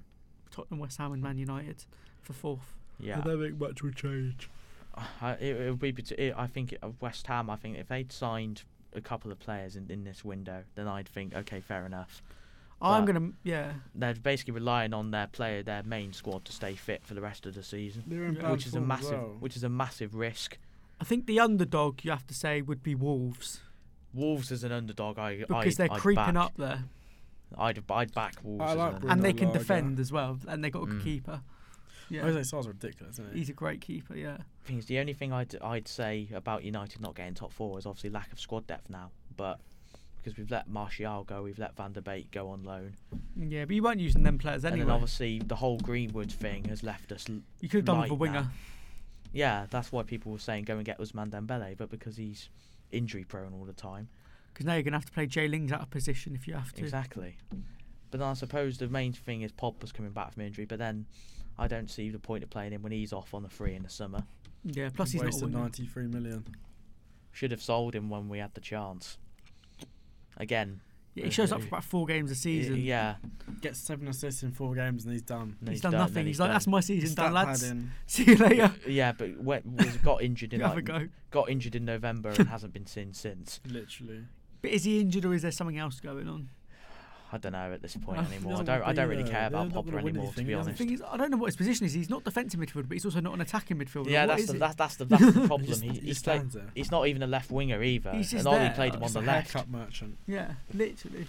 C: Tottenham, West Ham, and Man United for fourth.
A: Yeah.
B: I don't think much will change.
A: I, it, it would be. bet- It, I think it, uh, West Ham. I think if they'd signed a couple of players in, in this window, then I'd think okay, fair enough.
C: I'm
A: But-
C: going to yeah.
A: They're basically relying on their player, their main squad, to stay fit for the rest of the season,
B: They're in
C: Yeah.
B: bad
A: which is a
B: form as
A: massive,
B: well.
A: which is a massive risk.
C: I think the underdog you have to say would be Wolves
A: Wolves as an underdog, I
C: because
A: I'd,
C: they're
A: I'd
C: creeping
A: back,
C: up there.
A: I'd I'd back Wolves.
B: I
A: as
B: like
A: an
B: Bruno.
C: and they
A: underdog.
C: can
B: Laga.
C: defend as well, and they got a
A: Mm.
C: keeper. Yeah,
B: Jose Sar's ridiculous, isn't he?
C: he's a great keeper. Yeah,
A: Thing is, the only thing I'd I'd say about United not getting top four is obviously lack of squad depth now, but because we've let Martial go, we've let Van der Beek go on loan,
C: Yeah, but you weren't using them players
A: and then
C: anyway.
A: obviously the whole Greenwood thing has left us. l-
C: You could have done with
A: right
C: a
A: now.
C: winger.
A: Yeah, that's why people were saying go and get Usman Dembele, but because he's injury prone all the time.
C: Because now you're going to have to play Jay Ling's out of position if you have to.
A: Exactly. But then I suppose the main thing is Pogba's coming back from injury, but then I don't see the point of playing him when he's off on the free in the summer.
C: Yeah, plus he's not a
B: wasted
C: winger.
B: 93 million.
A: Should have sold him when we had the chance. Again.
C: Yeah, he shows up for about four games a
A: y-
C: season.
A: Yeah.
B: Gets seven assists in four games and he's done.
A: and
C: He's, done
A: and
C: nothing.
A: then
C: He's, like, that's my season
B: Stat
C: done, lads.
B: padding.
C: See you later.
A: Yeah, but we was got injured in
C: Have a
A: like,
C: go.
A: got injured in November and hasn't been seen since.
B: Literally.
C: But is he injured or is there something else going on?
A: I don't know at this point
C: Uh, he
A: anymore. I
B: doesn't
A: don't. I
B: wanna
A: don't
B: be
A: really
B: there.
A: care about
B: They're not
A: Popper
B: gonna win
A: anymore, to
B: anything.
A: be
B: He doesn't
C: The
A: honest.
C: thing is, I don't know what his position is. He's not defensive midfielder, but he's also not an attacking midfielder.
A: Yeah,
C: What
A: that's
C: is
A: the,
C: it?
A: that's that's the that's the problem.
B: just-
A: he,
B: he
A: he's
B: just
A: play,
B: stands there.
A: he's not even a left winger either.
C: He's just
A: and Ollie
C: there.
A: played him on
B: Just
A: the
B: Uh, a
A: left.
B: haircut merchant.
C: Yeah, literally.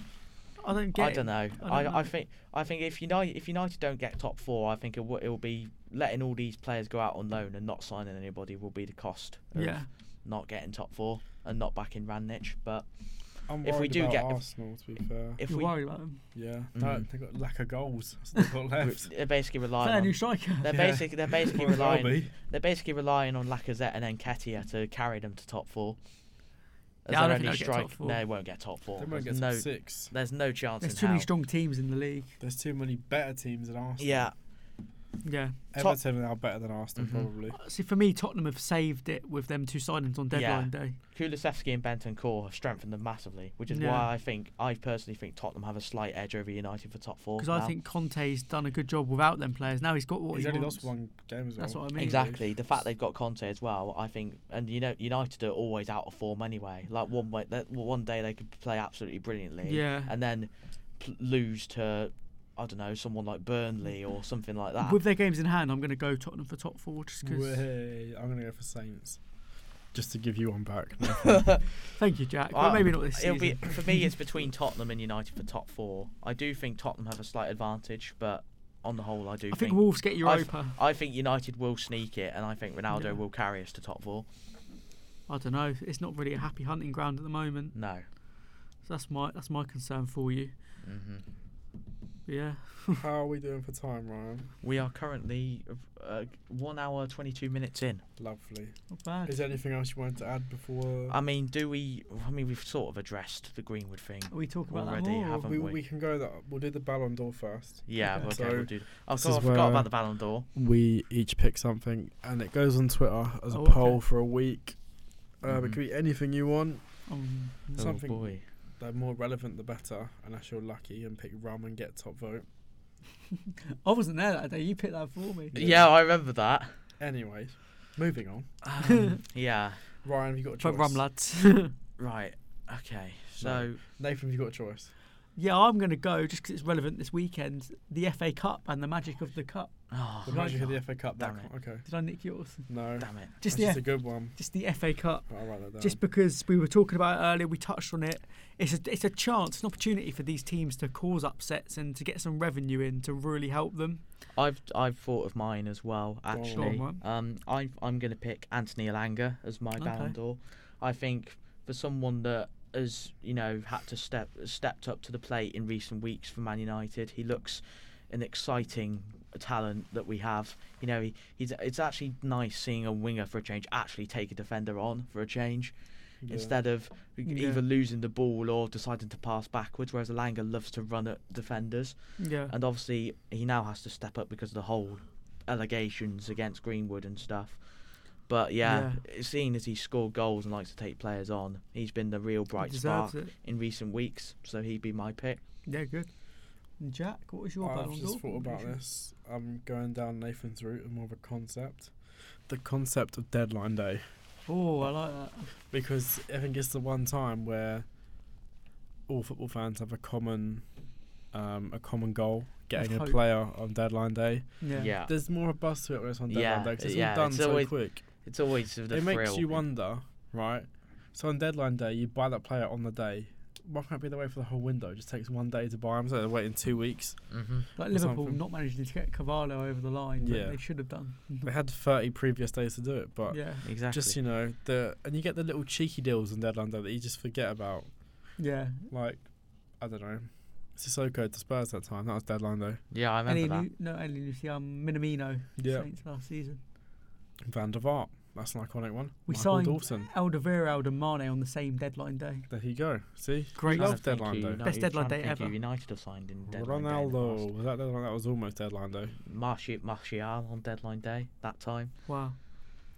C: I don't get
A: I don't
C: it.
A: know.
C: don't
A: I, I,
C: know.
A: think I think if United if United don't get top four, I think it will, it'll be letting all these players go out on loan and not signing anybody will be the cost. Of
C: Yeah.
A: Not getting top four and not backing Ranić. But
B: I'm
A: If we
B: worried
A: do
B: about
A: get- if-
B: Arsenal, to be fair.
A: if
C: You're
A: we
C: worried about him.
B: yeah,
A: Mhm.
B: they've got lack of goals. That's what they've got left.
A: they're basically relying
C: Fair
A: on
C: new striker.
A: they're
B: Yeah.
A: basically they're basically
B: Might as well
A: relying
B: be.
A: they're basically relying on Lacazette and Nketiah to carry them to top four. As
C: Yeah, I
A: their
C: don't think
A: only
C: they'll get top
A: strike-
C: four.
A: No, they won't get top four.
B: They might
A: There's
B: get
A: no,
B: no, six.
A: there's no chance.
C: There's
A: in
C: too many
A: hell.
C: strong teams in the league.
B: There's too many better teams than Arsenal.
A: Yeah,
C: Yeah.
A: Top-
B: Everton are now better than Arsenal,
A: Mhm.
B: probably.
C: See, for me, Tottenham have saved it with them two signings on deadline day.
A: Kulusevski and Bentancur have strengthened them massively, which is
C: Yeah.
A: why I think I personally think Tottenham have a slight edge over United for top four.
C: Because
A: now.
C: I think Conte's done a good job without them players. Now he's got what
B: he's
C: he
B: only
C: wants.
B: lost one game as well.
C: That's what I mean.
A: exactly the fact they've got Conte as well. I think, and you know, United are always out of form anyway. Like one way, that well, one day they could play absolutely brilliantly,
C: Yeah.
A: and then pl- lose to I don't know someone like Burnley or something like that.
C: With their games in hand, I'm going to go Tottenham for top four just because.
B: Way. I'm going to go for Saints. Just to give you one back.
C: Thank you, Jack.
A: I-
C: Well, maybe not this
A: it'll
C: season.
A: be for me. It's between Tottenham and United for top four. I do think Tottenham have a slight advantage, but on the whole, I do
C: I think Wolves get
A: I've-
C: Europa.
A: I think United will sneak it, and I think Ronaldo
C: Yeah.
A: will carry us to top four.
C: I don't know. It's not really a happy hunting ground at the moment.
A: No.
C: So that's my that's my concern for you.
B: Mm-hmm.
A: hmm
C: Yeah.
B: How are we doing for time, Ryan?
A: We are currently uh, one hour twenty two minutes in.
B: Lovely.
C: Not bad.
B: Is there anything else you wanted to add before?
A: I mean, do we? I mean, we've sort of addressed the Greenwood thing.
C: Are we talking about
A: already
C: that more? or-
A: haven't
B: we,
A: we-
B: we can go that we'll do the Ballon d'Or first.
A: Yeah.
C: Okay.
A: Okay.
B: So,
A: we'll do. Oh,
B: this
A: God,
B: is
A: I forgot
B: where-
A: about the Ballon d'Or.
B: We each pick something, and it goes on Twitter as a
C: Oh, okay. Mm-hmm.
B: poll for a week. Um, It
A: Mhm.
B: could be anything you want.
C: Um,
B: Something-
A: Oh boy.
B: The more relevant, the better. Unless you're lucky and pick rum and get top vote.
C: I wasn't there that day. You picked that for me.
A: Yeah, I remember that.
B: Anyway, moving on.
A: Um, yeah.
B: Ryan, have you got a choice?
C: But rum lads.
A: Right. Okay. So.
B: No. Nathan, have you got a choice?
C: yeah, I'm going to go just because it's relevant this weekend. The FA Cup and the magic of the cup.
A: Oh,
B: The
C: Right.
B: magic of the FA Cup. That
A: Damn
B: con- okay.
C: Did I nick yours?
B: No,
A: damn it.
B: that's
C: Just the
B: just
C: F-
B: a good one.
C: just the FA Cup.
B: I'll write that down.
C: Just because we were talking about it earlier, we touched on it. It's a it's a chance, an opportunity for these teams to cause upsets and to get some revenue in to really help them.
A: I've I've thought of mine as well.
B: on. Go
A: Actually,
C: on,
A: um, I I'm gonna pick Anthony Alanga as my Ballon
C: Okay.
A: d'Or. I think for someone that has you know had to step stepped up to the plate in recent weeks for Man United, he looks an exciting talent that we have. You know, he, he's it's actually nice seeing a winger for a change actually take a defender on for a change
B: Yeah.
A: instead of
C: Yeah.
A: either losing the ball or deciding to pass backwards. Whereas Alanga loves to run at defenders.
C: Yeah.
A: And obviously, he now has to step up because of the whole allegations against Greenwood and stuff. But yeah, seeing as he scored goals and likes to take players on, he's been the real bright
C: deserves
A: spark
C: it.
A: in recent weeks. So he'd be my pick.
C: Yeah, good. And Jack, what was your
B: I've
C: Ballon d'Or?
B: just thought about
C: nomination?
B: this. I'm going down Nathan's route and more of a concept. The concept of deadline day.
C: Oh, I like that.
B: Because I think it's the one time where all football fans have a common um, a common goal, getting a
C: hope.
B: player on deadline day.
C: Yeah.
A: Yeah,
B: There's more of a buzz to it when it's on deadline
A: Yeah,
B: day 'cause it's
A: yeah,
B: all done
A: it's
B: so
A: always
B: quick.
A: it's always the
B: it
A: thrill.
B: makes you wonder, right? So on deadline day, you buy that player on the day. Why can't it be the way for the whole window? It just takes one day to buy them, so they're waiting two weeks.
A: hmm
C: Like
B: Or
C: Liverpool
B: something.
C: not managing to get Cavallo over the line, yeah.
B: Yeah.
C: they should have done.
A: Mm-hmm.
B: They had 30 previous days to do it, but
C: yeah.
A: Exactly.
B: just you know the and you get the little cheeky deals on deadline day that you just forget about.
C: Yeah.
B: Like, I don't know. Sissoko to Spurs that time. That was deadline day.
A: Yeah, I remember
C: Any
A: that.
C: Lu- no, any Lucy, um, Minamino.
B: Yeah.
C: Saints last season.
B: Van der Vaart. That's an iconic one.
C: We
B: Michael
C: signed
B: Dawson.
C: Alderweireld and Mane on the same deadline day.
B: There you go. See?
C: Great.
B: Love Last
C: stuff.
B: deadline day.
A: United-
C: Best deadline
A: trying to
C: day
A: think who
C: ever.
A: United have signed in deadline day.
B: Ronaldo. Was that deadline? That was almost deadline day.
A: Martial, Martial on deadline day that time
C: Wow.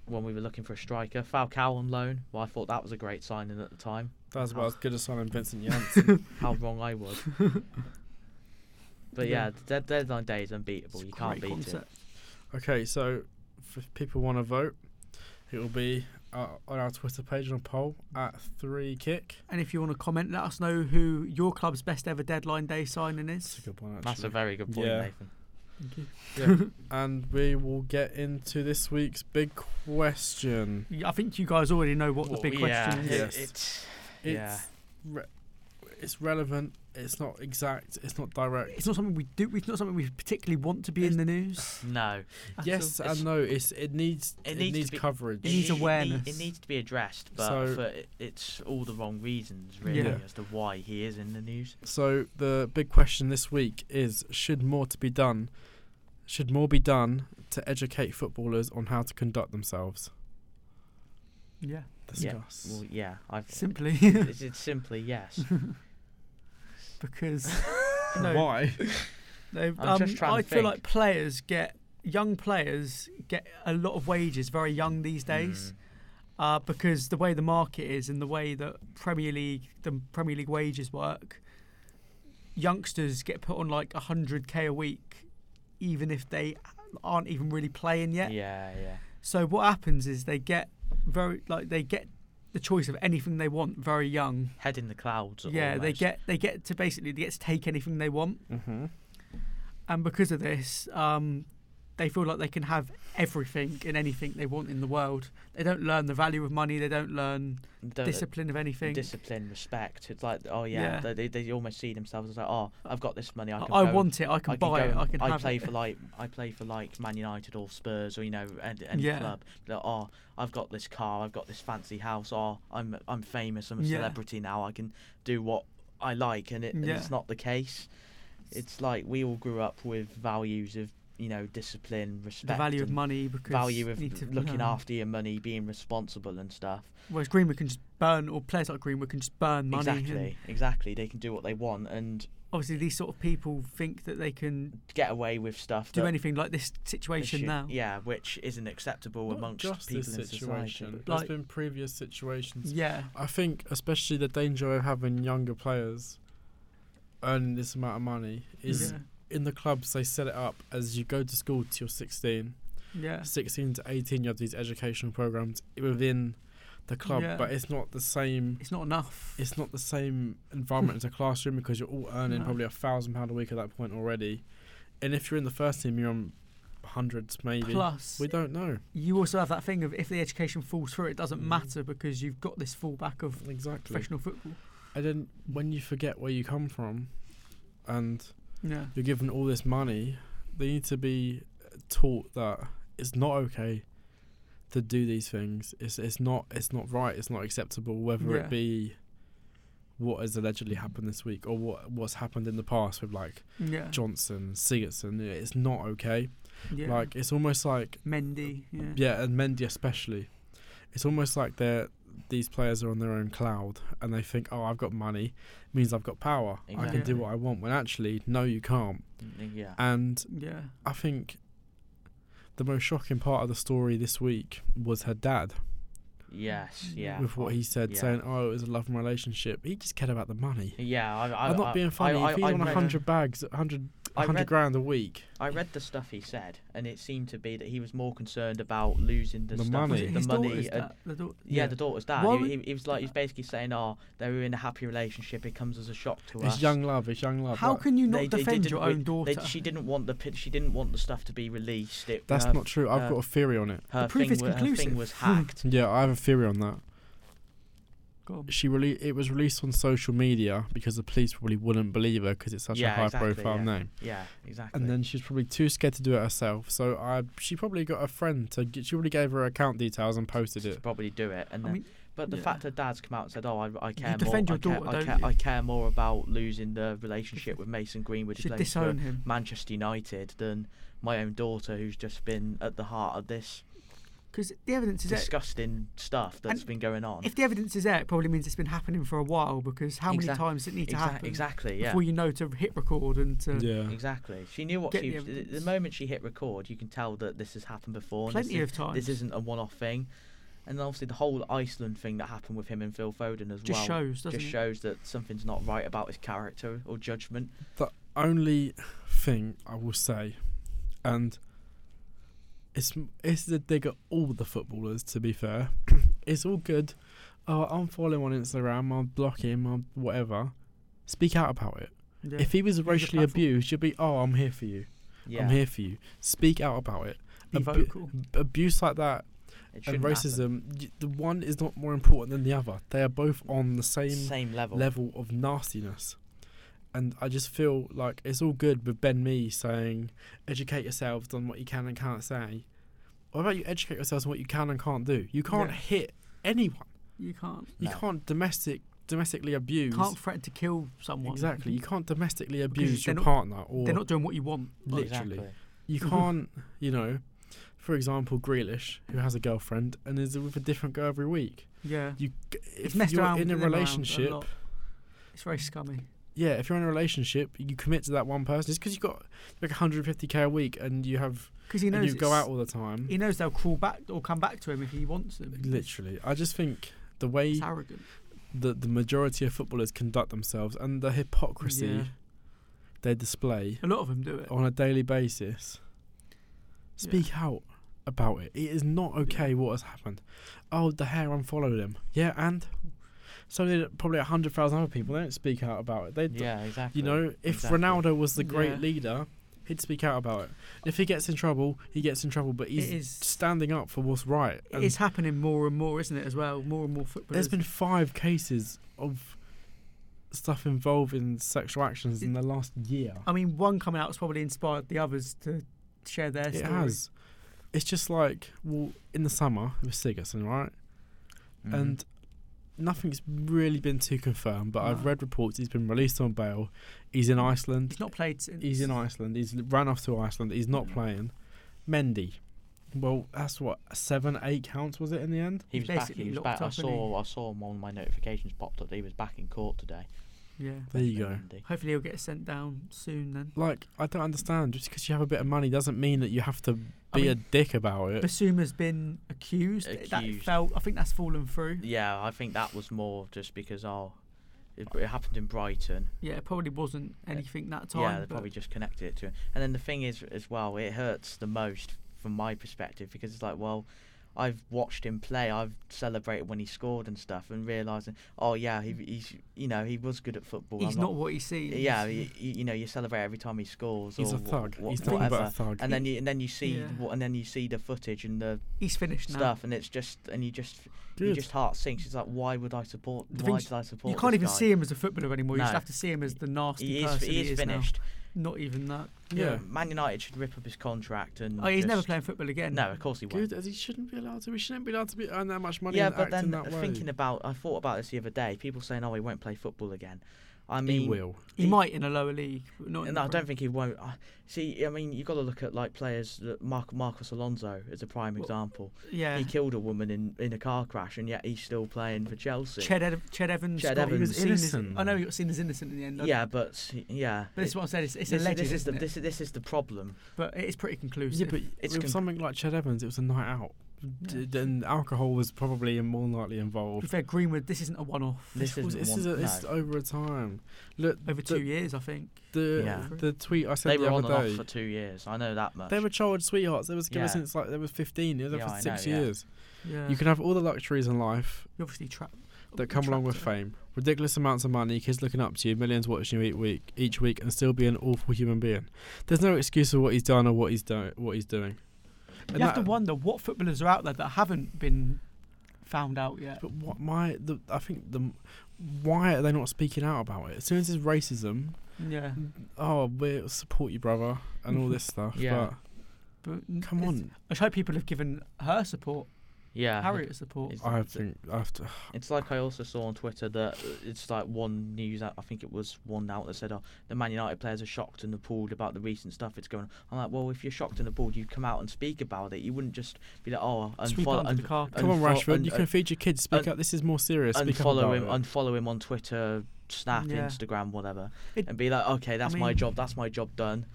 A: when we were looking for a striker. Falcao on loan. Well, I thought that was a great signing at the time.
B: That's about
A: Oh.
B: as good as signing Vincent Janssen.
A: How wrong I was. But yeah, the dead- deadline day is unbeatable.
C: It's
A: you
C: a
A: can't
C: great
A: beat it.
C: concept.
B: okay, so if people want to vote, it will be uh, on our Twitter page on a poll at three kick.
C: And if you want to comment, let us know who your club's best ever deadline day signing
B: That's
C: is.
B: a good one. Actually.
A: That's a very good point,
B: Yeah.
A: Nathan.
C: Thank you.
B: and we will get into this week's big question.
C: Yeah, I think you guys already know what
A: Well,
C: the big
A: Oh, yeah,
C: question is.
B: Yeah.
A: it-
B: Yes.
A: it's-
B: It's
A: Yeah.
B: re- it's relevant. It's not exact. It's not direct.
C: It's not something we do. It's not something we particularly want to be in the news.
A: no.
C: at
B: yes
C: all.
B: and
A: it's-
B: no. It's it needs
A: It
B: it,
A: needs
B: needs,
A: to be-
B: coverage.
C: It needs
A: need-
C: awareness.
A: It needs to be addressed, but
B: So-
A: for it, it's all the wrong reasons, really,
B: Yeah.
A: as to why he is in the news.
B: so the big question this week is: Should more to be done? Should more be done to educate footballers on how to conduct themselves?
C: Yeah.
A: Yeah,
B: Discuss.
A: Well, yeah, I've,
C: Simply
A: it's, it's simply yes.
C: because no,
B: Why?
C: no,
A: I'm
C: um,
A: just trying to
C: I feel
A: think.
C: like players get young players get a lot of wages very young these days.
A: Mm.
C: uh, because the way the market is and the way that Premier League the Premier League wages work, youngsters get put on like hundred k a week, even if they aren't even really playing
A: yeah,
C: yet.
A: yeah.
C: So what happens is they get very like they get the choice of anything they want very young.
A: Head in the clouds.
C: yeah, they
A: almost.
C: get they get to basically they get to take anything they want,
B: mm-hmm.
C: and because of this. Um, they feel like they can have everything and anything they want in the world. They don't learn the value of money. They don't learn
A: The-
C: discipline of anything.
A: discipline, respect. It's like, oh yeah,
C: Yeah.
A: They, they they almost see themselves as like, oh, I've got this money. I,
C: I,
A: can
C: I
A: go-
C: want it. I can buy
A: go
C: it. I
A: and-
C: can
A: I
C: have
A: play
C: it.
A: for like I play for like Man United or Spurs or you know and any
C: Yeah.
A: club. Like, oh, I've got this car. I've got this fancy house. Or I'm I'm famous. I'm a
C: Yeah.
A: celebrity now. I can do what I like, and, it, and
C: Yeah.
A: it's not the case. It's like we all grew up with values of you know discipline, respect,
C: the value of
A: and
C: money because
A: value
C: you
A: of
C: need to
A: looking
C: learn.
A: after your money, being responsible and stuff.
C: Whereas Greenwood can just burn, or players like Greenwood can just burn money. and
A: Exactly, exactly. They can do what they want and
C: obviously, these sort of people think that they can
A: get away with stuff.
C: do
A: that
C: anything like this
A: they
C: situation
A: should-
C: now.
A: Yeah, which isn't acceptable
B: Not
A: amongst
B: just
A: people
B: this
A: in
B: situation.
A: society.
B: There's
C: Like-
B: been previous situations
C: Yeah.
B: I think, especially the danger of having younger players earning this amount of money is
C: yeah.
B: in the clubs they set it up as you go to school till you're 16.
C: Yeah.
B: 16 to 18, you have these educational programs within the club,
C: Yeah.
B: but it's not the same.
C: It's not enough.
B: It's not the same environment as a classroom because you're all earning
C: No.
B: probably a thousand pound a week at that point already, and if you're in the first team, you're on hundreds maybe.
C: Plus,
B: we don't know
C: you also have that thing of if the education falls through, it doesn't
B: Mhm.
C: matter because you've got this fallback of
B: exactly.
C: professional football.
B: And then when you forget where you come from, and
C: Yeah.
B: you're given all this money, they need to be taught that it's not okay to do these things. It's it's not it's not right. It's not acceptable. Whether
C: Yeah.
B: it be what has allegedly happened this week or what what's happened in the past with like
C: Yeah.
B: Johnson, Sigurdsson, it's not okay.
C: yeah.
B: Like it's almost like
C: Mendy. Yeah.
B: yeah, and Mendy especially. It's almost like they're these players are on their own cloud and they think, oh, I've got money, means I've got power. I can
A: Exactly.
B: do what I want. When actually, no, you can't.
A: Mm, Yeah.
B: And
C: Yeah.
B: I think the most shocking part of the story this week was her dad
A: Yes. Yeah.
B: with what he said,
A: yeah.
B: saying, "Oh, it was a loving relationship." He just cared about the money.
A: Yeah. I, I,
B: I, am not
A: I-
B: being funny.
A: I,
B: if he's
A: I, I,
B: on
A: read,
B: hundred bags, hundred,
A: I
B: hundred
A: read-
B: grand a week,
A: I read the stuff he said, and it seemed to be that he was more concerned about losing the,
B: The
A: stuff,
B: money.
C: Was it
A: the
C: his
A: money.
C: daughter's
A: and-
C: dad? The daugh-
A: yeah,
B: Yeah.
A: the daughter's dad.
C: Why
A: He,
C: would-
A: he, he was like, he's basically saying, "Oh, they were in a happy relationship. It comes as a shock to
B: it's
A: us."
B: young love. It's young love.
C: How
B: Like,
C: can you not
A: They- they
C: defend
A: didn't
C: your
A: wi-
C: own
A: They,
C: daughter?
A: she didn't want the pi- she didn't want the stuff to be released. It,
B: That's
A: her,
B: not true. I've
A: uh,
B: got a theory on it.
A: Her
C: The proof
A: thing
C: is
A: wa- her thing
C: conclusive. Hmm.
A: was hacked.
B: Yeah, I have a theory on that.
C: Go on.
B: She really, it was released on social media because the police probably wouldn't believe her because it's such
A: Yeah,
B: a high
A: exactly,
B: profile
A: yeah.
B: name.
A: yeah, exactly.
B: And then she's probably too scared to do it herself. So I, she probably got a friend to. Get, she probably gave her account details and posted
A: to
B: it.
A: probably do it, and
C: I
A: then
C: mean,
A: But the
C: Yeah.
A: fact her dad's come out and said, "Oh, I, I care more.
C: defend
A: I,
C: your
A: care,
C: daughter,
A: I,
C: don't
A: care,
C: you?"
A: I care more about losing the relationship with Mason Greenwood who
C: should
A: plays for
C: disown him.
A: Manchester United than my own daughter, who's just been at the heart of this
C: Because the evidence is there.
A: disgusting stuff that's
C: And
A: been going on."
C: If the evidence is there, it probably means it's been happening for a while. Because how many
A: Exact-
C: times does it need to
A: Exac-
C: happen
A: exactly. Yeah.
C: before you know to hit record and to
B: yeah.
A: Exactly. She knew what
C: Get
A: she
C: the
A: was. The, the
C: evidence.
A: moment she hit record, you can tell that this has happened before. and this
C: plenty
A: is-
C: of times?
A: This isn't a one-off thing. And obviously the whole Iceland thing that happened with him and Phil Foden as
C: just
A: well
C: shows, doesn't
A: just
C: it?
A: shows that something's not right about his character or judgment.
B: The only thing I will say, and it's it's a dig at all the footballers. To be fair, it's all good. Oh, I'm following on Instagram. I'll block him. I'll whatever. Speak out about it.
C: Yeah.
B: If he was racially
C: platform.
B: abused, you'd be, oh, I'm here for you.
A: Yeah,
B: I'm here for you. Speak out about it.
C: Be
B: Abu-
C: vocal.
B: Abuse like that
A: it
B: and
A: shouldn't happen.
B: racism, y the one is not more important than the other. They are both on the same
A: Same level.
B: level of nastiness. And I just feel like it's all good with Ben Me saying, educate yourselves on what you can and can't say. What about you educate yourselves on what you can and can't do? You can't
C: Yeah.
B: hit anyone.
C: you can't
B: You
A: No.
B: can't domestic domestically abuse.
C: can't threaten to kill someone.
B: exactly. You can't domestically abuse
C: they're
B: your
C: not-
B: partner or
C: They're not Mm-hmm. doing what you want.
B: literally.
A: Exactly.
B: You can't, you know, for example, Grealish, who has a girlfriend and is with a different girl every week.
C: Yeah.
B: You, g-
C: It's
B: if
C: messed
B: you're
C: around
B: in a
C: with them around a
B: relationship,
C: lot. It's very scummy.
B: yeah, if you're in a relationship, you commit to that one person. It's because you got like 150k a week and you have
C: Because he
B: and
C: knows
B: you go
C: it's-
B: out all the time.
C: He knows they'll crawl back or come back to him if he wants them.
B: Literally, I just think the way
C: It's arrogant.
B: that the majority of footballers conduct themselves and the hypocrisy
C: Yeah.
B: they display
C: A lot of them do it.
B: on a daily basis. Speak out about it. It is not okay what has happened. Oh, the hair unfollowed him. Yeah, and so did probably hundred thousand other people. They don't speak out about it. They d-
A: Yeah, exactly.
B: You know, if
A: Exactly.
B: Ronaldo was the great
C: Yeah.
B: leader, he'd speak out about it. If he gets in trouble, he gets in trouble, but he's
C: It is-
B: standing up for what's right. And
C: It's happening more and more, isn't it? As well, more and more footballers.
B: there's been five cases of stuff involving sexual actions in the last year.
C: I mean, one coming out has probably inspired the others to share their
B: It
C: story.
B: has. It's just like, well, in the summer with Sigerson, right?
A: Mhm.
C: Mm-hmm.
B: And nothing's really been too confirmed, but I've
C: No.
B: read reports he's been released on bail. He's in Iceland.
C: He's not played since.
B: He's in Iceland. He's ran off to Iceland. He's not
A: Mm.
B: playing. Mendy. Well, that's what seven, eight counts was it in the end?
A: he was back.
C: basically
A: He was
C: locked
A: back. I
C: up, isn't
A: saw. I saw him on my notifications popped up. that He was back in court today.
C: Yeah.
B: There you go.
A: Mendy.
C: Hopefully, he'll get sent down soon. Then
B: Like I don't understand. Just because you have a bit of money doesn't mean that you have to be
C: I
B: a
C: mean,
B: dick about it.
C: Basuma's been accused. That
A: Accused.
C: fell. I think that's fallen through.
A: Yeah, I think that was more just because oh, it, it happened in Brighton.
C: Yeah, it probably wasn't anything that time.
A: yeah, they
C: but
A: probably just connected it to him. And then the thing is, as well, it hurts the most from my perspective because it's like, well, I've watched him play. I've celebrated when he scored and stuff, and realizing, oh yeah, he, he's you know he was good at football.
C: he's
A: I'm
C: not what he seems.
A: yeah, you, you know you celebrate every time he scores.
B: He's
A: or
B: a
A: wha-
B: thug.
A: wha-
B: He's nothing but a
A: whatever.
B: thug.
A: And then you and then you see
C: Yeah.
A: what and then you see the footage and the
C: He's finished now.
A: stuff, and it's just and you just you
B: Good.
A: just heart sinks. It's like, why would I support?
C: The
A: why
C: thing's-
A: did I support?
C: You can't
A: this
C: even
A: guy?
C: see him as a footballer anymore. You just
A: No.
C: have to see him as the nasty
A: He is,
C: person
A: he is
C: now.
A: finished.
C: Not even that.
B: yeah.
A: Man United should rip up his contract and.
C: Oh, he's never
A: just-
C: playing football again.
A: No, of course he won't.
B: Good as he shouldn't be allowed to. We shouldn't be allowed to be earn that much money.
A: Yeah,
B: and
A: but
B: act
A: then
B: in that way.
A: thinking about, I thought about this the other day. People saying, "Oh, he won't play football again." I mean,
B: he will.
C: He,
A: He-
C: might in a lower league, but not. in
A: And
C: the
A: I
C: Prem.
A: don't think he won't. I see, I mean, you've got to look at like players. that- Marc Marcos Alonso is a prime
C: Well,
A: example.
C: Yeah.
A: He killed a woman in, in a car crash, and yet he's still playing for Chelsea.
C: Ched, Ed- Ched Evans.
A: Ched
C: got- he was
A: Evans.
C: seen as-
B: Innocent.
C: I know he got seen as innocent in the end. I-
A: yeah, but s- yeah,
C: But this
A: it-
C: is what I'm saying. It's, it's
A: this,
C: alleged,
A: this is the
C: isn't it?
A: this, this is the problem.
C: but it is pretty
B: Yeah,
C: conclusive.
B: but
A: It's
B: it's with
A: con-
B: something like Chad Evans, it was a night out. D- Then alcohol was probably more likely
C: to be
B: involved.
C: fair, Greenwood, this isn't a one-off.
A: This
B: Well,
A: is
B: this is a, this is over a time. Look,
C: Over
B: the,
C: two years, I think.
B: The
A: Yeah.
B: the tweet I said
A: They
B: the
A: were on
B: other
A: and off
B: day.
A: for two years. I know that much.
B: They were childhood sweethearts. They was together
A: Yeah.
B: since like they were fifteen. They were there
A: Yeah,
B: for
A: I
B: six
A: know, yeah.
B: years.
C: Yeah.
B: You can have all the luxuries in life
C: You're obviously trapped.
B: that come along with fame, ridiculous amounts of money, kids looking up to you, millions watching you each week, each week, and still be an awful human being. There's no excuse for what he's done or what he's done, what he's doing.
C: You have to wonder what footballers are out there that haven't been found out yet.
B: But what my the I think the why are they not speaking out about it? As soon as it's racism,
C: Yeah.
B: oh we'll support you, brother, and all this stuff.
A: Yeah.
C: But
B: But come
C: it's-
B: on,
C: I just hope people have given her support.
A: Yeah.
C: Harriet support.
A: It's-
B: I think after
A: It's like I also saw on Twitter that uh, it's like one news out. I think it was one out that said, "Oh, the Man United players are shocked and appalled about the recent stuff." It's going. I'm like, well, if you're shocked and appalled, you'd come out and speak about it. You wouldn't just be like, "Oh,
C: Sweep it
A: unfollow,
C: under the
A: un-
C: carpet.
B: come on,
A: unfo-
B: Rashford,
A: un-
C: uh,
B: you can feed your kids. Speak
A: un-
B: up. This is more serious. Speak up
A: unfollow
B: about
A: him,
B: it.
A: unfollow him on Twitter, Snap,
C: Yeah.
A: Instagram, whatever,
C: It-
A: and be like, "Okay, that's my
C: mean-
A: job. That's my job done."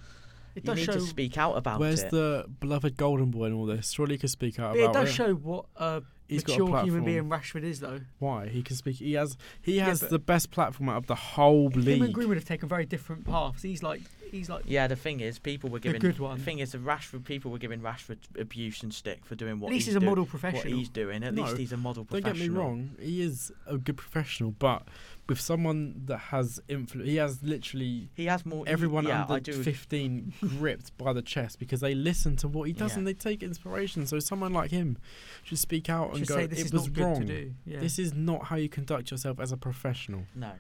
C: It
A: you
C: does
A: need
C: show.
A: to speak out about
B: Where's
A: it.
B: the beloved golden boy in all this? Surely he could speak out
C: but it
B: about
C: does show what a
B: He's got a
C: mature human
B: platform.
C: being Rashford is, though.
B: Why he can speak? He has he
C: Yeah,
B: has
C: but-
B: the best platform out of the whole
C: Him and
B: league.
C: Green would have taken very different paths. He's like, he's like,
A: Yeah, the thing is, people were giving
C: good one.
A: The thing is, the Rashford people were giving Rashford abuse and stick for doing what
C: at least
A: he's
C: he's a
A: doing-
C: model
A: What
C: professional.
A: he's doing. At
B: No,
A: least he's a model
B: Don't
A: professional.
B: get me wrong, he is a good professional, but with someone that has influence, he has literally
A: He has more. he-
B: everyone
A: yeah, I
B: under
A: do.
B: 15 gripped by the chest because they listen to what he does
A: Yeah.
B: and they take inspiration. So someone like him should speak out and
C: Should
B: go,
C: say this
B: "It
C: is
B: was
C: not
B: wrong.
C: good to do. Yeah.
B: This is not how you conduct yourself as a professional."
A: No.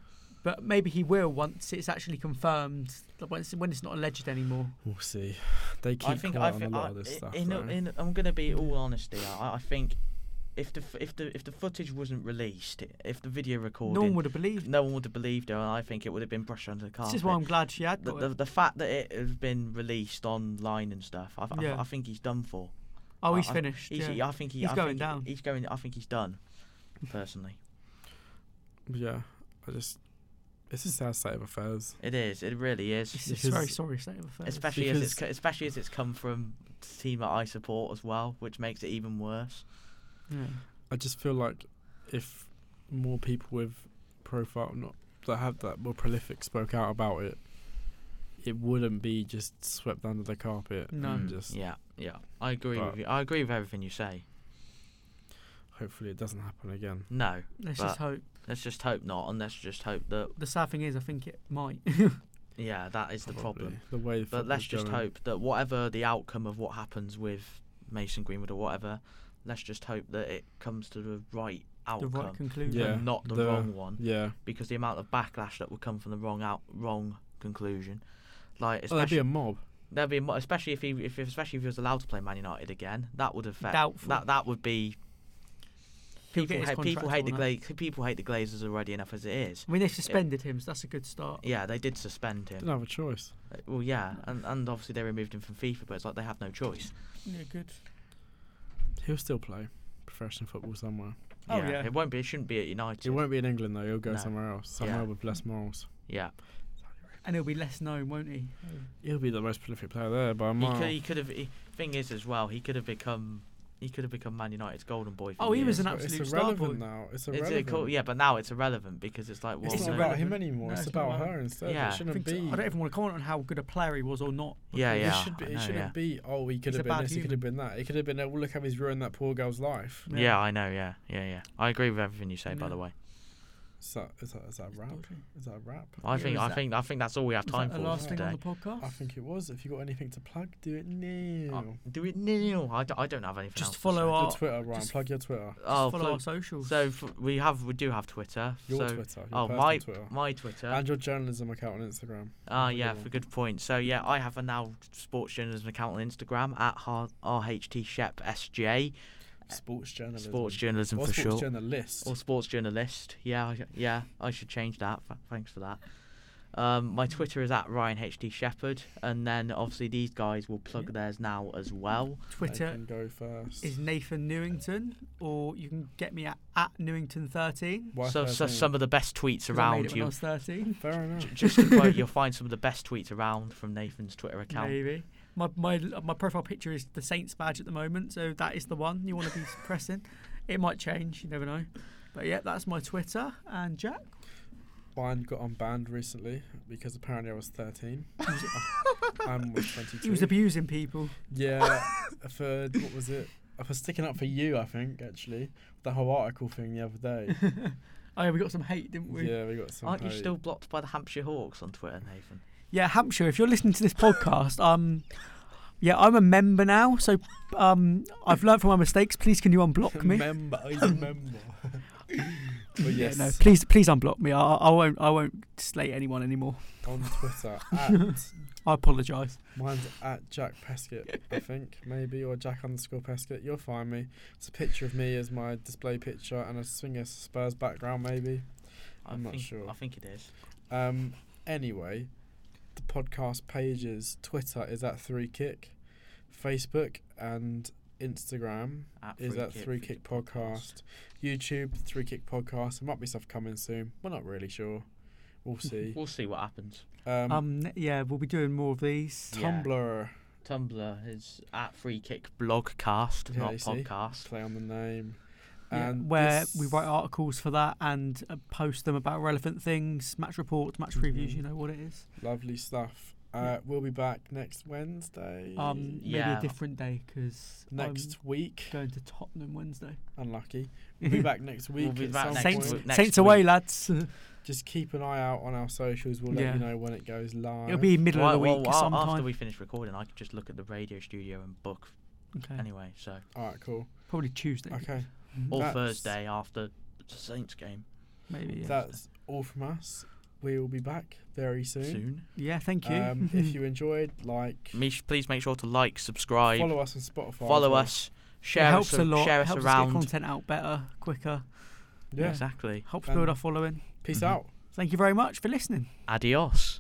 C: but maybe he will once it's actually confirmed. like, When it's, when it's not alleged anymore.
B: We'll see. They keep
A: I think I
B: quiet on
A: think
B: a
A: I,
B: lot of this
A: i-
B: stuff.
A: in,
B: though.
A: in, I'm gonna be all honesty. I, I think if the f- if the if the footage wasn't released, if the video recording,
C: No one would have believed.
A: no one would have believed her, and I think it would have been brushed under the
C: This
A: carpet.
C: is why I'm glad she had
A: the,
C: got
A: the,
C: it.
A: the fact that it has been released online and stuff, I, th- I, th-
C: Yeah.
A: I think he's done for.
C: Oh,
A: I-
C: he's
A: I-
C: finished.
A: He's,
C: yeah.
A: I think he,
C: He's
A: I
C: going
A: think he-
C: down.
A: He's going. I think he's done. Personally,
B: yeah, I just it's a sad state of affairs.
A: it is. It really is.
C: It's, it's
B: because-
C: very sorry state of affairs.
A: especially as it's
B: because-
A: co- especially as it's come from the team that I support as well, which makes it even worse.
C: Yeah.
B: I just feel like if more people with profile not that have that were prolific spoke out about it, it wouldn't be just swept under the carpet.
C: No.
B: and just
A: Mm, Yeah, yeah. I agree
B: But-
A: with you. I agree with everything you say.
B: hopefully it doesn't happen again.
A: No,
C: Let's
A: But-
C: just hope.
A: let's just hope not, and let's just hope that
C: The sad thing is, I think it might.
A: yeah, that is the problem.
B: The way, the
A: But
B: football's
A: let's just
B: going.
A: hope that whatever the outcome of what happens with Mason Greenwood or whatever, let's just hope that it comes to the right
C: the
A: outcome.
C: right conclusion.
B: Yeah.
A: And not the,
B: the-
A: wrong one,
B: Yeah,
A: because the amount of backlash that would come from the wrong out, wrong conclusion, like
B: oh, there'd be
A: especially
B: a mob.
A: There'd be mo- especially if he if especially if he was allowed to play Man United again, that would affect
C: Doubtful.
A: that that would be
C: He'll
A: people
C: get his
A: hate, people
C: contract
A: hate the
C: or not.
A: Gla- people hate the Glazers already enough as it is.
C: I mean, they suspended him, so that's a good start.
A: Yeah, they did suspend him.
B: Didn't have a choice.
A: Uh, Well, yeah, and, and obviously they removed him from FIFA, but it's like they have no choice.
C: Yeah, good.
B: He'll still play professional football somewhere.
C: Oh, yeah.
A: it won't be. It shouldn't be at United.
B: It won't be in England though. He'll go
A: No.
B: somewhere else, somewhere
A: Yeah.
B: with less morals.
A: Yeah,
C: And he'll be less known, won't he?
B: He'll be the most prolific player there by a mile.
A: he could, he could have. He, thing is, as well, he could have become he could have become Man United's golden boy. For
C: Oh, he
A: years.
C: was an
B: But
C: absolute
B: it's
C: star
B: irrelevant
C: boy.
B: now. It's
A: Is
B: irrelevant.
A: it cool? Yeah, but now it's irrelevant because it's like well,
B: It's
C: It's
B: not
A: no-
B: about him
C: irrelevant.
B: anymore.
C: No,
B: it's,
C: it's not
B: about her
C: relevant.
B: instead.
A: Yeah.
B: It
C: I
B: shouldn't
C: think
B: be.
C: so. I don't even want to comment on how good a player he was or not.
A: yeah,
B: It,
A: yeah.
B: should be,
A: I
B: it
A: know,
B: shouldn't
A: yeah.
B: be. Oh, he could
C: He's
B: have
C: a
B: been
C: bad
B: this. He could
C: human.
B: have been that. It could have been. Oh, look how he's ruined that poor girl's life.
A: Yeah. I know. Yeah, yeah, yeah. I agree with everything you say. By
C: Yeah.
A: the way.
B: Is that is that, is that a rap? Is that a rap?
A: I
C: Yeah,
A: think
C: is
A: I
C: that-
A: think I think that's all we have
C: Was
A: time
C: that
A: for
C: the last thing
A: today.
C: on the podcast?
B: I think it was. If you got anything to plug, do it now.
A: Uh, do it now. I, d- I don't have anything.
C: Just
A: else to
C: follow
A: say.
C: our-
B: your
C: oh,
B: Twitter, Ryan.
C: just-
B: Plug your Twitter.
A: Oh,
C: follow
A: fo-
C: our socials.
A: so f- we have we do have Twitter.
B: Your
A: so
B: Twitter. Your
A: oh
B: personal
A: my
B: Twitter.
A: my Twitter.
B: And your journalism account on Instagram.
A: Ah
B: that's a good
A: yeah,
B: one.
A: for good point. So yeah, I have a now sports journalism account on Instagram at har- rht shep sj
B: Sports journalism.
A: sports journalism
B: or
A: for
B: sports
A: short
B: journalist.
A: or sports journalist. Yeah I- yeah, I should change that. Th- Thanks for that. Um, my Twitter is at Ryan HT Shepherd, and then obviously these guys will plug
C: Yeah.
A: theirs now as well.
B: They
A: uh,
C: Twitter
B: can go first.
C: is Nathan Newington, or you can get me at, at Newington13.
B: Why
A: So,
B: first
A: so
B: name?
A: some of the best tweets
C: 'cause I made
A: around
C: it when
A: you
C: I was 13.
B: Fair enough.
A: just to quote, you'll find some of the best tweets around from Nathan's Twitter account.
C: Maybe. My, my my profile picture is the Saints badge at the moment, so that is the one you want to be pressing. It might change, you never know. But yeah, that's my Twitter. And Jack,
B: Mine got unbanned recently because apparently I was 13. I'm was 22.
C: he was abusing people.
B: yeah, for what was it? Uh, For sticking up for you, I think actually the whole article thing the other day.
C: Oh yeah, we got some hate, didn't we?
B: yeah, we got some.
A: Aren't you
B: hate.
A: still blocked by the Hampshire Hawks on Twitter, Nathan?
C: Yeah, Hampshire, if you're listening to this podcast, um, yeah, I'm a member now, so um, I've learned from my mistakes. Please, can you unblock me?
B: Remember, I remember. but yes,
C: Yeah, no, please, please unblock me. I, I won't, I won't slate anyone anymore.
B: on Twitter at
C: I apologise.
B: Mine's at Jack Pescott, I think, maybe, or Jack underscore Pescott. You'll find me. It's a picture of me as my display picture and a Swinger Spurs background, maybe.
A: I
B: I'm not
A: think-
B: sure.
A: I think it is.
B: Um, anyway, the podcast pages Twitter is at Three Kick, Facebook and Instagram
A: At
B: is at
A: Kick
B: Three
A: Fifty
B: Kick Podcast, YouTube Three Kick Podcast. There might be stuff coming soon. We're not really sure. We'll see.
A: We'll see what happens.
B: Um,
C: Um, n- yeah, we'll be doing more of these.
A: yeah.
B: Tumblr
A: Tumblr is at Free Kick Blogcast,
B: Yeah,
A: not
B: you see.
A: podcast.
B: play on the name,
C: Yeah,
B: and
C: where
B: this-
C: we write articles for that and uh, post them about relevant things, match reports, match previews.
B: Mhm.
C: You know what it is.
B: lovely stuff. Uh,
C: Yeah.
B: We'll be back next Wednesday.
C: Um, maybe
A: Yeah.
C: a different day because
B: next week,
C: I'm going to Tottenham Wednesday.
B: unlucky. We'll be back next week.
A: be
B: at
A: back
B: some
A: next
C: Saints,
B: point.
A: week. next
C: Saints away,
A: week.
C: lads.
B: Just keep an eye out on our socials. We'll let
C: Yeah.
B: you know when it goes live.
C: It'll be middle
A: Well,
C: of the
A: well,
C: week
A: well,
C: sometime.
A: after we finish recording, I could just look at the radio studio and book
C: okay.
A: anyway. So
B: all right. Cool.
C: Probably Tuesday.
B: Okay.
A: or
B: That's-
A: Thursday after the Saints game
C: Maybe. Yeah.
B: That's all from us. We will be back very soon.
A: soon.
C: yeah. Thank you.
B: Um, if you enjoyed, like,
A: Me- please make sure to like, subscribe, follow,
B: follow us on Spotify. as well.
A: us,
C: it
A: share
C: helps
A: us,
C: a lot.
A: share us
C: helps
A: around.
C: Us get content out better, quicker.
B: Yeah.
A: Exactly.
C: Helps
B: And-
C: build our following.
B: Peace
A: Mhm.
B: out.
C: Thank you very much for listening.
A: Adios.
B: Mm-hmm.